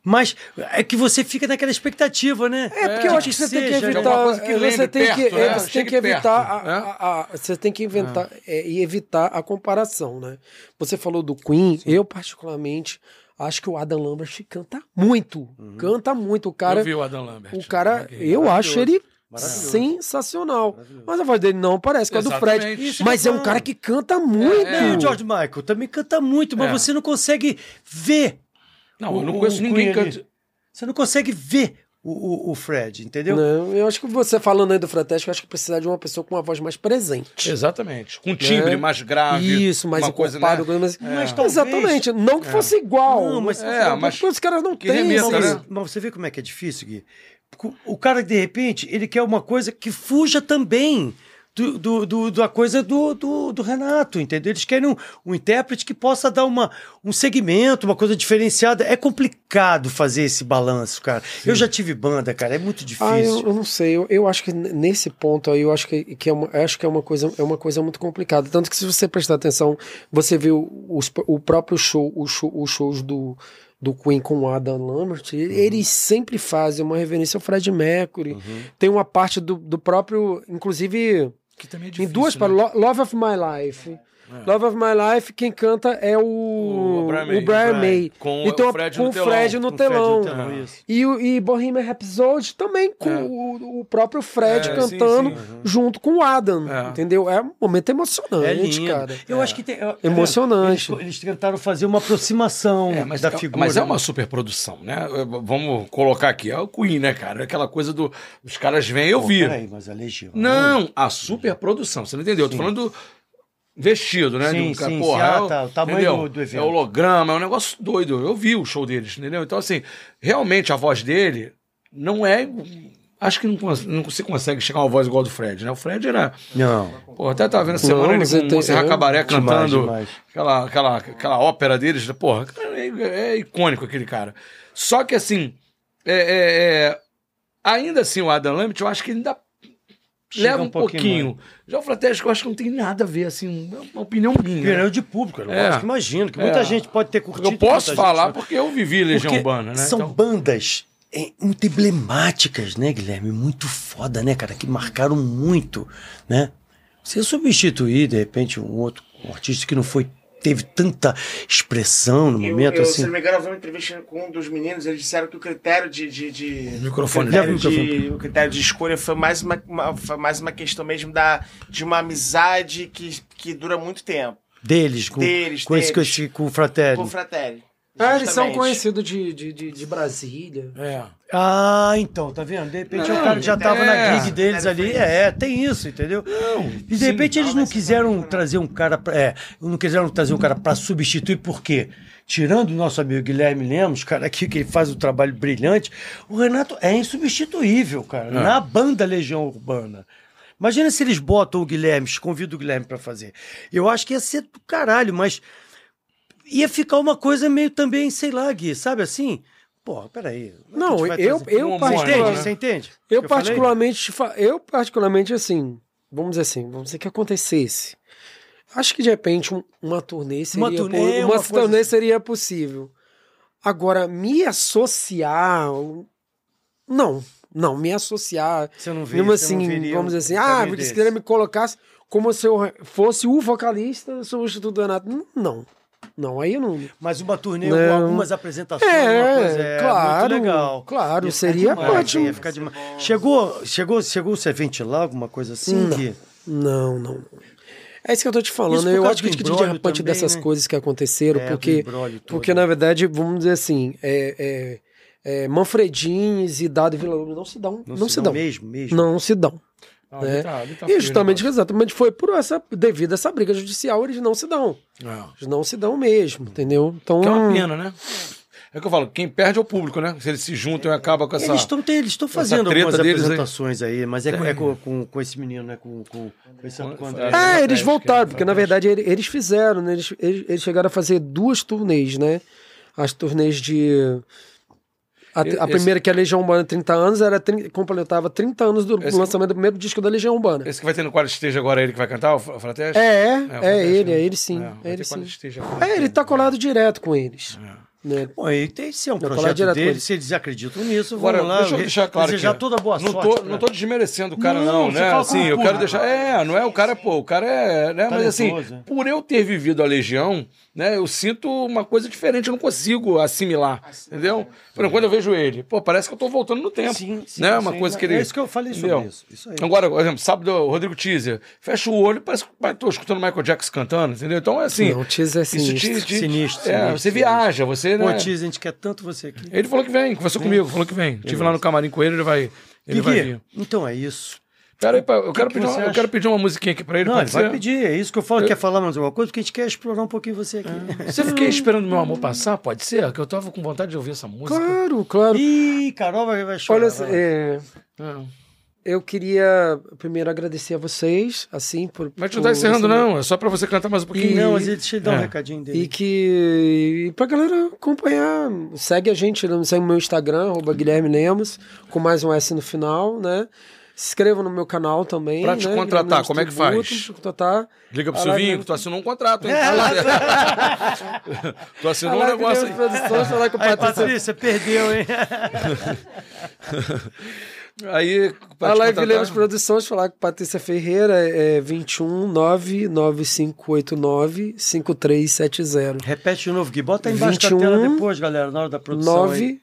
Mas é que você fica naquela expectativa, né?
É, porque eu acho que você tem que
seja, né?
alguma
evitar. é,
coisa que lembre
Você tem que,
perto, né?
é, você tem
Chegue
que evitar.
perto, É.
a- a- a- Você tem que inventar é, e evitar a comparação, né? Você falou do Queen, eu particularmente acho que o Adam Lambert canta muito. Canta muito. O
Uhum.
cara.
eu vi é, o Adam Lambert.
O cara, eu acho ele sensacional. Mas a voz dele não parece com a do Fred.
Exatamente. É, Isso
Mas é um cara que canta muito.
E o George Michael também canta muito, mas
É.
você não consegue ver.
Não, eu não
o-
conheço
o
ninguém
Queen
que
ali.
canta.
Você não consegue ver o, o, o Fred, entendeu?
Não, Né? eu acho que você falando aí do Fratesco, eu acho que precisa de uma pessoa com uma voz mais presente.
Exatamente. Com timbre
Né?
mais grave.
Isso, mais
Ah, uma coisa,
encorpado.
né?
mas-
Mas talvez-
Exatamente. Não que fosse igual.
Não, mas-
É, mas-
porque os caras não
que
têm
remeta,
esse-
né?
Mas, mas você vê como é que é difícil, Gui? Porque o- O cara, de repente, ele quer uma coisa que fuja também do, do, do- da coisa do, do, do Renato, entendeu? Eles querem um, um intérprete que possa dar uma, um segmento, uma coisa diferenciada. É complicado fazer esse balanço, cara. Eu já tive banda, cara, é muito difícil.
Ah, eu, eu não sei. Eu, eu acho que n- nesse ponto aí, eu acho que, que é, uma, acho que é, uma coisa, é uma coisa muito complicada. Tanto que se você prestar atenção, você viu os, o próprio show, o show, os shows do, do Queen com o Adam Lambert, e- eles sempre fazem uma reverência ao Fred Mercury. Tem uma parte do, do próprio, inclusive,
Que também é
em duas,
né?
pa- Lo- Love of My Life. Love of My Life, quem canta é o,
O
o
Brian May.
Brian May.
Brian.
Com
E tem
o
uma-
Fred
com
no
o
telão.
Fred
Com
no
o Fred
telão. É
Ah.
isso.
E, o- e Bohemian Rhapsody também com
É.
o, o próprio Fred
É,
cantando
sim,
junto com o Adam,
É.
entendeu? É um momento emocionante,
Uhum. É lindo.
cara.
Eu acho que tem, eu-
Emocionante.
Eles, eles tentaram fazer uma aproximação
É, mas,
da
é,
figura.
mas é uma superprodução, né? Eh, Vamos colocar aqui. É o Queen, né, cara? Aquela coisa do. Os caras vêm e eu
Pô,
vi.
peraí, mas a Legião.
Não, a superprodução. Você não entendeu? Eu tô falando do vestido, né?
Sim,
de um cara,
sim,
porra,
sim. Ah,
é o-
tá, o tamanho
entendeu?
do evento.
É holograma, é um negócio doido. Eu vi o show deles, entendeu? Então, assim, realmente a voz dele não é. Acho que não, cons- não se consegue chegar a uma voz igual a do Fred, né? O Fred era.
Não.
Pô, até tava vendo essa semana
Não,
ele
mas
com
ele tem- é
o Serra Cabaré
Demais,
cantando
demais.
Aquela, aquela, aquela ópera deles. Porra, cara, é, é icônico aquele cara. Só que assim, é, é, é, ainda assim o Adam Lambert, eu acho que ele ainda
Chega
leva um,
um pouquinho
pouquinho. Já o Fratégico, eu acho que não tem nada a ver, assim, é uma opinião minha. né?
Pneu de público, eu
É.
acho que imagino, que
É.
muita gente pode ter
Porque
curtido.
Eu posso
muita
falar
gente- né?
porque eu vivi Legião
Porque
Urbana, né?
São
Então,
bandas é, muito emblemáticas, né, Guilherme? Muito foda, né, cara? Que marcaram muito, né? Você substituir, de repente, um outro um artista que não foi teve tanta expressão no
Eu,
momento,
eu,
assim.
Se não me engano, eu vi uma entrevista com um dos meninos, eles disseram que o critério de. de, de...
microfone.
o
Leva o
critério de, o critério de escolha foi mais uma, uma- foi mais uma questão mesmo da, de uma amizade que, que dura muito tempo.
Deles, com,
Deles,
com, esse, com,
deles.
esse, com o Fratelli.
Com o Fratelli.
Ah, eles são
Justamente.
conhecidos de, de, de, de Brasília.
É.
Ah, então, tá vendo? De repente
Não,
o cara que já tava
é.
na gig deles ali. É, tem isso, entendeu? e de repente eles não quiseram trazer um cara. Pra, é, não quiseram trazer um cara pra substituir, por quê? Tirando o nosso amigo Guilherme Lemos, cara aqui que ele faz um trabalho brilhante, o Renato é insubstituível, cara, na banda Legião Urbana. Imagina se eles botam o Guilherme, convido o Guilherme pra fazer. Eu acho que ia ser do caralho, mas ia ficar uma coisa meio também, sei lá, Gui, sabe assim? Porra, peraí.
Não,
é A gente vai
eu-
trazer-
eu
Você
particular-
entende? Você entende?
Eu,
o que falei?
particularmente, fa- eu particularmente assim, vamos dizer assim, vamos dizer que acontecesse. Acho que de repente um- uma turnê seria
turnê,
po-
uma
uma
coisa
turnê
assim.
seria possível. Agora me associar, não, não me associar.
Você não vê,
Mesmo
você não
assim,
veria
vamos
um
dizer assim,
caminho
ah, porque
desse.
se ele me colocasse como se eu fosse o vocalista substituto do Renato, N- não. Não, aí eu não.
Mas uma turnê
é- Não.
com algumas apresentações, uma coisa é
claro,
muito legal.
claro,
Ia ficar
seria
demais,
ótimo.
ia ficar demais. Chegou, chegou, chegou você a ventilar alguma coisa assim?
Não.
Que...
Não, não. É isso que eu tô te falando.
Isso por
Eu
causa
acho que a
do
gente
embrólio
derrapante
também,
dessas
né?
coisas que aconteceram,
É, do
porque,
embrólio todo.
porque na verdade, vamos dizer assim, é, é, é, Manfredins e Dado e Vila Lobos não se dão. Não, se dão.
Mesmo, mesmo.
Não se dão.
Ah,
né?
ele tá- ele tá
e
feio,
justamente,
né?
exatamente, foi por essa, devido a essa briga judicial, eles não se dão.
É.
Eles não se dão mesmo, entendeu? Então,
Que é
Hum.
uma pena, né? É que eu falo, quem perde é o público, né? Se eles se juntam e acabam com essa.
Eles estão eles estão fazendo
treta
algumas
deles aí.
apresentações aí, mas é, com- é com, com, com esse menino, né? Com, com, com esse
Com-
com o
É, eles
Fantástico,
voltaram, porque na
fantástico.
verdade ele- eles fizeram, né? eles, eles, eles chegaram a fazer duas turnês, né? As turnês de. A,
E-
a
esse-
primeira, que é a Legião Urbana 30 anos, era, trin- completava 30 anos do
Esse-
lançamento do primeiro disco da Legião Urbana.
Esse que vai ter no quadro esteja agora, é ele que vai cantar, o Fra- Frateste?
É, é,
o
é
Frateste,
ele,
né?
é ele sim.
vai
É,
ter
ele
quadro
sim.
Esteja
É, ele tá colado direto com eles. né?
Bom, e tem se é um
Vai falar
projeto
direto com
dele,
ele.
se eles acreditam nisso,
Agora,
vamos lá.
deixa eu
re-
deixar claro
desejar
aqui.
toda boa
não
sorte.
Tô,
né?
Não tô desmerecendo o cara,
Não,
não,
você
né?
fala com
Assim,
o
eu quero
público.
deixar. É, não é o cara, pô, o cara é. Né? Mas assim,
Talentoso, é.
por eu ter vivido a Legião, né, eu sinto uma coisa diferente, eu não consigo assimilar. Entendeu? Por exemplo, quando eu vejo ele, pô, parece que eu tô voltando no tempo.
Sim, sim,
né? Uma
sim.
coisa que ele.
É isso que eu falei sobre
entendeu?
isso. Isso aí.
Agora, por exemplo, sábado, o Rodrigo Teaser, fecha o olho, parece que eu tô escutando Michael Jackson cantando, entendeu? Então é assim.
Não, o Teaser é sinistro.
Sinistro,
é,
sinistro,
você
sinistro.
viaja, você, né?
Pô, Tiz, a gente quer tanto você aqui.
Ele falou que vem, conversou comigo, falou que vem. Estive lá no camarim com ele, ele vai, ele vai vir.
Gui, então é isso.
Pera aí, pá, eu, quero
que
pedir
você
uma, eu
acha?
quero pedir uma musiquinha aqui pra ele.
Não,
pode
ele vai
ser?
pedir, é isso que eu falo. Quer falar mais alguma coisa? Porque a gente quer explorar um pouquinho você aqui.
Você fiquei esperando meu amor passar, pode ser? Que eu tava com vontade de ouvir essa música.
Claro,
Ah.
claro.
Ih, Carol vai, vai chorar.
Olha,
vai.
é,
Não.
eu queria primeiro agradecer a vocês, assim, por.
Mas tu não
por
tá encerrando,
esse-
não. É só pra você cantar mais um pouquinho.
E-
Não, mas ele- deixa eu dar um
É.
recadinho dele.
E que. E pra galera acompanhar, segue a gente, né? segue o meu Instagram, arroba Guilherme Lemos, com mais um S no final, né? Se inscreva no meu canal também.
Pra te
né?
contratar,
Guilherme Lemos
como é que
Tributo,
faz?
te contratar.
Liga pro
né?
A live
Silvinho,
mesmo.
que tu assinou um contrato, hein?
É,
tu assinou um
Live
negócio aí.
Lemos Produções, falar com o
Aí, Patrícia,
Patrícia.
perdeu, hein?
Aí, pra
A
te
Live
contratar-
Lemos Produções, falar com Patrícia Ferreira, é 21 99589 5370.
Repete de novo, Gui. Bota aí embaixo da
21,
tela depois, galera, na hora da produção. aí.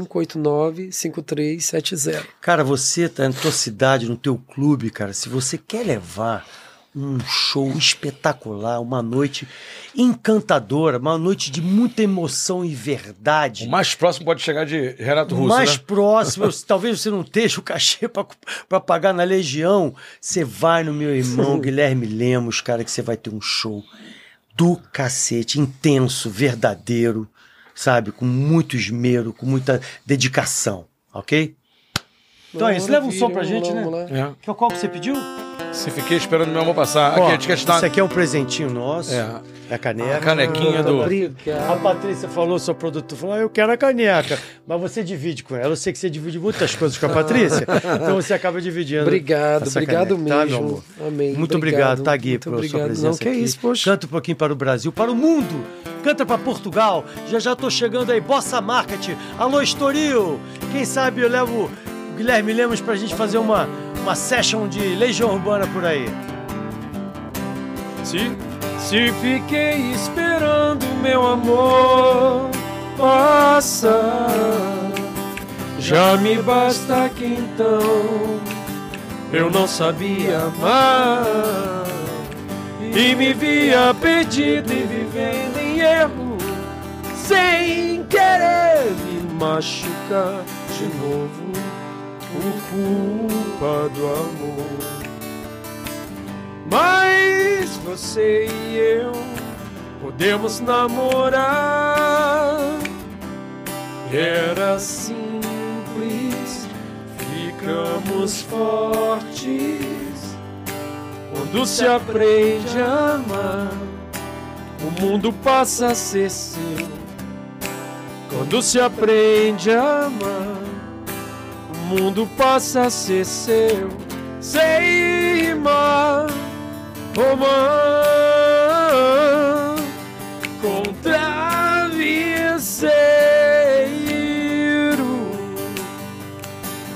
99589 5370.
Cara, você tá na tua cidade, no teu clube, cara, se você quer levar um show espetacular, uma noite encantadora, uma noite de muita emoção e verdade.
O mais próximo pode chegar de Renato Russo,
mais
né?
próximo, eu- talvez você não esteja o cachê para pagar na Legião. Você vai no meu irmão Guilherme Lemos, cara, que você vai ter um show do cacete, intenso, verdadeiro, sabe? Com muito esmero, com muita dedicação, ok? Então é isso, leva um som pra gente, né?
É.
Que é o qual que você pediu?
Se fiquei esperando meu amor passar.
Ó,
aqui, a gente quer te dar
Isso aqui é um presentinho nosso.
É.
É a caneca.
a canequinha do...
A Patrícia falou, sua produtora, falou: ah, eu quero a caneca. Mas você divide com ela. Eu sei que você divide muitas coisas com a Patrícia. então você acaba dividindo.
Obrigado,
essa
obrigado
caneca, tá, meu
mesmo.
amor?
Amém.
Muito obrigado, tá, Gui,
muito
pela sua
obrigado.
presença.
Não, que é
aqui.
isso, poxa.
Canta um pouquinho para o Brasil, para o mundo. Canta para Portugal. Já já tô chegando aí. Bossa Market. Alô, Estoril. Quem sabe eu levo o Guilherme Lemos pra gente fazer uma, uma session de Legião Urbana por aí.
Se, se fiquei esperando meu amor passar, já me basta que então eu não sabia amar e me via perdido e vivendo em erro, sem querer me machucar de novo. O culpa do amor. Mas você e eu podemos namorar. Era simples, ficamos fortes. Quando se aprende a amar, o mundo passa a ser seu. Quando se aprende a amar, o mundo passa a ser seu. Sei rimar romã com travesseiro.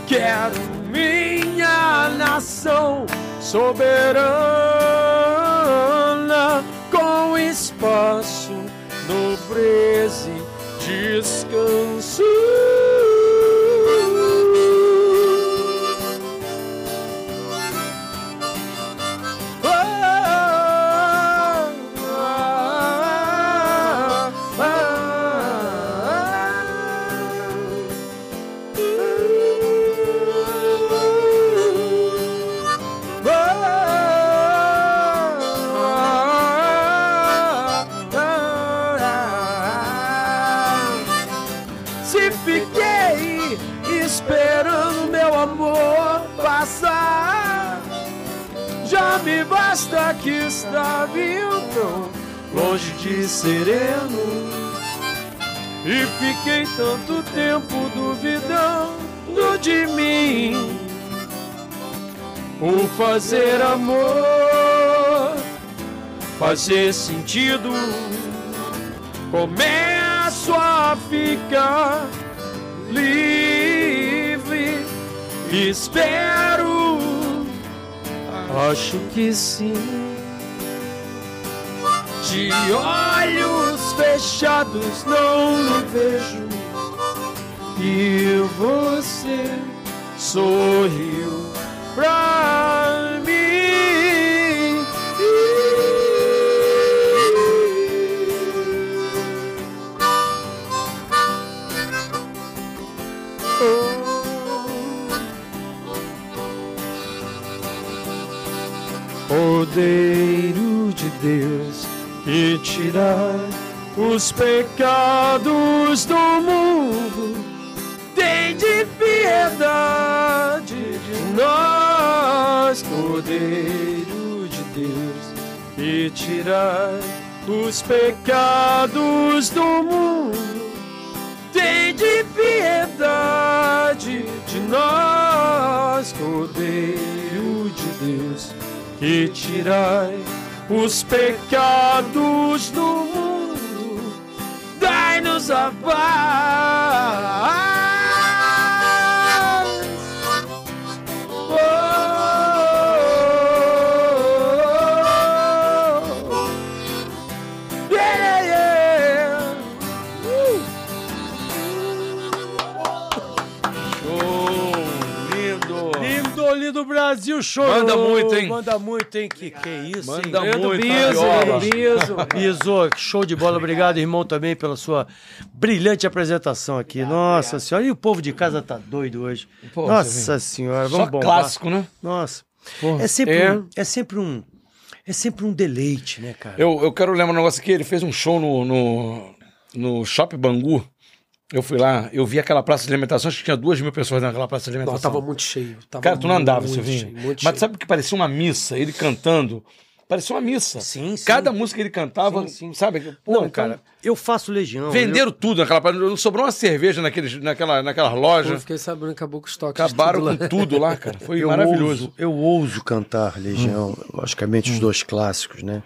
Quero minha nação soberana com espaço, nobreza e descanso. Ah, ah, ah. Me basta que estava então longe de sereno. E fiquei tanto tempo duvidando de mim. O fazer amor, fazer sentido. Começo a ficar livre. Espero, acho que sim. De olhos fechados não me vejo. E você sorriu pra mim. Cordeiro de Deus que tirar os pecados do mundo, tem de piedade de nós, Cordeiro de Deus que tirar os pecados do mundo, tem de piedade de nós, Cordeiro de Deus que tirai os pecados do mundo, dai-nos a paz. Oh, oh, oh. Yeah, yeah, yeah. Uh.
Show! Lindo!
Lindo, lindo Brasil, show!
Manda muito, hein?
Manda muito, hein? Que, que isso,
Manda
hein?
muito,
Biso,
Carioca.
Biso. Biso, show de bola. Obrigado, irmão, também pela sua brilhante apresentação aqui.
Ah,
Nossa senhora, e o povo de casa tá doido hoje.
Pô, você
Nossa senhora, vamos
Só
bombar.
clássico, né?
Nossa.
Porra.
É sempre,
É.
Um, é sempre um... É sempre um deleite, né, cara?
Eu, eu quero lembrar um negócio aqui. Ele fez um show no, no, no Shopping Bangu. Eu fui lá, eu vi aquela praça de alimentação, acho que tinha duas mil pessoas naquela praça de
Não,
alimentação.
tava muito cheio. Tava
um Cara, tu não andava,
muito
você vinha.
cheio, muito
Mas
cheio.
sabe o que parecia uma missa? Ele cantando. Parecia uma missa.
Sim, sim.
Cada música que ele cantava,
Sim, sim.
sabe? Pô,
Não,
então,
cara, eu faço legião.
Venderam tudo naquela parada. Não sobrou uma cerveja naqueles, naquela, naquelas
Pô, eu
lojas.
fiquei sabendo, acabou com os toques. de
Acabaram
tudo lá.
com tudo lá, cara. Foi
Eu
maravilhoso. Hum.
ouso, eu ouso cantar Legião, logicamente os dois clássicos, né?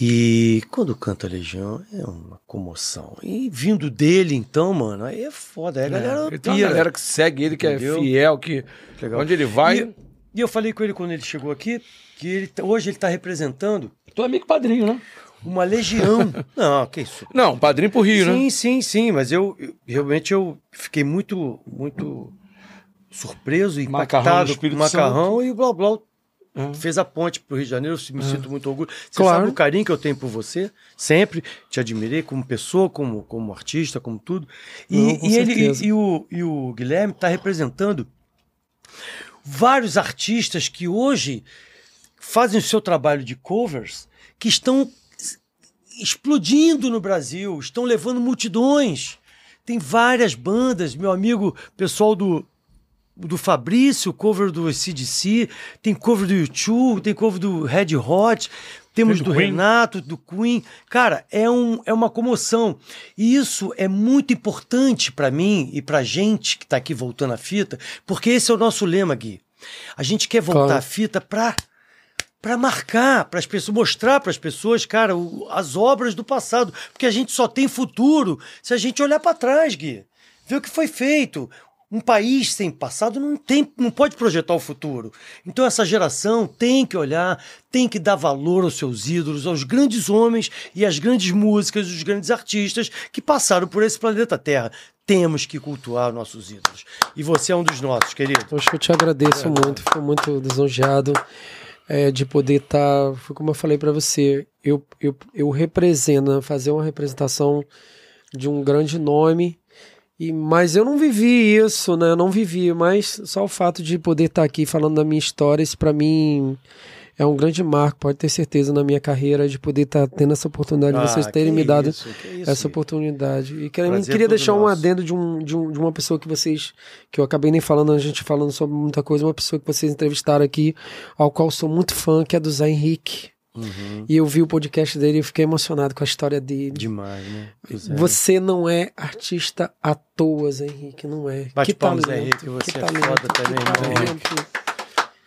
E quando canta Legião é uma comoção. E vindo dele, então, mano, aí é foda. Aí a galera
Ele então tem uma
pira.
galera que segue ele, que
Entendeu?
é fiel, que
Legal.
onde ele vai.
E, e eu falei com ele quando ele chegou aqui que ele, tá- hoje ele tá representando
Tu é meio que padrinho, né?
uma legião. Não, que isso.
Não, padrinho pro Rio, né?
Sim, sim, sim, mas eu, eu- realmente eu fiquei muito, muito surpreso e
Macarrão do
impactado com o
Espírito
macarrão e o Blau Blau
Ah.
fez a ponte pro Rio de Janeiro, eu me
É.
sinto muito orgulhoso. Você
Claro.
sabe o carinho que eu tenho por você, sempre te admirei como pessoa, como, como artista, como tudo. E,
Não, com
e ele
certeza.
e, e o, e o Guilherme está representando vários artistas que hoje fazem o seu trabalho de covers que estão explodindo no Brasil, estão levando multidões. Tem várias bandas, meu amigo, pessoal do do Fabrício, cover do CDC, tem cover do YouTube, tem cover do Red Hot, temos
Tem
do,
do Queen.
Renato, do Queen. Cara, é, um, é uma comoção. E isso é muito importante pra mim e pra gente que tá aqui voltando a fita, porque esse é o nosso lema, Gui. A gente quer voltar
Claro.
a fita pra para marcar, para as pessoas mostrar para as pessoas, cara, o- as obras do passado, porque a gente só tem futuro se a gente olhar para trás, Gui. Ver o que foi feito. Um país sem passado não tem, não pode projetar o futuro. Então essa geração tem que olhar, tem que dar valor aos seus ídolos, aos grandes homens e às grandes músicas, os grandes artistas que passaram por esse planeta Terra. Temos que cultuar nossos ídolos. E você é um dos nossos, querido.
Poxa, eu te
É.
agradeço muito, fico muito lisonjeado é, de poder estar. foi como eu falei para você, eu, eu, eu represento, né, fazer uma representação de um grande nome, e, mas eu não vivi isso, tá né? Eu não vivi, mas só o fato de poder estar aqui falando da minha história, isso para mim é um grande marco, pode ter certeza, na minha carreira de poder estar tendo essa oportunidade,
Ah,
vocês terem
que
me dado
isso, que isso.
essa oportunidade. E quero-
Prazer
queria
todo
deixar um
nosso.
adendo de, um, de, um- de uma pessoa que vocês, que eu acabei nem falando, a gente falando sobre muita coisa, uma pessoa que vocês entrevistaram aqui, ao qual sou muito fã, que é do Zé Henrique.
Uhum.
E eu vi o podcast dele e fiquei emocionado com a história dele.
Demais, né? O Zé.
Você não é artista à toa, Zé Henrique, não é.
Bate
que
palmas, Zé
talento,
Henrique, você
que
é
talento,
foda também,
que
Zé
talento,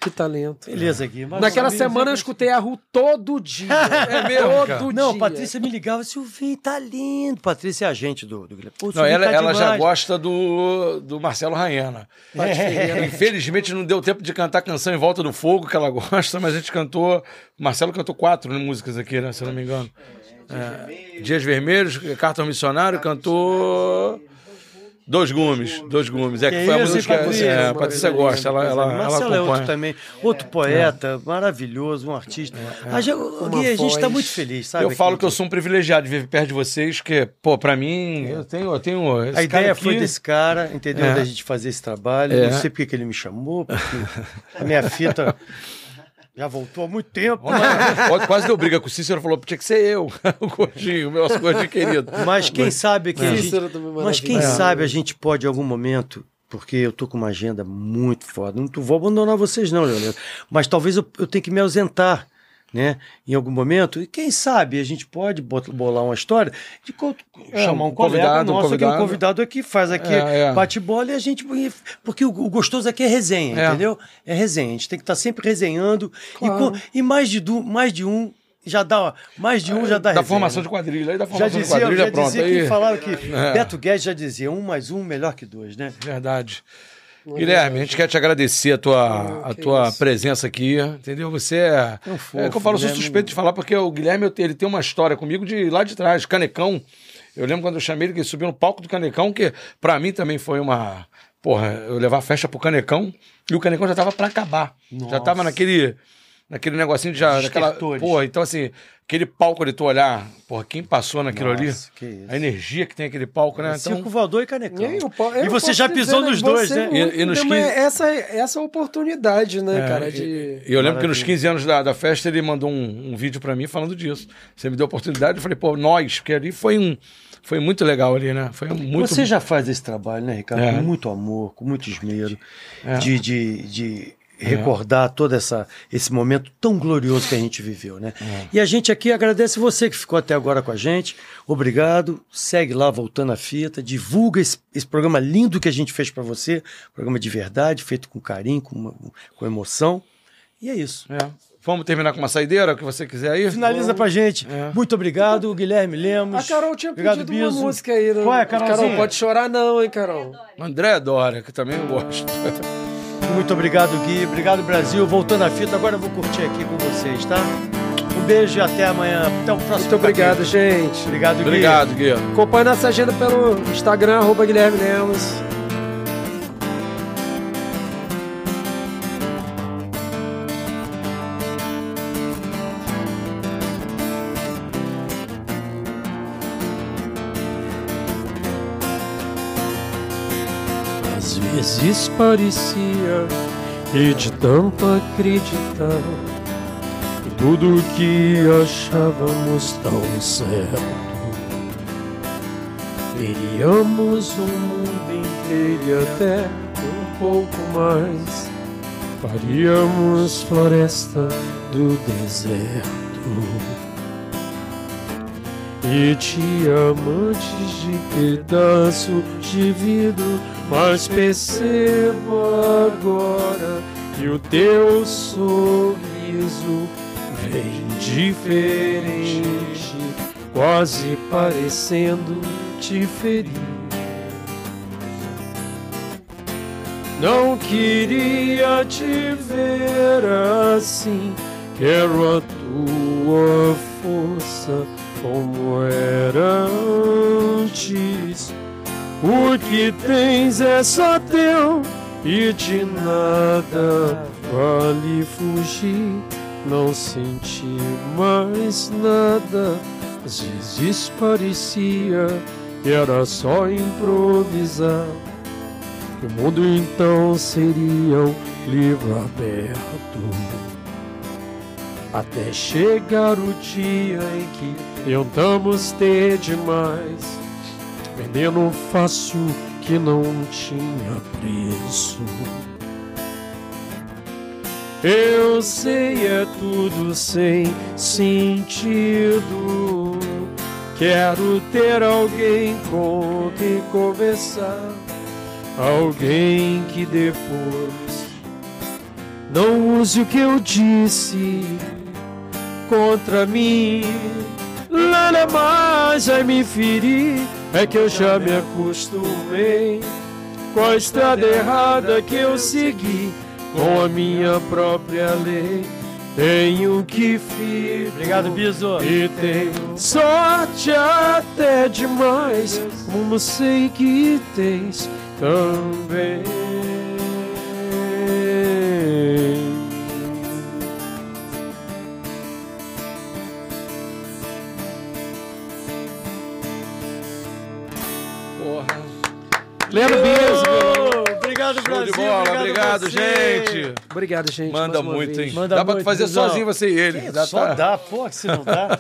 que talento.
é Beleza, Gui. mas-
Naquela
Sabia,
semana eu
Zé Henrique.
escutei a Ru todo dia.
É mesmo,
todo
cara?
dia.
Não, Patrícia me ligava, Silvinho, tá lindo. Patrícia é agente do, do Guilherme. Pô,
Não,
Silvinho
ela,
tá
ela já
demais.
gosta do, do Marcelo Raena. Infelizmente não deu tempo de cantar a canção Em Volta do Fogo, que ela gosta, mas a gente cantou. O Marcelo cantou quatro né, músicas aqui, né, se eu não me engano. É, Dias Vermelhos, Cartão Missionário, cantou. Dois gumes, dois gumes. É que foi a
isso, hein,
música que
Patrícia?
é, a Patrícia gosta, ela, ela, ela
Marcelo é outro
acompanha. É,
também, outro poeta, maravilhoso, um artista. A gente, Gui, a gente está
voz.
muito feliz, sabe?
Eu falo
aqui?
que eu sou um privilegiado de viver perto de vocês, que, pô, pra mim, eu tenho. Eu tenho esse
A
cara
ideia
aqui-
foi desse cara, entendeu?
É.
Da gente fazer esse trabalho.
É.
Não sei porque que ele me chamou, porque a minha fita já voltou há muito tempo.
Ontem Quase deu briga com o Cícero, falou, tinha que ser eu, o gordinho, o meu gordinho querido.
Mas quem sabe que
é.
a gente,
Cícero também
mas quem
maravilhoso.
sabe a gente pode em algum momento, porque eu tô com uma agenda muito foda. Não tô- vou abandonar vocês não, Leonardo. Mas talvez eu, eu tenha que me ausentar, né? Em algum momento. E quem sabe a gente pode bot- bolar uma história de co-
É,
chamar um
um
colega
convidado, um
nosso, aqui, um
convidado.
convidado aqui faz aqui
É, é.
bate bola e a gente porque o, o gostoso aqui é resenha,
É.
entendeu? É resenha. A gente tem que estar sempre resenhando E
Claro.
co- e, mais de du- mais de um já dá, ó, mais de um já dá
É, Da
resenha,
formação
né?
de quadrilha, aí da
Já
formação
dizia,
de um quadrilha,
já
pronto.
dizia
Aí, É.
que falaram que Beto Guedes já dizia um mais um melhor que dois, né?
Verdade.
é
Guilherme, a gente quer te agradecer a tua,
Ah,
a
que
tua
isso.
presença aqui, entendeu? Você é.
É um fofo,
é que eu falo, eu sou
Guilherme.
suspeito de falar, porque o Guilherme eu te- ele tem uma história comigo de lá de trás, Canecão. Eu lembro quando eu chamei ele que ele subiu no palco do Canecão, que pra mim também foi uma. Porra, eu levar a festa pro Canecão e o Canecão já tava pra acabar. Já tava naquele. Naquele negocinho de já. Daquela,
Despertores.
porra, então assim, aquele palco ali, tu olhar, porra, quem passou naquilo
Nossa, que
ali?
isso.
A energia que tem aquele palco, né? Então,
Circo Voador e Canecão.
E, aí, eu po- eu
E você
posso
já
dizer,
pisou
né,
nos
você
dois, né?
não-
E- e nos
deu uma-
15
essa, essa oportunidade, né,
É,
cara,
e-
de...
E eu lembro que
Maravilha.
nos 15 anos da, da festa ele mandou um, um vídeo pra mim falando disso. Você me deu a oportunidade, eu falei, pô, nós, porque ali foi um. Foi muito legal ali, né? Foi um muito.
Você já faz esse trabalho, né, Ricardo?
É.
Com muito amor, com muito esmero,
É.
de, de, de recordar todo essa, esse momento tão glorioso que a gente viveu, né?
É.
E a gente aqui agradece você que ficou até agora com a gente. Obrigado. Segue lá, voltando a fita. Divulga esse, esse programa lindo que a gente fez pra você. Programa de verdade, feito com carinho, com, uma- com emoção. E é isso.
É. Vamos terminar com uma saideira, o que você quiser aí?
Finaliza pra gente.
É.
Muito obrigado, Guilherme
A
Lemos.
Carol tinha
Obrigado,
pedido uma
Biso.
música aí, né?
Qual é,
Carol,
Carolzinha?
pode chorar não, hein, Carol?
André Dória, que também eu gosto.
Muito obrigado, Gui. Obrigado, Brasil. Voltando à fita, agora eu vou curtir aqui com vocês, tá? Um beijo e até amanhã. Até o próximo.
Muito obrigado,
capítulo.
gente.
Obrigado, Gui.
Obrigado, Gui.
Acompanhe nossa agenda pelo Instagram, arroba Guilherme Lemos. Às vezes parecia que de tanto acreditar em tudo que achávamos tão certo. Veríamos o mundo inteiro e até um pouco mais. Faríamos floresta do deserto. E diamantes de pedaço de vidro, mas percebo agora que o teu sorriso vem diferente, quase parecendo te ferir. Não queria te ver assim, quero a tua força como era antes. O que tens é só teu e de nada vale fugir. Não senti mais nada, às vezes parecia que era só improvisar. Que o mundo então seria um livro aberto. até chegar o dia em que tentamos ter demais. Veneno fácil que não tinha preço. Eu sei é tudo sem sentido. Quero ter alguém com quem conversar, alguém que depois não use o que eu disse contra mim. Nada mais vai me ferir, é que eu já me acostumei com a estrada errada que eu segui, com a minha própria lei. Tenho que ficar.
Obrigado, Biso.
E tenho sorte até demais, como sei que tens também.
Porra.
Leandro Biso!
Obrigado,
Show de
Brasil.
bola, obrigado,
você.
gente.
Obrigado, gente.
Manda
mais uma
muito,
vez.
hein?
Manda
dá pra
muito,
fazer
Guizão.
sozinho você e ele. Dá
Só
pra-
tá- dá, pô, que se não dá.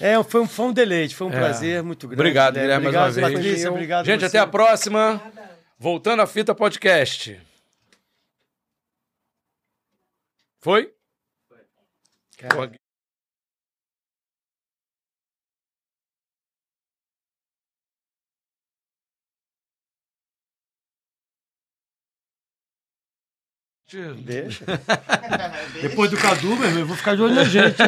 É, foi um, foi um deleite, foi um
É.
prazer muito grande.
Obrigado,
Guilherme.
Guilherme, mais uma
Obrigado,
vez.
Patrícia, obrigado.
Gente, até a próxima. Voltando à fita podcast. Foi? Porra,
Depois do Cadu, meu irmão, eu vou ficar de olho na gente.